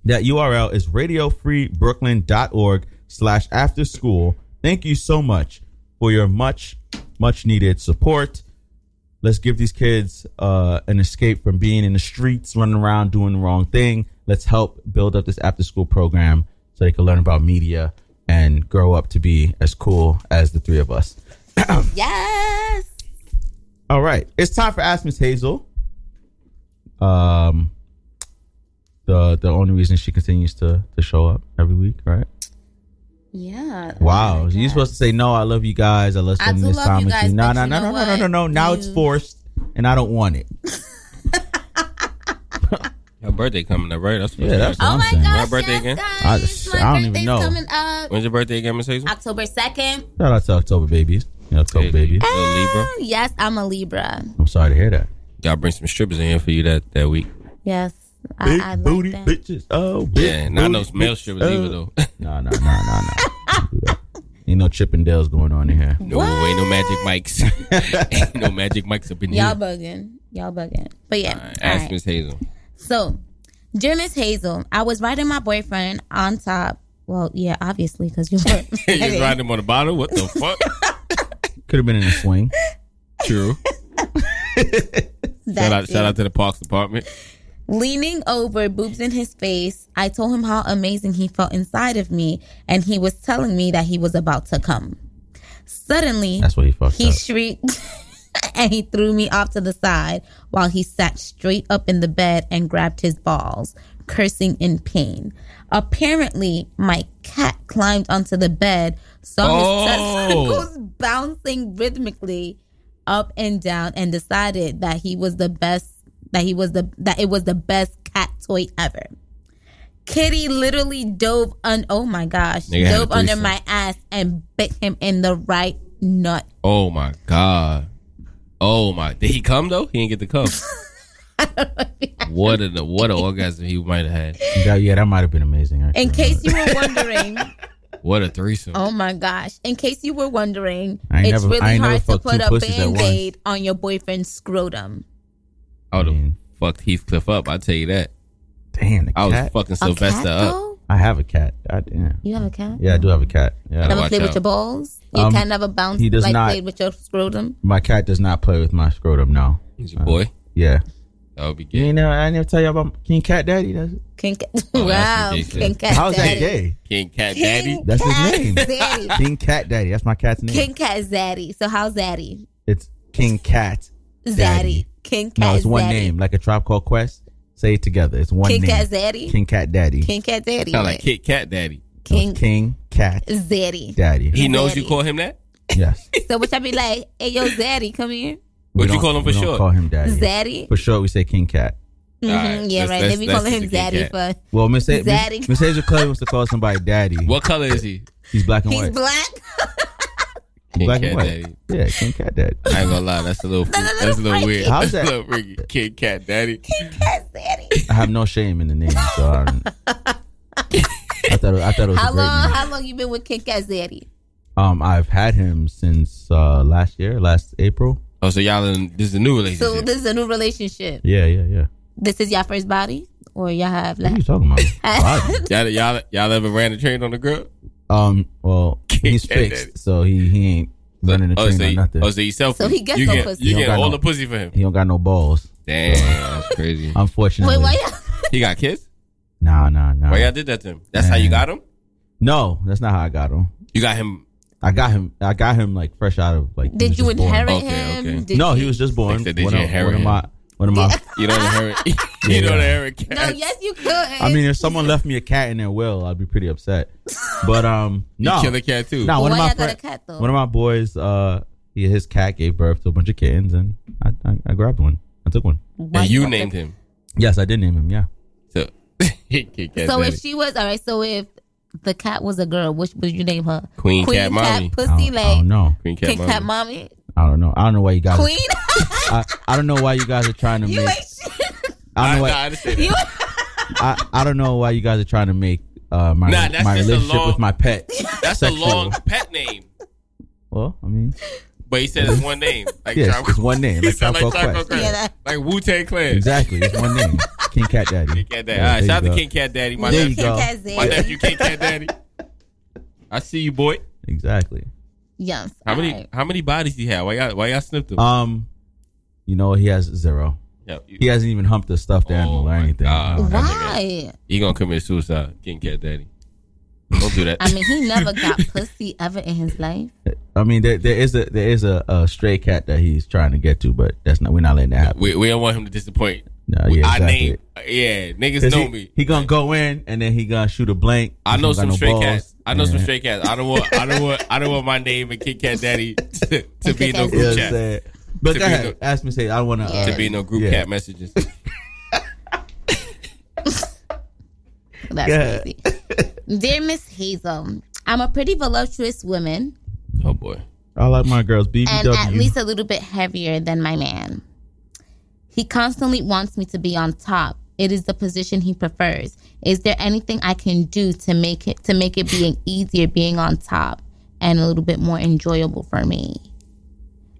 [SPEAKER 3] that URL is radiofreebrooklyn.org slash after school. Thank you so much for your much, much needed support. Let's give these kids uh, an escape from being in the streets, running around, doing the wrong thing. Let's help build up this after school program so they can learn about media and grow up to be as cool as the three of us. <clears throat>
[SPEAKER 4] Yes.
[SPEAKER 3] All right. It's time for Ask Miss Hazel. Um the the only reason she continues to to show up every week, right?
[SPEAKER 4] Yeah.
[SPEAKER 3] Wow. You're supposed to say no, I love you guys. I love
[SPEAKER 4] Oh I
[SPEAKER 3] spending
[SPEAKER 4] do
[SPEAKER 3] this
[SPEAKER 4] love
[SPEAKER 3] time
[SPEAKER 4] you
[SPEAKER 3] with
[SPEAKER 4] guys,
[SPEAKER 3] you. No,
[SPEAKER 4] but
[SPEAKER 3] no,
[SPEAKER 4] you
[SPEAKER 3] no,
[SPEAKER 4] know
[SPEAKER 3] no, no, no, no,
[SPEAKER 4] what?
[SPEAKER 3] no. Now it's
[SPEAKER 4] You-
[SPEAKER 3] forced and I don't want it.
[SPEAKER 5] Your birthday coming up, right? That's what
[SPEAKER 3] Yeah, that's what
[SPEAKER 5] oh
[SPEAKER 3] I'm
[SPEAKER 5] my
[SPEAKER 3] saying.
[SPEAKER 5] gosh,
[SPEAKER 3] gosh,
[SPEAKER 5] my birthday
[SPEAKER 4] yes,
[SPEAKER 5] again.
[SPEAKER 3] I, just, I don't even know.
[SPEAKER 4] Coming up
[SPEAKER 5] When's your birthday again, Miss Hazel?
[SPEAKER 4] October 2nd.
[SPEAKER 3] Shout out to October babies. Yeah, October babies.
[SPEAKER 5] Libra.
[SPEAKER 4] Yes, I'm a Libra.
[SPEAKER 3] I'm sorry to hear that.
[SPEAKER 5] Y'all bring some strippers in here for you that that week.
[SPEAKER 4] Yes.
[SPEAKER 3] Big
[SPEAKER 4] I, I
[SPEAKER 3] booty
[SPEAKER 4] like that.
[SPEAKER 3] bitches. Oh, big
[SPEAKER 5] Yeah, not
[SPEAKER 3] booty
[SPEAKER 5] no male
[SPEAKER 3] bitches.
[SPEAKER 5] strippers either,
[SPEAKER 3] Oh.
[SPEAKER 5] though.
[SPEAKER 3] <laughs> No, no, no, no, no. Ain't no Chippendales going on in here.
[SPEAKER 5] No, ain't no magic mics. <laughs> ain't no magic mics up in
[SPEAKER 4] Y'all
[SPEAKER 5] here.
[SPEAKER 4] bugging. Y'all bugging. But yeah. all
[SPEAKER 5] Ask
[SPEAKER 4] right.
[SPEAKER 5] Miss Hazel.
[SPEAKER 4] So, dear Miss Hazel, I was riding my boyfriend on top. Well, yeah, obviously, because you
[SPEAKER 3] <laughs>
[SPEAKER 4] were.
[SPEAKER 5] you
[SPEAKER 4] <laughs>
[SPEAKER 5] just riding him on the bottle? What the fuck?
[SPEAKER 3] Could have been in a swing.
[SPEAKER 5] True.
[SPEAKER 4] That
[SPEAKER 3] <laughs>
[SPEAKER 5] shout out,
[SPEAKER 4] too.
[SPEAKER 5] shout out to the Parks Department.
[SPEAKER 4] Leaning over, boobs in his face, I told him how amazing he felt inside of me, and he was telling me that he was about to come. Suddenly,
[SPEAKER 3] That's what he fucked
[SPEAKER 4] he
[SPEAKER 3] up.
[SPEAKER 4] shrieked <laughs> and he threw me off to the side while he sat straight up in the bed and grabbed his balls, cursing in pain. Apparently, my cat climbed onto the bed, saw his
[SPEAKER 5] Oh.
[SPEAKER 4] testicles <laughs> bouncing rhythmically up and down, and decided that he was the best. That he was the that it was the best cat toy ever. Kitty literally dove un oh my gosh
[SPEAKER 5] Nigga had a
[SPEAKER 4] dove under
[SPEAKER 5] threesome.
[SPEAKER 4] my ass and bit him in the right nut.
[SPEAKER 5] Oh my god. Oh my. Did he come though? He didn't get to
[SPEAKER 3] <laughs>
[SPEAKER 5] come. what a what an orgasm he might have had.
[SPEAKER 3] Yeah, yeah, that might have been amazing. actually.
[SPEAKER 4] In case you were
[SPEAKER 5] <laughs>
[SPEAKER 4] wondering,
[SPEAKER 5] What a threesome.
[SPEAKER 4] oh my gosh! In case you were wondering,
[SPEAKER 5] I ain't
[SPEAKER 4] it's
[SPEAKER 5] never- I
[SPEAKER 4] really
[SPEAKER 5] ain't never
[SPEAKER 4] hard to
[SPEAKER 5] fucked
[SPEAKER 4] put
[SPEAKER 5] two
[SPEAKER 4] a
[SPEAKER 5] pussies at once.
[SPEAKER 4] band-aid on your boyfriend's scrotum.
[SPEAKER 5] I would have fucked Heathcliff up. I tell you that.
[SPEAKER 3] Damn, the
[SPEAKER 5] I was
[SPEAKER 3] cat?
[SPEAKER 5] fucking
[SPEAKER 4] A
[SPEAKER 5] Sylvester
[SPEAKER 4] cat,
[SPEAKER 5] up.
[SPEAKER 4] though?
[SPEAKER 3] I have a cat. I, yeah.
[SPEAKER 4] You have a cat?
[SPEAKER 3] Yeah, I do have a cat. Yeah.
[SPEAKER 4] Never played with your balls. Your
[SPEAKER 3] Um,
[SPEAKER 4] cat never bounced
[SPEAKER 3] he does
[SPEAKER 4] like
[SPEAKER 3] not-
[SPEAKER 4] played with your scrotum.
[SPEAKER 3] My cat does not play with my scrotum. No.
[SPEAKER 5] He's your boy.
[SPEAKER 3] Yeah.
[SPEAKER 5] That would be gay.
[SPEAKER 3] You ain't never, I never tell you about King Cat Daddy. That's
[SPEAKER 4] King cat. <laughs>
[SPEAKER 5] Oh,
[SPEAKER 4] wow, King cat.
[SPEAKER 3] How's that
[SPEAKER 4] daddy.
[SPEAKER 3] gay?
[SPEAKER 5] King Cat
[SPEAKER 4] King Daddy?
[SPEAKER 3] That's
[SPEAKER 4] Cat
[SPEAKER 3] his name.
[SPEAKER 4] Daddy.
[SPEAKER 3] King Cat Daddy. That's my cat's name.
[SPEAKER 4] King cat zaddy. So how's zaddy?
[SPEAKER 3] it's King Cat
[SPEAKER 4] Zaddy. King cat.
[SPEAKER 3] No, it's one
[SPEAKER 4] zaddy.
[SPEAKER 3] name, like a Tribe Called Quest. Say it together. It's one
[SPEAKER 4] King
[SPEAKER 3] name.
[SPEAKER 4] Cat Zaddy?
[SPEAKER 3] King Cat Daddy.
[SPEAKER 4] King cat daddy.
[SPEAKER 5] Sound like Kit Cat Daddy.
[SPEAKER 4] King
[SPEAKER 3] King Cat
[SPEAKER 4] zaddy.
[SPEAKER 3] Daddy.
[SPEAKER 5] He knows you call him that?
[SPEAKER 3] Yes.
[SPEAKER 4] So which I be like, hey yo, zaddy, come here.
[SPEAKER 3] We
[SPEAKER 5] What'd you
[SPEAKER 3] don't-
[SPEAKER 5] call him for
[SPEAKER 3] we don't
[SPEAKER 5] short?
[SPEAKER 3] Call him Daddy.
[SPEAKER 4] Zaddy?
[SPEAKER 3] For sure, we say King Cat.
[SPEAKER 4] Mhm,
[SPEAKER 5] Alright,
[SPEAKER 4] yeah, right.
[SPEAKER 5] that's- that's-
[SPEAKER 4] They be
[SPEAKER 5] that's
[SPEAKER 4] calling
[SPEAKER 5] the
[SPEAKER 4] him
[SPEAKER 5] King
[SPEAKER 4] zaddy
[SPEAKER 5] Cat.
[SPEAKER 4] for <laughs>
[SPEAKER 3] Well, Miss A-
[SPEAKER 4] Zaddy.
[SPEAKER 3] Miss, Miss Asia Clay wants to call somebody Daddy.
[SPEAKER 5] What color is he?
[SPEAKER 3] He's black and
[SPEAKER 4] he's
[SPEAKER 3] white.
[SPEAKER 4] black. <laughs>
[SPEAKER 3] He's black
[SPEAKER 5] Cat
[SPEAKER 3] and white.
[SPEAKER 5] Daddy.
[SPEAKER 3] Yeah, King Cat Daddy.
[SPEAKER 5] I ain't gonna lie,
[SPEAKER 4] <laughs>
[SPEAKER 5] that's a little that's a little weird.
[SPEAKER 3] How's
[SPEAKER 5] That's
[SPEAKER 3] that?
[SPEAKER 5] a little freaky. <laughs> Kid Cat Daddy.
[SPEAKER 3] I have no shame in the name, so I,
[SPEAKER 4] <laughs>
[SPEAKER 3] don't- I thought it- I thought it was a
[SPEAKER 4] How
[SPEAKER 3] great
[SPEAKER 4] long
[SPEAKER 3] name.
[SPEAKER 4] how long you been with King cat zaddy?
[SPEAKER 3] Um, I've had him since uh last year, last April.
[SPEAKER 5] Oh, so y'all in this is a new relationship.
[SPEAKER 4] So this is a new relationship.
[SPEAKER 3] Yeah, yeah, yeah.
[SPEAKER 4] This is your first body? Or y'all have like
[SPEAKER 3] What are you talking about?
[SPEAKER 5] y'all, y'all y'all ever ran a train on the girl?
[SPEAKER 3] Um,
[SPEAKER 5] <laughs>
[SPEAKER 3] well, he's fixed, so he he ain't running the
[SPEAKER 5] Oh,
[SPEAKER 3] train
[SPEAKER 5] so
[SPEAKER 3] or
[SPEAKER 5] you,
[SPEAKER 3] nothing.
[SPEAKER 5] oh, so you selfish.
[SPEAKER 4] So he gets
[SPEAKER 5] you
[SPEAKER 4] no
[SPEAKER 5] get,
[SPEAKER 4] pussy.
[SPEAKER 5] You
[SPEAKER 3] He don't
[SPEAKER 5] get
[SPEAKER 3] got
[SPEAKER 5] all
[SPEAKER 3] no-
[SPEAKER 5] the pussy for him.
[SPEAKER 3] He don't got no balls.
[SPEAKER 5] Damn, that's crazy.
[SPEAKER 3] <laughs> Unfortunately,
[SPEAKER 4] Wait, why
[SPEAKER 5] He got kids?
[SPEAKER 3] nah, nah, nah.
[SPEAKER 5] Why y'all did that to him? That's how you got him?
[SPEAKER 3] No, that's not how I got him.
[SPEAKER 5] You got him.
[SPEAKER 3] I got him. I got him like fresh out of like. he
[SPEAKER 4] Did
[SPEAKER 3] was
[SPEAKER 4] you
[SPEAKER 3] just born.
[SPEAKER 4] inherit Okay, him? okay. Did
[SPEAKER 3] no,
[SPEAKER 4] you-
[SPEAKER 3] he was just born.
[SPEAKER 5] They said, did
[SPEAKER 3] One
[SPEAKER 5] you
[SPEAKER 3] of-
[SPEAKER 5] inherit
[SPEAKER 3] one of
[SPEAKER 5] him?
[SPEAKER 3] my one of my.
[SPEAKER 5] <laughs> You don't inherit. you don't inherit cats.
[SPEAKER 4] No, <laughs> yes you could.
[SPEAKER 3] I mean, if someone left me a cat in their will, I'd be pretty upset. But um,
[SPEAKER 5] <laughs> You
[SPEAKER 3] no,
[SPEAKER 5] kill a cat, too.
[SPEAKER 3] No, one
[SPEAKER 4] Why
[SPEAKER 3] of my
[SPEAKER 4] y'all got a
[SPEAKER 3] friend-
[SPEAKER 4] cat, though?
[SPEAKER 3] one of my boys, uh, he, his cat gave birth to a bunch of kittens, and I, I, I grabbed one. I took one.
[SPEAKER 5] And you named him.
[SPEAKER 3] Yes, I did name him. Yeah.
[SPEAKER 5] So, <laughs> Kit Kat
[SPEAKER 4] so
[SPEAKER 5] Daddy.
[SPEAKER 4] if she was all right, so if the cat was a girl, which would you name her?
[SPEAKER 5] Queen Cat Mommy.
[SPEAKER 4] Pussy
[SPEAKER 3] I
[SPEAKER 4] Leg.
[SPEAKER 3] don't know.
[SPEAKER 5] Queen
[SPEAKER 4] King cat mommy.
[SPEAKER 3] I don't know. I don't know why you guys.
[SPEAKER 4] Queen. <laughs>
[SPEAKER 3] I, I don't know why you guys are trying to
[SPEAKER 4] You
[SPEAKER 3] make.
[SPEAKER 4] ain't shit.
[SPEAKER 3] I don't
[SPEAKER 5] Nah,
[SPEAKER 3] know. why-
[SPEAKER 5] I understand
[SPEAKER 4] You
[SPEAKER 3] I, I don't know why you guys are trying to make uh, my
[SPEAKER 5] Nah, that's
[SPEAKER 3] my
[SPEAKER 5] just a
[SPEAKER 3] relationship
[SPEAKER 5] long-
[SPEAKER 3] with my pet.
[SPEAKER 5] <laughs> That's a
[SPEAKER 3] sexual.
[SPEAKER 5] long pet name.
[SPEAKER 3] Well, I mean,
[SPEAKER 5] But he said it's one
[SPEAKER 3] <laughs>
[SPEAKER 5] name. Like
[SPEAKER 3] yes,
[SPEAKER 5] Tribe
[SPEAKER 3] it's one name.
[SPEAKER 5] <laughs> He
[SPEAKER 3] Like
[SPEAKER 5] said
[SPEAKER 3] Tribe
[SPEAKER 5] like
[SPEAKER 3] Called
[SPEAKER 5] Tribe
[SPEAKER 3] Quest.
[SPEAKER 5] Called Quest. Like Wu Tang Clan.
[SPEAKER 3] Exactly, it's one name. King Cat Daddy.
[SPEAKER 5] King <laughs> Cat Daddy.
[SPEAKER 3] Yeah,
[SPEAKER 5] All right,
[SPEAKER 3] there
[SPEAKER 5] shout out to
[SPEAKER 3] you go.
[SPEAKER 5] King Cat Daddy. My
[SPEAKER 3] There you
[SPEAKER 5] nephew.
[SPEAKER 3] go.
[SPEAKER 5] My
[SPEAKER 4] Yeah.
[SPEAKER 5] nephew, King
[SPEAKER 3] <laughs>
[SPEAKER 5] Cat Daddy.
[SPEAKER 4] <laughs>
[SPEAKER 5] I see you, boy.
[SPEAKER 3] Exactly.
[SPEAKER 4] Yes.
[SPEAKER 5] How many?
[SPEAKER 4] alright.
[SPEAKER 5] How many bodies he had? Why y'all? Why y'all snipped him?
[SPEAKER 3] Um, you know he has zero.
[SPEAKER 5] Yeah.
[SPEAKER 3] He hasn't even humped a stuffed animal or anything.
[SPEAKER 5] Oh God.
[SPEAKER 3] Uh,
[SPEAKER 4] Why?
[SPEAKER 5] he gonna commit suicide. King Cat Daddy. Don't do that.
[SPEAKER 4] I mean, he never
[SPEAKER 3] <laughs>
[SPEAKER 4] got pussy ever in his life.
[SPEAKER 3] I mean, there, there is a there is a, a stray cat that he's trying to get to, but that's not. We're not letting that happen.
[SPEAKER 5] we, we don't want him to disappoint.
[SPEAKER 3] No,
[SPEAKER 5] We-
[SPEAKER 3] yeah,
[SPEAKER 5] I
[SPEAKER 3] exactly.
[SPEAKER 5] name. Yeah, niggas
[SPEAKER 3] 'Cause
[SPEAKER 5] know
[SPEAKER 3] he,
[SPEAKER 5] me.
[SPEAKER 3] He gonna go in and then he gonna shoot a blank.
[SPEAKER 5] I
[SPEAKER 3] He
[SPEAKER 5] know
[SPEAKER 3] don't got
[SPEAKER 5] some
[SPEAKER 3] no
[SPEAKER 5] straight
[SPEAKER 3] balls.
[SPEAKER 5] cats. I know some
[SPEAKER 3] Yeah.
[SPEAKER 5] straight cats. I don't want. I don't want. I don't want my name and Kit Kat
[SPEAKER 3] <laughs>
[SPEAKER 5] Daddy to, to be in no
[SPEAKER 3] You know
[SPEAKER 5] group
[SPEAKER 3] what I'm
[SPEAKER 5] chat.
[SPEAKER 3] saying? But
[SPEAKER 5] To
[SPEAKER 3] go
[SPEAKER 5] be
[SPEAKER 3] ahead. Ask me. Say I want
[SPEAKER 5] no- To be in no group
[SPEAKER 3] yeah.
[SPEAKER 5] chat
[SPEAKER 3] <laughs>
[SPEAKER 5] messages.
[SPEAKER 4] That's
[SPEAKER 3] Yeah.
[SPEAKER 4] crazy.
[SPEAKER 5] Oh,
[SPEAKER 4] Dear Miss Hazel, I'm a pretty voluptuous woman
[SPEAKER 5] Oh boy.
[SPEAKER 3] I like my girls BBW.
[SPEAKER 4] and at least a little bit heavier than my man. He constantly wants me to be on top. It is the position he prefers. Is there anything I can do to make it to make it being easier being on top and a little bit more enjoyable for me?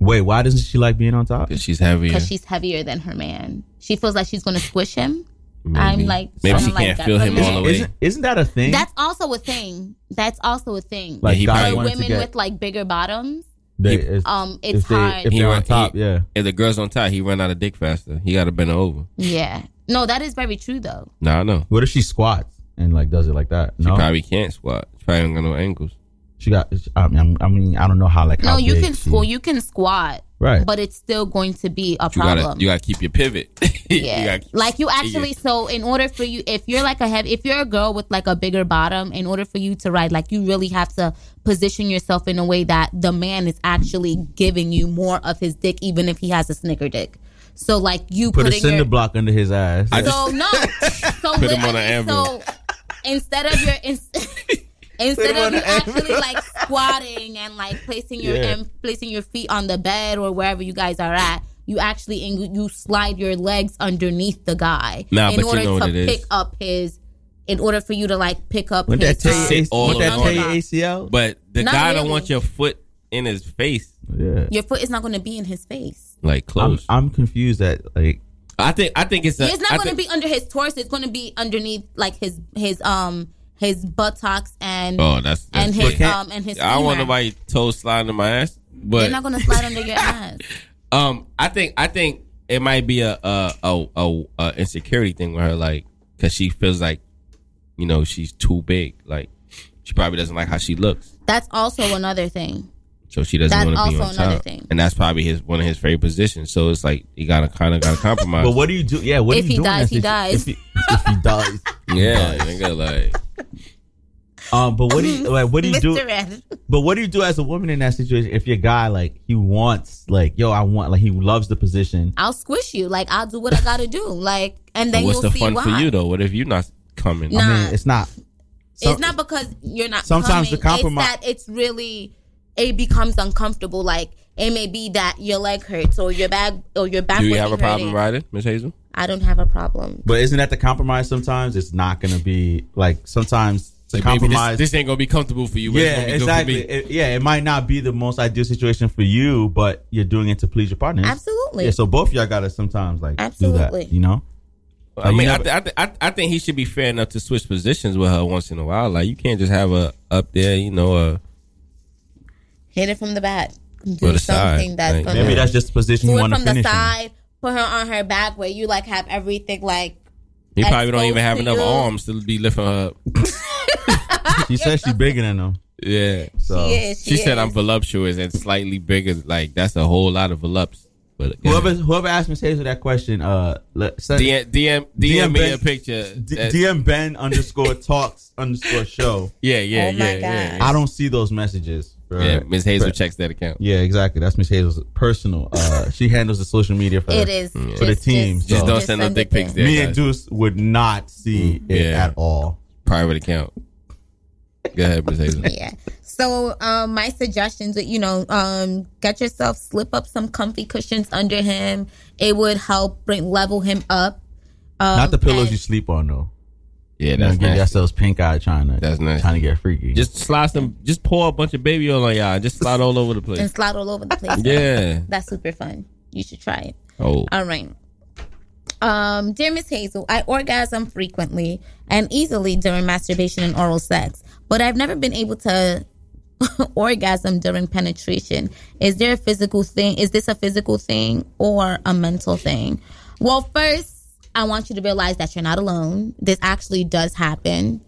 [SPEAKER 3] Wait, why doesn't she like being on top?
[SPEAKER 5] She's heavier.
[SPEAKER 4] Because she's heavier than her man. She feels like she's gonna squish him. I'm like
[SPEAKER 5] Maybe
[SPEAKER 4] I'm
[SPEAKER 5] she
[SPEAKER 4] like
[SPEAKER 5] can't
[SPEAKER 4] that
[SPEAKER 5] feel
[SPEAKER 4] for
[SPEAKER 5] him
[SPEAKER 4] men.
[SPEAKER 5] all the way.
[SPEAKER 3] Isn't, isn't that a thing?
[SPEAKER 4] That's also a thing. That's also a thing.
[SPEAKER 3] Like,
[SPEAKER 5] he
[SPEAKER 4] for
[SPEAKER 5] probably
[SPEAKER 3] wanted to
[SPEAKER 4] women
[SPEAKER 3] get-
[SPEAKER 4] with like bigger bottoms,
[SPEAKER 3] They- if-
[SPEAKER 4] um, it's
[SPEAKER 3] if they,
[SPEAKER 4] hard.
[SPEAKER 3] If
[SPEAKER 5] He
[SPEAKER 3] they're on
[SPEAKER 5] run-
[SPEAKER 3] top,
[SPEAKER 5] he-
[SPEAKER 3] yeah.
[SPEAKER 5] If the girl's on top, he run out of dick faster. He got to bend her over.
[SPEAKER 4] yeah, No, that is very true though.
[SPEAKER 5] No, I know.
[SPEAKER 3] What if she squats and like does it like that?
[SPEAKER 5] She
[SPEAKER 3] No,
[SPEAKER 5] probably can't squat. She probably ain't got no ankles.
[SPEAKER 3] she got. I mean, I mean, I don't know how like.
[SPEAKER 4] No,
[SPEAKER 3] how
[SPEAKER 4] you
[SPEAKER 3] big
[SPEAKER 4] can
[SPEAKER 3] she-
[SPEAKER 4] squ- you can squat.
[SPEAKER 3] Right.
[SPEAKER 4] But it's still going to be a
[SPEAKER 5] You
[SPEAKER 4] problem.
[SPEAKER 5] gotta, you gotta keep your pivot. <laughs>
[SPEAKER 4] Yeah. like you actually so in order for you if you're like a heavy if you're a girl with like a bigger bottom in order for you to ride like you really have to position yourself in a way that the man is actually giving you more of his dick even if he has a snicker dick so like you
[SPEAKER 3] put a
[SPEAKER 4] putting
[SPEAKER 3] cinder
[SPEAKER 4] your
[SPEAKER 3] block under his ass.
[SPEAKER 4] so no
[SPEAKER 5] <laughs>
[SPEAKER 4] so
[SPEAKER 3] Put him on an
[SPEAKER 4] literally,
[SPEAKER 3] anvil.
[SPEAKER 4] so instead of your in,
[SPEAKER 5] <laughs>
[SPEAKER 3] Put him
[SPEAKER 4] instead
[SPEAKER 3] on
[SPEAKER 4] of you
[SPEAKER 3] an
[SPEAKER 4] actually like squatting and like placing your
[SPEAKER 3] Yeah.
[SPEAKER 4] and placing your feet on the bed or wherever you guys are at you actually ing- you slide your legs underneath the guy
[SPEAKER 5] Nah,
[SPEAKER 4] in
[SPEAKER 5] but you
[SPEAKER 4] order
[SPEAKER 5] know what
[SPEAKER 4] to
[SPEAKER 5] it is.
[SPEAKER 4] pick up his in order for you to like pick up
[SPEAKER 3] Wouldn't
[SPEAKER 4] his
[SPEAKER 3] that tear your
[SPEAKER 4] um,
[SPEAKER 3] AC wouldn't that tear your ACL?
[SPEAKER 5] But the
[SPEAKER 4] Not
[SPEAKER 5] guy don't
[SPEAKER 4] really.
[SPEAKER 5] want your foot in his face.
[SPEAKER 3] Yeah.
[SPEAKER 4] your foot is not going to be in his face
[SPEAKER 5] Like close.
[SPEAKER 3] I'm, I'm confused that like.
[SPEAKER 5] I think I think it's a.
[SPEAKER 4] it's not
[SPEAKER 5] I
[SPEAKER 4] going to be
[SPEAKER 5] think-
[SPEAKER 4] under his torso it's going to be underneath like his his um his buttocks and
[SPEAKER 5] Oh, that's, that's
[SPEAKER 4] and
[SPEAKER 5] big.
[SPEAKER 4] his um and his
[SPEAKER 5] I don't want
[SPEAKER 4] femur.
[SPEAKER 5] nobody toes sliding in my ass.
[SPEAKER 4] They're
[SPEAKER 5] But
[SPEAKER 4] not gonna slide under your ass.
[SPEAKER 5] Um, I think I think it might be a a a, a, a insecurity thing with her, like because she feels like, you know, she's too big. Like she probably doesn't like how she looks,
[SPEAKER 4] That's also another thing.
[SPEAKER 5] so she doesn't
[SPEAKER 4] That's
[SPEAKER 5] want to
[SPEAKER 4] also
[SPEAKER 5] be on
[SPEAKER 4] another
[SPEAKER 5] top.
[SPEAKER 4] thing.
[SPEAKER 5] And that's probably his one of his favorite positions. So it's like you gotta
[SPEAKER 4] <laughs>
[SPEAKER 5] kind of gotta compromise.
[SPEAKER 3] But what do you do? Yeah, what
[SPEAKER 4] if
[SPEAKER 3] do you
[SPEAKER 4] he
[SPEAKER 3] do in
[SPEAKER 4] dies,
[SPEAKER 3] that
[SPEAKER 4] he
[SPEAKER 3] situ-
[SPEAKER 4] dies.
[SPEAKER 3] If he, if he dies,
[SPEAKER 5] <laughs> Yeah, nigga, like
[SPEAKER 3] um. But what do you like? What do you do?
[SPEAKER 4] Mr. Ed.
[SPEAKER 3] But what do you do as a woman in that situation if your guy like he wants like yo I want like he loves the position?
[SPEAKER 4] I'll squish you. Like I'll do what I gotta do. Like and then
[SPEAKER 5] But what's
[SPEAKER 4] you'll
[SPEAKER 5] the
[SPEAKER 4] see
[SPEAKER 5] fun
[SPEAKER 4] why.
[SPEAKER 5] for you though? What if you're not coming?
[SPEAKER 4] Nah. I mean,
[SPEAKER 3] It's not.
[SPEAKER 4] it's not because you're not.
[SPEAKER 5] Sometimes
[SPEAKER 4] coming.
[SPEAKER 5] the compromise-
[SPEAKER 4] It's that it's really it becomes uncomfortable. Like it may be that your leg hurts or your back or your back.
[SPEAKER 5] Do you
[SPEAKER 4] would
[SPEAKER 5] have
[SPEAKER 4] be
[SPEAKER 5] a problem
[SPEAKER 4] hurting.
[SPEAKER 5] riding, Miss Hazel?
[SPEAKER 4] I don't have a problem.
[SPEAKER 3] But isn't that the compromise? Sometimes it's not gonna be like sometimes the
[SPEAKER 5] Like, baby, this-
[SPEAKER 3] compromise.
[SPEAKER 5] this, ain't gonna be comfortable for you. but it's
[SPEAKER 3] yeah,
[SPEAKER 5] gonna be good for me.
[SPEAKER 3] exactly. It- yeah, it might not be the most ideal situation for you, but you're doing it to please your partner.
[SPEAKER 4] Absolutely.
[SPEAKER 3] Yeah, so both of y'all gotta sometimes like do
[SPEAKER 4] Absolutely.
[SPEAKER 3] that. You know.
[SPEAKER 5] I
[SPEAKER 3] Like,
[SPEAKER 5] mean,
[SPEAKER 3] you
[SPEAKER 5] I,
[SPEAKER 3] never-
[SPEAKER 5] th- I, th- I, th- I think he should be fair enough to switch positions with her once in a while. Like you can't just have a up there, you know. Uh,
[SPEAKER 4] Hit it from the back. Do
[SPEAKER 5] Or the
[SPEAKER 4] something
[SPEAKER 5] side,
[SPEAKER 4] that's
[SPEAKER 5] like,
[SPEAKER 4] gonna
[SPEAKER 5] Maybe that's
[SPEAKER 3] just the position
[SPEAKER 4] do
[SPEAKER 3] you
[SPEAKER 4] it
[SPEAKER 3] wanna
[SPEAKER 4] from the
[SPEAKER 3] finish in.
[SPEAKER 4] side. Put her on her back where you like have everything like.
[SPEAKER 5] he probably don't even
[SPEAKER 4] exposed
[SPEAKER 5] have
[SPEAKER 4] to
[SPEAKER 5] enough
[SPEAKER 4] you.
[SPEAKER 5] arms to be lifting her up.
[SPEAKER 3] she said she's bigger than him.
[SPEAKER 5] Yeah, so
[SPEAKER 3] She is,
[SPEAKER 5] she,
[SPEAKER 3] she
[SPEAKER 5] said
[SPEAKER 3] is.
[SPEAKER 5] I'm voluptuous and slightly bigger. Like that's a wole lot of volupts. But
[SPEAKER 3] Whoever whoever asked Miss Hazel that question, uh, let, send,
[SPEAKER 5] DM DM, DM me
[SPEAKER 3] Ben-
[SPEAKER 5] a picture.
[SPEAKER 3] D-
[SPEAKER 5] that-
[SPEAKER 3] DM Ben underscore talks underscore show.
[SPEAKER 5] Yeah, yeah, Oh my yeah, yeah, God. yeah.
[SPEAKER 3] I don't see those messages. bro.
[SPEAKER 5] Yeah, Miss Hazel
[SPEAKER 3] But-
[SPEAKER 5] checks that account.
[SPEAKER 3] Yeah, exactly. That's Miss Hazel's personal.
[SPEAKER 5] <laughs>
[SPEAKER 3] Uh, she handles the social media for
[SPEAKER 4] It is.
[SPEAKER 3] for
[SPEAKER 4] Mm.
[SPEAKER 3] the
[SPEAKER 4] Just-
[SPEAKER 3] team.
[SPEAKER 5] just- Just don't send no send dick it pics there. there,
[SPEAKER 3] Me and
[SPEAKER 5] guys.
[SPEAKER 3] Deuce would not see it
[SPEAKER 5] Mm, Yeah.
[SPEAKER 3] at all.
[SPEAKER 5] Private account. Go ahead, Miss Hazel.
[SPEAKER 4] <laughs> yeah. So um, my suggestions, would, you know, um, get yourself slip up some comfy cushions under him. It would help bring level him up. Um,
[SPEAKER 3] not the pillows you sleep on though.
[SPEAKER 5] Yeah,
[SPEAKER 3] You
[SPEAKER 5] that's
[SPEAKER 3] know, give
[SPEAKER 5] nasty.
[SPEAKER 3] yourselves pink eye trying to
[SPEAKER 5] That's nice.
[SPEAKER 3] trying to get freaky.
[SPEAKER 5] Just slide some. Just pour a bunch of baby oil on y'all. and Just slide all over the place.
[SPEAKER 4] and slide all over the place.
[SPEAKER 5] Yeah.
[SPEAKER 4] that's super fun. You should try it.
[SPEAKER 5] Oh.
[SPEAKER 4] All right. Um, dear Miss Hazel, I orgasm frequently and easily during masturbation and oral sex, but I've never been able to <laughs> orgasm during penetration. Is there a physical thing? Is this a physical thing or a mental thing? Well, first, I want you to realize that you're not alone. This actually does happen.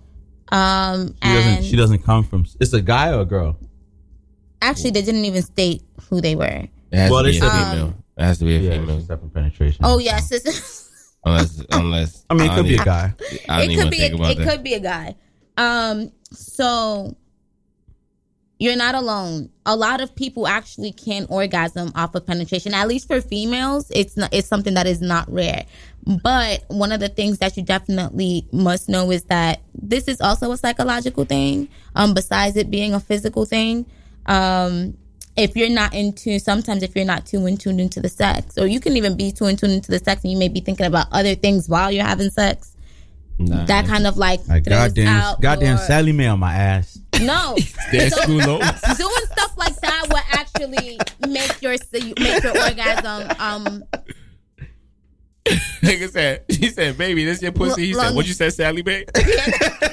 [SPEAKER 4] Um,
[SPEAKER 3] she doesn't.
[SPEAKER 4] and
[SPEAKER 3] She doesn't come from. It's a guy or a girl.
[SPEAKER 4] actually, they didn't even state who they were. Um,
[SPEAKER 5] It has
[SPEAKER 3] Well,
[SPEAKER 5] to be
[SPEAKER 3] they
[SPEAKER 5] a
[SPEAKER 3] should-
[SPEAKER 5] female. It has to be a female.
[SPEAKER 3] Separate penetration.
[SPEAKER 4] Oh yes, <laughs> it's-
[SPEAKER 5] Unless, unless
[SPEAKER 3] I mean, it could be a
[SPEAKER 5] don't
[SPEAKER 3] guy.
[SPEAKER 5] even- I don't
[SPEAKER 4] it
[SPEAKER 5] even
[SPEAKER 4] could be
[SPEAKER 5] think
[SPEAKER 4] a,
[SPEAKER 5] about
[SPEAKER 4] it
[SPEAKER 5] that.
[SPEAKER 4] could be a guy. Um, so you're not alone. A lot of people actually can orgasm off of penetration. At least for females, it's not it's something that is not rare. But one of the things that you definitely must know is that this is also a psychological thing. Um, besides it being a physical thing, um, if you're not into sometimes if you're not too in tuned into the sex, or you can even be too in tuned into the sex, and you may be thinking about other things while you're having sex that kind of like,
[SPEAKER 3] Like
[SPEAKER 4] throws
[SPEAKER 3] goddamn,
[SPEAKER 4] out
[SPEAKER 3] goddamn
[SPEAKER 4] your-
[SPEAKER 3] Sally Mae on my ass.
[SPEAKER 5] <laughs>
[SPEAKER 4] No,
[SPEAKER 3] That's
[SPEAKER 4] So,
[SPEAKER 3] cool, though.
[SPEAKER 4] doing stuff like that will actually make your make your orgasm um
[SPEAKER 5] Nigga said, she said, baby, this your pussy. He said,
[SPEAKER 4] Long-
[SPEAKER 5] what you said,
[SPEAKER 4] <laughs>
[SPEAKER 5] Sally Mae? <laughs>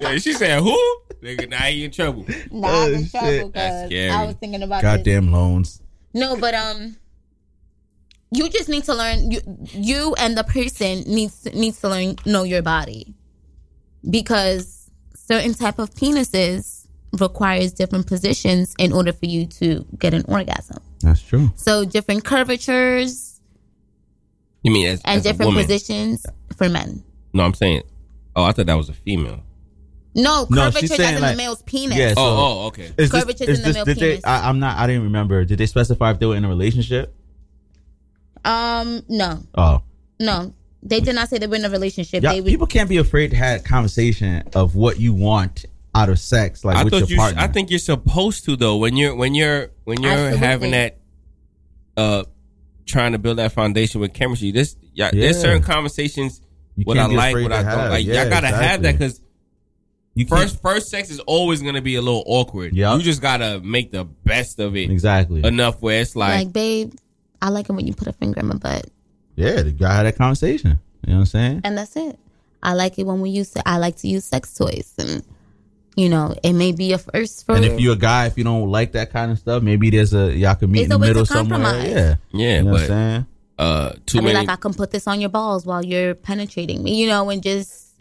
[SPEAKER 5] Yeah, she said, who? Nigga, now you in trouble.
[SPEAKER 4] Nah, I'm
[SPEAKER 3] Oh,
[SPEAKER 4] in trouble
[SPEAKER 5] Oh,
[SPEAKER 4] because
[SPEAKER 5] That's scary.
[SPEAKER 4] I was thinking about this.
[SPEAKER 3] Goddamn loans.
[SPEAKER 4] No, but um, you just need to learn you, you and the person needs needs to learn know your body because certain type of penises requires different positions in order for you to get an orgasm
[SPEAKER 3] That's true.
[SPEAKER 4] so different curvatures
[SPEAKER 5] You mean as,
[SPEAKER 4] and
[SPEAKER 5] as a
[SPEAKER 4] different
[SPEAKER 5] woman?
[SPEAKER 4] positions for men
[SPEAKER 5] No, I'm saying. Oh, I thought that was a female.
[SPEAKER 4] no
[SPEAKER 3] No,
[SPEAKER 4] curvatures
[SPEAKER 3] she's
[SPEAKER 4] as
[SPEAKER 3] saying
[SPEAKER 4] in
[SPEAKER 3] like-
[SPEAKER 4] the male's penis
[SPEAKER 3] Yeah, so-
[SPEAKER 5] Oh, oh, okay.
[SPEAKER 3] Is this,
[SPEAKER 4] Curvatures
[SPEAKER 3] is
[SPEAKER 4] in the
[SPEAKER 3] this,
[SPEAKER 4] male
[SPEAKER 3] did they,
[SPEAKER 4] penis.
[SPEAKER 3] I, I'm not. I didn't remember. Did they specify if they were in a relationship?
[SPEAKER 4] um no
[SPEAKER 3] Oh,
[SPEAKER 4] no they did not say they were in a relationship
[SPEAKER 3] yeah.
[SPEAKER 4] they were
[SPEAKER 3] People can't be afraid to have a conversation of what you want out of sex, like
[SPEAKER 5] I
[SPEAKER 3] with
[SPEAKER 5] thought
[SPEAKER 3] your
[SPEAKER 5] you.
[SPEAKER 3] partner.
[SPEAKER 5] I think you're supposed to though when you're when you're when you're
[SPEAKER 4] Absolutely.
[SPEAKER 5] having that, uh, trying to build that foundation with chemistry. This yeah, there's
[SPEAKER 3] Yeah.
[SPEAKER 5] certain conversations.
[SPEAKER 3] You
[SPEAKER 5] what I
[SPEAKER 3] can't be
[SPEAKER 5] like,
[SPEAKER 3] afraid
[SPEAKER 5] what
[SPEAKER 3] to
[SPEAKER 5] I
[SPEAKER 3] have.
[SPEAKER 5] don't like.
[SPEAKER 3] Yeah,
[SPEAKER 5] y'all gotta have
[SPEAKER 3] exactly.
[SPEAKER 5] that because.
[SPEAKER 3] You
[SPEAKER 5] First, first sex is always gonna be a little awkward.
[SPEAKER 3] Yeah.
[SPEAKER 5] you just gotta make the best of it.
[SPEAKER 3] Exactly.
[SPEAKER 5] Enough where it's
[SPEAKER 4] like,
[SPEAKER 5] like,
[SPEAKER 4] babe i like it when you put a finger in my butt
[SPEAKER 3] yeah, the guy had that conversation. You know what I'm saying?
[SPEAKER 4] and that's it. I like it when we use. I like to use sex toys, and you know, it may be a first for.
[SPEAKER 3] and if you're a guy, if you don't like that kind of stuff, maybe there's a y'all can meet
[SPEAKER 4] It's
[SPEAKER 3] in
[SPEAKER 4] a
[SPEAKER 3] the
[SPEAKER 4] way to
[SPEAKER 3] middle somewhere.
[SPEAKER 4] compromise.
[SPEAKER 3] Yeah,
[SPEAKER 5] yeah,
[SPEAKER 3] You know what
[SPEAKER 5] but
[SPEAKER 3] I'm saying?
[SPEAKER 5] uh, too
[SPEAKER 4] I mean,
[SPEAKER 5] many.
[SPEAKER 4] like I can put this on your balls while you're penetrating me, you know, and just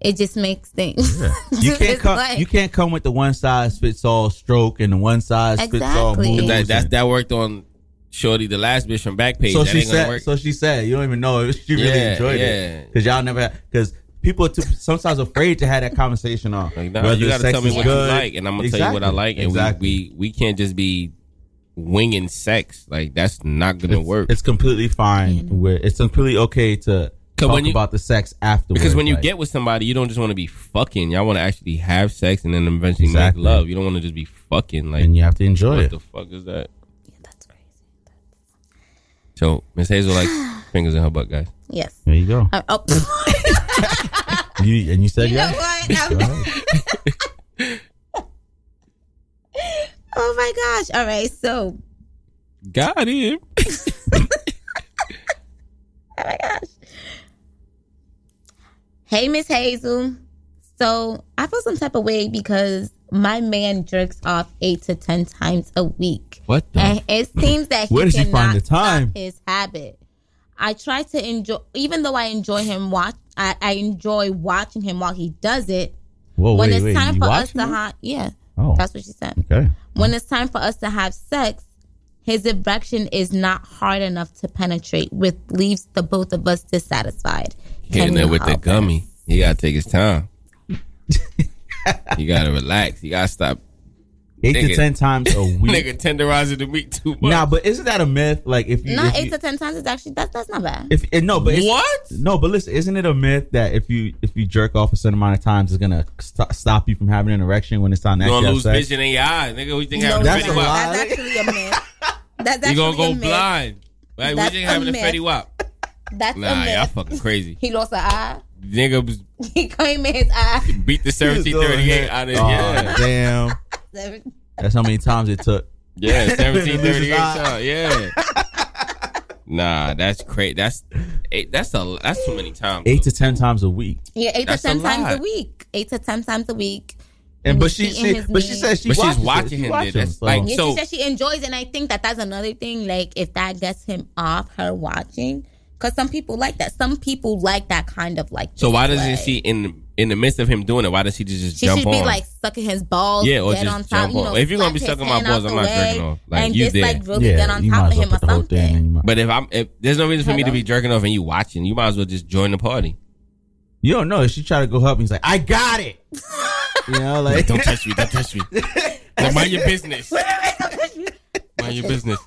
[SPEAKER 4] it just makes things. <laughs>
[SPEAKER 3] You can't
[SPEAKER 4] It's
[SPEAKER 3] come.
[SPEAKER 4] like- <laughs>
[SPEAKER 3] you can't come with the one size fits all stroke and the one size fits all.
[SPEAKER 4] Exactly.
[SPEAKER 3] moves
[SPEAKER 5] that, that
[SPEAKER 3] and-
[SPEAKER 5] that worked on Shorty, the last bitch from Backpage.
[SPEAKER 3] So
[SPEAKER 5] that
[SPEAKER 3] she
[SPEAKER 5] ain't gonna
[SPEAKER 3] said.
[SPEAKER 5] work.
[SPEAKER 3] So she said. You don't even know if she really
[SPEAKER 5] Yeah,
[SPEAKER 3] enjoyed
[SPEAKER 5] yeah.
[SPEAKER 3] it because y'all never. Because people are too, sometimes afraid to have that conversation on. Like,
[SPEAKER 5] Nah, you gotta tell me what you like, and I'm gonna tell you what I like, and
[SPEAKER 3] exactly.
[SPEAKER 5] we, we we can't just be winging sex. Like that's not gonna
[SPEAKER 3] it's,
[SPEAKER 5] work.
[SPEAKER 3] It's completely fine. With it's completely okay to
[SPEAKER 5] So
[SPEAKER 3] talk
[SPEAKER 5] when you-
[SPEAKER 3] about the sex afterwards.
[SPEAKER 5] Because when you
[SPEAKER 3] like-
[SPEAKER 5] get with somebody, you don't just want to be fucking. Y'all want to actually have sex and then eventually
[SPEAKER 3] Exactly.
[SPEAKER 5] make love. You don't want to just be fucking. Like
[SPEAKER 3] and you have to enjoy
[SPEAKER 5] what
[SPEAKER 3] it.
[SPEAKER 5] the fuck is that? So Miss Hazel like
[SPEAKER 4] <sighs>
[SPEAKER 5] fingers in her butt, guys.
[SPEAKER 4] yes.
[SPEAKER 3] There you go.
[SPEAKER 4] Uh,
[SPEAKER 3] <laughs>
[SPEAKER 4] oh. <laughs>
[SPEAKER 3] You and you said
[SPEAKER 4] You know
[SPEAKER 3] yeah.
[SPEAKER 4] what? I'm-
[SPEAKER 5] <laughs>
[SPEAKER 4] <laughs>
[SPEAKER 3] Go ahead.
[SPEAKER 4] oh my gosh! All right, so
[SPEAKER 5] Got him.
[SPEAKER 4] oh my gosh. Hey, Miss Hazel. So I feel some type of way because my man jerks off eight to ten times a week.
[SPEAKER 3] What the?
[SPEAKER 4] And it seems
[SPEAKER 3] <laughs>
[SPEAKER 4] that he
[SPEAKER 3] Where does he
[SPEAKER 4] cannot
[SPEAKER 3] find the time?
[SPEAKER 4] stop his habit. I try to enjoy, even though I enjoy him watch. I, I enjoy watching him while he does it.
[SPEAKER 3] Whoa,
[SPEAKER 4] when
[SPEAKER 3] wait,
[SPEAKER 4] it's
[SPEAKER 3] wait.
[SPEAKER 4] time
[SPEAKER 3] you
[SPEAKER 4] for us
[SPEAKER 3] watching
[SPEAKER 4] to
[SPEAKER 3] it?
[SPEAKER 4] ha- yeah,
[SPEAKER 3] Oh.
[SPEAKER 4] that's what she said.
[SPEAKER 3] Okay.
[SPEAKER 4] When it's time for us to have sex, his erection is not hard enough to penetrate, which leaves the both of us dissatisfied.
[SPEAKER 5] Hitting
[SPEAKER 4] Can
[SPEAKER 5] there
[SPEAKER 4] you
[SPEAKER 5] with the
[SPEAKER 4] help?
[SPEAKER 5] gummy. He gotta take his time. you gotta relax. You gotta stop.
[SPEAKER 3] Eight to
[SPEAKER 5] Nigga.
[SPEAKER 3] ten
[SPEAKER 5] <laughs>
[SPEAKER 3] times a week.
[SPEAKER 5] Nigga tenderizing the meat too much.
[SPEAKER 3] nah, but isn't that a myth? Like if you
[SPEAKER 4] Not
[SPEAKER 3] if
[SPEAKER 4] eight
[SPEAKER 3] you-
[SPEAKER 4] to ten times is actually that's that's not bad.
[SPEAKER 3] If and no, but it's-
[SPEAKER 5] What?
[SPEAKER 3] No, but listen, isn't it a myth that if you if you jerk off a certain amount of times, it's gonna st- stop you from having an erection when it's time to
[SPEAKER 5] You gonna
[SPEAKER 3] actually have
[SPEAKER 5] lose
[SPEAKER 3] sex?
[SPEAKER 5] vision in your eyes, nigga. We think
[SPEAKER 3] No,
[SPEAKER 5] having
[SPEAKER 3] that's
[SPEAKER 5] a
[SPEAKER 3] a
[SPEAKER 5] Fetty Wap.
[SPEAKER 3] lie.
[SPEAKER 4] That's actually a myth. That's
[SPEAKER 5] You
[SPEAKER 4] actually
[SPEAKER 5] gonna
[SPEAKER 4] a
[SPEAKER 5] go
[SPEAKER 4] myth.
[SPEAKER 5] blind. Like, we
[SPEAKER 4] That's
[SPEAKER 5] think
[SPEAKER 4] a
[SPEAKER 5] having a
[SPEAKER 4] myth.
[SPEAKER 5] Fetty Wap.
[SPEAKER 4] That's a
[SPEAKER 5] Nah,
[SPEAKER 4] myth.
[SPEAKER 5] y'all fucking crazy.
[SPEAKER 4] He lost an eye. <laughs>
[SPEAKER 5] Nigga was-
[SPEAKER 4] He came in his eye.
[SPEAKER 5] beat the
[SPEAKER 3] <laughs> He was doing
[SPEAKER 5] 1738
[SPEAKER 3] that. Oh,
[SPEAKER 5] out of
[SPEAKER 3] Aw,
[SPEAKER 5] yeah.
[SPEAKER 3] Damn,
[SPEAKER 4] <laughs>
[SPEAKER 3] that's how many times it took.
[SPEAKER 5] <laughs> Yeah,
[SPEAKER 3] <laughs> Lose
[SPEAKER 5] 1738
[SPEAKER 3] his eye.
[SPEAKER 5] time. Yeah. <laughs> Nah, that's crazy. That's eight, that's a that's too many times.
[SPEAKER 3] Eight to ten times a week.
[SPEAKER 4] Yeah, eight
[SPEAKER 5] That's a
[SPEAKER 4] to ten times
[SPEAKER 5] lot.
[SPEAKER 4] a week. Eight to ten times a week.
[SPEAKER 3] And but
[SPEAKER 4] Was
[SPEAKER 3] she,
[SPEAKER 4] she in
[SPEAKER 3] she
[SPEAKER 4] his
[SPEAKER 3] but she
[SPEAKER 4] knee?
[SPEAKER 3] says she
[SPEAKER 5] But she's
[SPEAKER 3] watches it.
[SPEAKER 5] watching
[SPEAKER 3] She
[SPEAKER 5] him,
[SPEAKER 3] watches
[SPEAKER 5] dude. That's like-
[SPEAKER 4] Yeah,
[SPEAKER 5] So-
[SPEAKER 4] she said she enjoys, and I think that that's another thing. Like, if that gets him off her watching, because some people like that. Some people like that kind of like.
[SPEAKER 5] So why doesn't
[SPEAKER 4] display.
[SPEAKER 5] she in in the midst of him doing it? Why does she just
[SPEAKER 4] She
[SPEAKER 5] jump
[SPEAKER 4] should
[SPEAKER 5] on?
[SPEAKER 4] be like sucking his balls.
[SPEAKER 5] Yeah, or
[SPEAKER 4] get
[SPEAKER 5] just
[SPEAKER 4] on top.
[SPEAKER 5] jump
[SPEAKER 4] you
[SPEAKER 5] on-
[SPEAKER 4] know,
[SPEAKER 5] if you're gonna
[SPEAKER 4] slap
[SPEAKER 5] be
[SPEAKER 4] his
[SPEAKER 5] sucking my
[SPEAKER 4] hand
[SPEAKER 5] balls,
[SPEAKER 4] out
[SPEAKER 5] I'm
[SPEAKER 4] the
[SPEAKER 5] not jerking
[SPEAKER 4] way
[SPEAKER 5] off. Like,
[SPEAKER 4] and
[SPEAKER 5] you
[SPEAKER 4] just
[SPEAKER 5] there.
[SPEAKER 4] like really get on
[SPEAKER 3] you might
[SPEAKER 4] top of
[SPEAKER 3] as well
[SPEAKER 4] him or
[SPEAKER 3] put the whole thing
[SPEAKER 4] something.
[SPEAKER 3] in your mouth.
[SPEAKER 5] but if I'm if there's no reason for me to
[SPEAKER 4] Hello?
[SPEAKER 5] be jerking off and you watching, you might as well just join the party.
[SPEAKER 3] You don't know. She tried to go help me. He's like, I got it. you know, like
[SPEAKER 5] Don't touch me. Don't touch
[SPEAKER 3] <laughs>
[SPEAKER 5] me. Like, mind your business. Mind your business.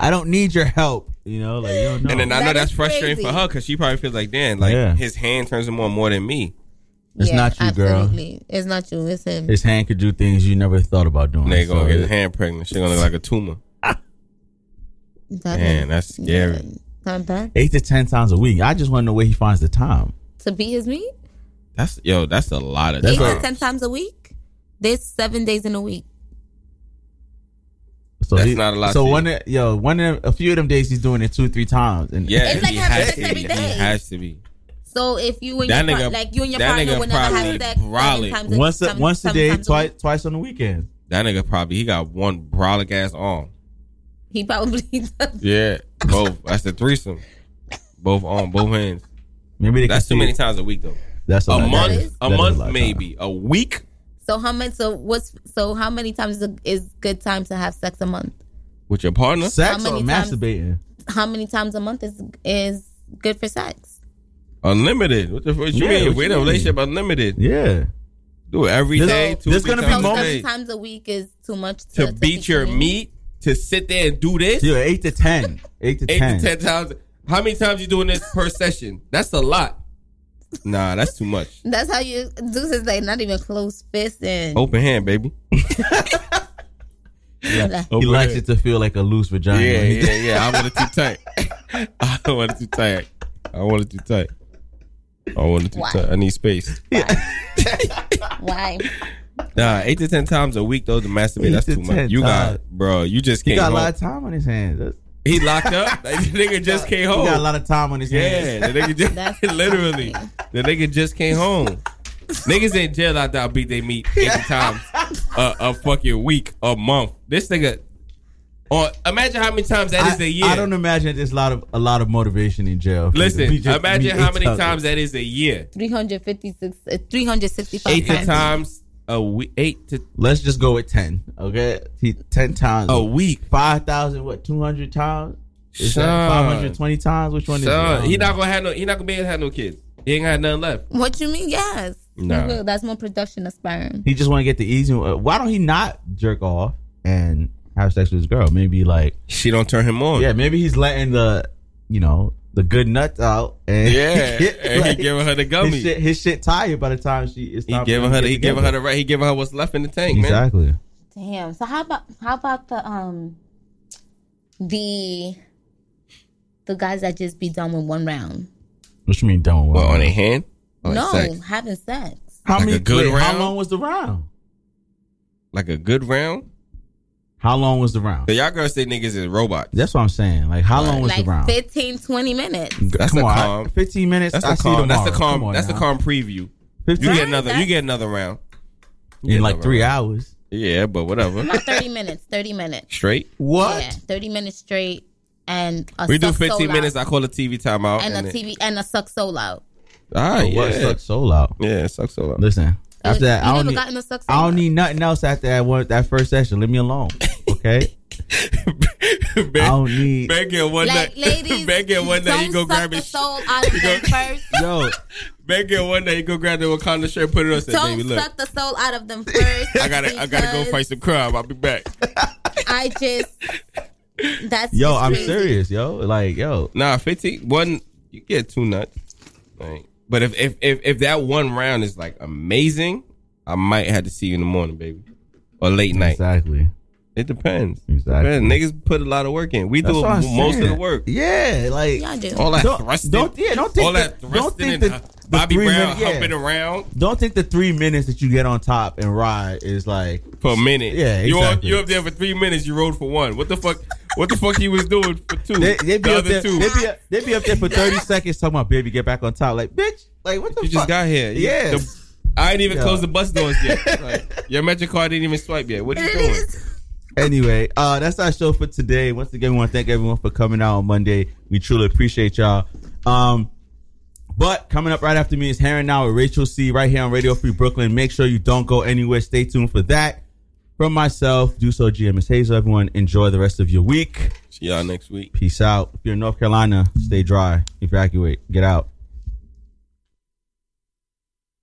[SPEAKER 3] I don't need your help. You know, like you don't know.
[SPEAKER 5] And then I know
[SPEAKER 4] That
[SPEAKER 5] that's
[SPEAKER 4] is
[SPEAKER 5] frustrating for
[SPEAKER 4] crazy.
[SPEAKER 5] her because she probably feels like, damn, like
[SPEAKER 3] Yeah.
[SPEAKER 5] his hand turns him on more than me.
[SPEAKER 3] It's not you, girl.
[SPEAKER 4] absolutely. It's not you. It's him.
[SPEAKER 3] His hand could do things you never thought about doing.
[SPEAKER 5] And they gonna
[SPEAKER 3] So,
[SPEAKER 5] get his hand pregnant. She gonna look like a tumor.
[SPEAKER 4] That
[SPEAKER 5] Man,
[SPEAKER 4] is
[SPEAKER 5] that's scary.
[SPEAKER 4] not bad.
[SPEAKER 3] Eight to ten times a week. I just want to know where he finds the time.
[SPEAKER 4] To beat his meat
[SPEAKER 5] That's yo. That's a lot of.
[SPEAKER 3] That's
[SPEAKER 4] eight to
[SPEAKER 5] time.
[SPEAKER 4] ten times a week. There's seven days in a week.
[SPEAKER 3] So
[SPEAKER 5] That's not a lot
[SPEAKER 3] So
[SPEAKER 5] to
[SPEAKER 3] one, of- yo, one of a few of them days he's doing it two, three times. And
[SPEAKER 5] Yeah,
[SPEAKER 4] It's like
[SPEAKER 5] he
[SPEAKER 4] having
[SPEAKER 5] has
[SPEAKER 4] sex
[SPEAKER 5] to
[SPEAKER 4] every
[SPEAKER 5] be.
[SPEAKER 4] day.
[SPEAKER 5] He has to be.
[SPEAKER 4] So if you and
[SPEAKER 5] That
[SPEAKER 4] your
[SPEAKER 5] nigga-
[SPEAKER 4] par- like you and your
[SPEAKER 5] that
[SPEAKER 4] partner
[SPEAKER 5] nigga
[SPEAKER 4] would never
[SPEAKER 5] probably
[SPEAKER 4] have sex
[SPEAKER 5] brolic.
[SPEAKER 4] seven times
[SPEAKER 3] once, a,
[SPEAKER 4] some-
[SPEAKER 3] once a
[SPEAKER 4] sometimes
[SPEAKER 3] day,
[SPEAKER 4] week.
[SPEAKER 3] twice, twice on the weekend.
[SPEAKER 5] That nigga probably he got one brolic ass arm.
[SPEAKER 4] He probably <laughs> does.
[SPEAKER 5] Yeah, both. That's the threesome. Both on both hands.
[SPEAKER 3] Maybe they
[SPEAKER 5] that's
[SPEAKER 3] can
[SPEAKER 5] too many
[SPEAKER 3] see it.
[SPEAKER 5] times a week though.
[SPEAKER 3] That's
[SPEAKER 5] a
[SPEAKER 3] a lot.
[SPEAKER 5] month.
[SPEAKER 3] That is-
[SPEAKER 5] a
[SPEAKER 3] that is a
[SPEAKER 5] month
[SPEAKER 3] lot of
[SPEAKER 5] maybe. A week.
[SPEAKER 4] So how many? So what's? So how many times is a- is good time to have sex a month?
[SPEAKER 5] With your partner?
[SPEAKER 3] Sex
[SPEAKER 4] How
[SPEAKER 3] or
[SPEAKER 4] many times-
[SPEAKER 3] masturbating?
[SPEAKER 4] How many times a month is is good for sex?
[SPEAKER 5] Unlimited. What the fuck you
[SPEAKER 3] Yeah,
[SPEAKER 5] mean?
[SPEAKER 3] what
[SPEAKER 5] We're in
[SPEAKER 3] you
[SPEAKER 5] a
[SPEAKER 3] mean?
[SPEAKER 5] relationed unlimited.
[SPEAKER 3] Yeah.
[SPEAKER 5] Do it every
[SPEAKER 3] There's-
[SPEAKER 5] day. two,
[SPEAKER 3] there's
[SPEAKER 5] three
[SPEAKER 3] gonna be
[SPEAKER 5] times
[SPEAKER 4] So
[SPEAKER 5] a
[SPEAKER 4] seven
[SPEAKER 5] day.
[SPEAKER 4] times a week is too much to,
[SPEAKER 5] to beat your meat, to sit there and do this.
[SPEAKER 3] Yeah, eight to ten. Eight to
[SPEAKER 5] eight
[SPEAKER 3] ten.
[SPEAKER 5] to ten times. How many times you doing this per session? That's a lot. Nah, that's too much.
[SPEAKER 4] That's how you do is like not even close fist
[SPEAKER 3] Oh.
[SPEAKER 4] and
[SPEAKER 5] Open hand, <laughs> baby.
[SPEAKER 4] Yeah.
[SPEAKER 3] He likes it to feel like a loose vagina. <laughs>
[SPEAKER 5] Yeah, yeah, yeah. I want it too tight. I don't want it too tight. I want it too tight. I want it too
[SPEAKER 4] Why?
[SPEAKER 5] tight. I need space.
[SPEAKER 4] <laughs> why?
[SPEAKER 5] Nah, eight to ten times a week though to masturbate.
[SPEAKER 3] Eight
[SPEAKER 5] that's
[SPEAKER 3] to
[SPEAKER 5] too much.
[SPEAKER 3] 10
[SPEAKER 5] You
[SPEAKER 3] times.
[SPEAKER 5] got, bro. You just
[SPEAKER 3] He
[SPEAKER 5] came
[SPEAKER 3] got a
[SPEAKER 5] home.
[SPEAKER 3] lot of time on his hands. That's-
[SPEAKER 5] He locked
[SPEAKER 3] <laughs>
[SPEAKER 5] up. Like, the nigga just came home.
[SPEAKER 3] He got a lot of time on his hands.
[SPEAKER 5] Yeah,
[SPEAKER 4] <laughs>
[SPEAKER 5] the nigga just literally, the nigga just came home. Niggas in jail out there beat they meat
[SPEAKER 3] <laughs>
[SPEAKER 5] eight times a, a fucking week, a month. This nigga, or imagine how many times that is
[SPEAKER 3] I,
[SPEAKER 5] a year.
[SPEAKER 3] I don't imagine there's a lot of a lot of motivation in jail.
[SPEAKER 5] Listen,
[SPEAKER 3] We just meet
[SPEAKER 5] imagine how
[SPEAKER 3] each
[SPEAKER 5] many
[SPEAKER 3] other.
[SPEAKER 5] times that is a year.
[SPEAKER 4] 356 uh, 365
[SPEAKER 5] Eight to
[SPEAKER 4] times.
[SPEAKER 5] times a week, eight to
[SPEAKER 3] Let's just go with ten. Okay, He- ten times
[SPEAKER 5] a week.
[SPEAKER 3] Five thousand, what? Two hundred times? Is
[SPEAKER 5] Son.
[SPEAKER 3] that five hundred twenty times? Which one is?
[SPEAKER 5] Son,
[SPEAKER 3] it?
[SPEAKER 5] he not gonna have no. He not gonna be able to have no kids. He ain't got nothing left.
[SPEAKER 4] What you mean? Yes.
[SPEAKER 3] Nah.
[SPEAKER 4] Well, That's more production aspiring.
[SPEAKER 3] He just want to get the easy. One. Why don't he not jerk off and have sex with his girl? Maybe like
[SPEAKER 5] she don't turn him on.
[SPEAKER 3] Yeah, maybe he's letting the you know the good nuts out and <laughs>
[SPEAKER 5] Yeah, and he giving her the gummy.
[SPEAKER 3] His shit, his shit tired by the time she is.
[SPEAKER 5] He giving her. The, he giving her the right. He giving her what's left in the tank, man.
[SPEAKER 3] exactly.
[SPEAKER 4] Damn. So how about how about the um the the guys that just be done with one round?
[SPEAKER 3] What you mean done with?
[SPEAKER 5] What on their hand?
[SPEAKER 3] Oh,
[SPEAKER 5] Or
[SPEAKER 4] no,
[SPEAKER 5] sex?
[SPEAKER 4] having sex.
[SPEAKER 3] How
[SPEAKER 5] Like
[SPEAKER 3] many?
[SPEAKER 5] a good
[SPEAKER 3] wait, How
[SPEAKER 5] round?
[SPEAKER 3] long was the round?
[SPEAKER 5] Like a good round.
[SPEAKER 3] How long was the round?
[SPEAKER 5] So y'all girls say niggas is robots.
[SPEAKER 3] That's what I'm saying. Like how long was
[SPEAKER 4] Like
[SPEAKER 3] the round?
[SPEAKER 4] 15, 20 minutes.
[SPEAKER 5] That's
[SPEAKER 3] Come
[SPEAKER 5] a
[SPEAKER 3] on,
[SPEAKER 5] calm.
[SPEAKER 3] I- fifteen minutes.
[SPEAKER 5] That's
[SPEAKER 3] I
[SPEAKER 5] a
[SPEAKER 3] see
[SPEAKER 5] calm. That's a
[SPEAKER 3] tomorrow.
[SPEAKER 5] calm.
[SPEAKER 3] Come on
[SPEAKER 5] that's a
[SPEAKER 3] now.
[SPEAKER 5] calm preview. You
[SPEAKER 4] Right,
[SPEAKER 5] get another. You
[SPEAKER 4] that's-
[SPEAKER 5] get another round. You
[SPEAKER 3] in
[SPEAKER 5] get
[SPEAKER 3] like
[SPEAKER 5] another
[SPEAKER 3] three
[SPEAKER 5] round.
[SPEAKER 3] hours.
[SPEAKER 5] Yeah, but
[SPEAKER 4] <laughs>
[SPEAKER 5] whatever.
[SPEAKER 4] Not 30 minutes, 30 minutes.
[SPEAKER 5] Straight.
[SPEAKER 3] What?
[SPEAKER 4] Yeah, 30 minutes straight and a
[SPEAKER 5] we do
[SPEAKER 4] suck
[SPEAKER 5] 15
[SPEAKER 4] solo
[SPEAKER 5] minutes. I call a TV timeout.
[SPEAKER 4] and a
[SPEAKER 5] then-
[SPEAKER 4] TV and a suck solo out.
[SPEAKER 5] Ah,
[SPEAKER 3] But Oh, What
[SPEAKER 5] yeah.
[SPEAKER 3] sucks soul out?
[SPEAKER 5] Yeah, it sucks a lot.
[SPEAKER 3] Listen, after that,
[SPEAKER 4] You
[SPEAKER 3] I don't
[SPEAKER 4] never
[SPEAKER 3] need.
[SPEAKER 4] gotten a suck
[SPEAKER 3] I
[SPEAKER 4] solo.
[SPEAKER 3] don't need nothing else after that one. That first session. Leave me alone. Okay.
[SPEAKER 5] <laughs> Ben,
[SPEAKER 3] I don't need.
[SPEAKER 5] Ben get one
[SPEAKER 4] Like,
[SPEAKER 5] <laughs> night.
[SPEAKER 4] ladies,
[SPEAKER 5] ben get one night. You
[SPEAKER 4] Don't
[SPEAKER 5] go
[SPEAKER 4] suck
[SPEAKER 5] grab
[SPEAKER 4] the <laughs>
[SPEAKER 5] his. <laughs>
[SPEAKER 4] soul out of them first.
[SPEAKER 3] Yo,
[SPEAKER 5] Ben get one night. You go grab the Wakanda shirt. Put it on. Say,
[SPEAKER 4] Don't
[SPEAKER 5] baby, look.
[SPEAKER 4] suck the soul out of
[SPEAKER 5] <laughs>
[SPEAKER 4] them first.
[SPEAKER 5] I gotta. I gotta go
[SPEAKER 4] because
[SPEAKER 5] fight some crime. I'll be back.
[SPEAKER 4] I just that's
[SPEAKER 3] yo,
[SPEAKER 4] just
[SPEAKER 3] I'm
[SPEAKER 4] crazy.
[SPEAKER 3] serious, yo. Like, yo,
[SPEAKER 5] Nah, 15, one, you get two nuts. Like, but if, if if if that one round is like amazing, I might have to see you in the morning, baby, or late night.
[SPEAKER 3] exactly.
[SPEAKER 5] It depends.
[SPEAKER 3] Exactly.
[SPEAKER 5] Depends. Niggas put a lot of work in. We
[SPEAKER 3] That's
[SPEAKER 5] do
[SPEAKER 3] what I'm
[SPEAKER 5] most of the
[SPEAKER 3] saying.
[SPEAKER 5] work.
[SPEAKER 3] Yeah, like
[SPEAKER 4] Y'all do.
[SPEAKER 5] All that <laughs>
[SPEAKER 3] Don't-
[SPEAKER 5] thrusting.
[SPEAKER 3] don't- yeah, don't think
[SPEAKER 5] all that
[SPEAKER 3] that-
[SPEAKER 5] thrusting
[SPEAKER 3] don't think
[SPEAKER 5] and
[SPEAKER 3] that
[SPEAKER 5] uh,
[SPEAKER 3] the
[SPEAKER 5] Bobby
[SPEAKER 3] three
[SPEAKER 5] Brown
[SPEAKER 3] minute- yeah.
[SPEAKER 5] humping around
[SPEAKER 3] don't think the three minutes that you get on top and ride is like
[SPEAKER 5] for a minute.
[SPEAKER 3] Yeah,
[SPEAKER 5] You on-
[SPEAKER 3] exactly.
[SPEAKER 5] you up there for three minutes? You rode for one. What the fuck? What the fuck you was doing for two?
[SPEAKER 3] they, they be
[SPEAKER 5] the
[SPEAKER 3] up
[SPEAKER 5] other
[SPEAKER 3] there.
[SPEAKER 5] two.
[SPEAKER 3] They be, up- they be up there
[SPEAKER 5] <laughs>
[SPEAKER 3] for thirty seconds talking about baby get back on top. Like bitch, like what the
[SPEAKER 5] You
[SPEAKER 3] fuck?
[SPEAKER 5] just got here. You-
[SPEAKER 3] Yeah.
[SPEAKER 5] the- I ain't even
[SPEAKER 3] Yeah.
[SPEAKER 5] closed the bus doors
[SPEAKER 3] <laughs>
[SPEAKER 5] yet. Like, your Metro card didn't even swipe yet. What are you doing?
[SPEAKER 3] Anyway, uh, that's our show for today. Once again, we want to thank everyone for coming out on Monday. We truly appreciate y'all. Um, but coming up right after me is Heron Now with Rachel C. right here on Radio Free Brooklyn. Make sure you don't go anywhere. Stay tuned for that. From myself, do so GM is Hazel. Everyone, enjoy the rest of your week.
[SPEAKER 5] See y'all next week.
[SPEAKER 3] Peace out. If you're in North Carolina, stay dry. Evacuate. Get out.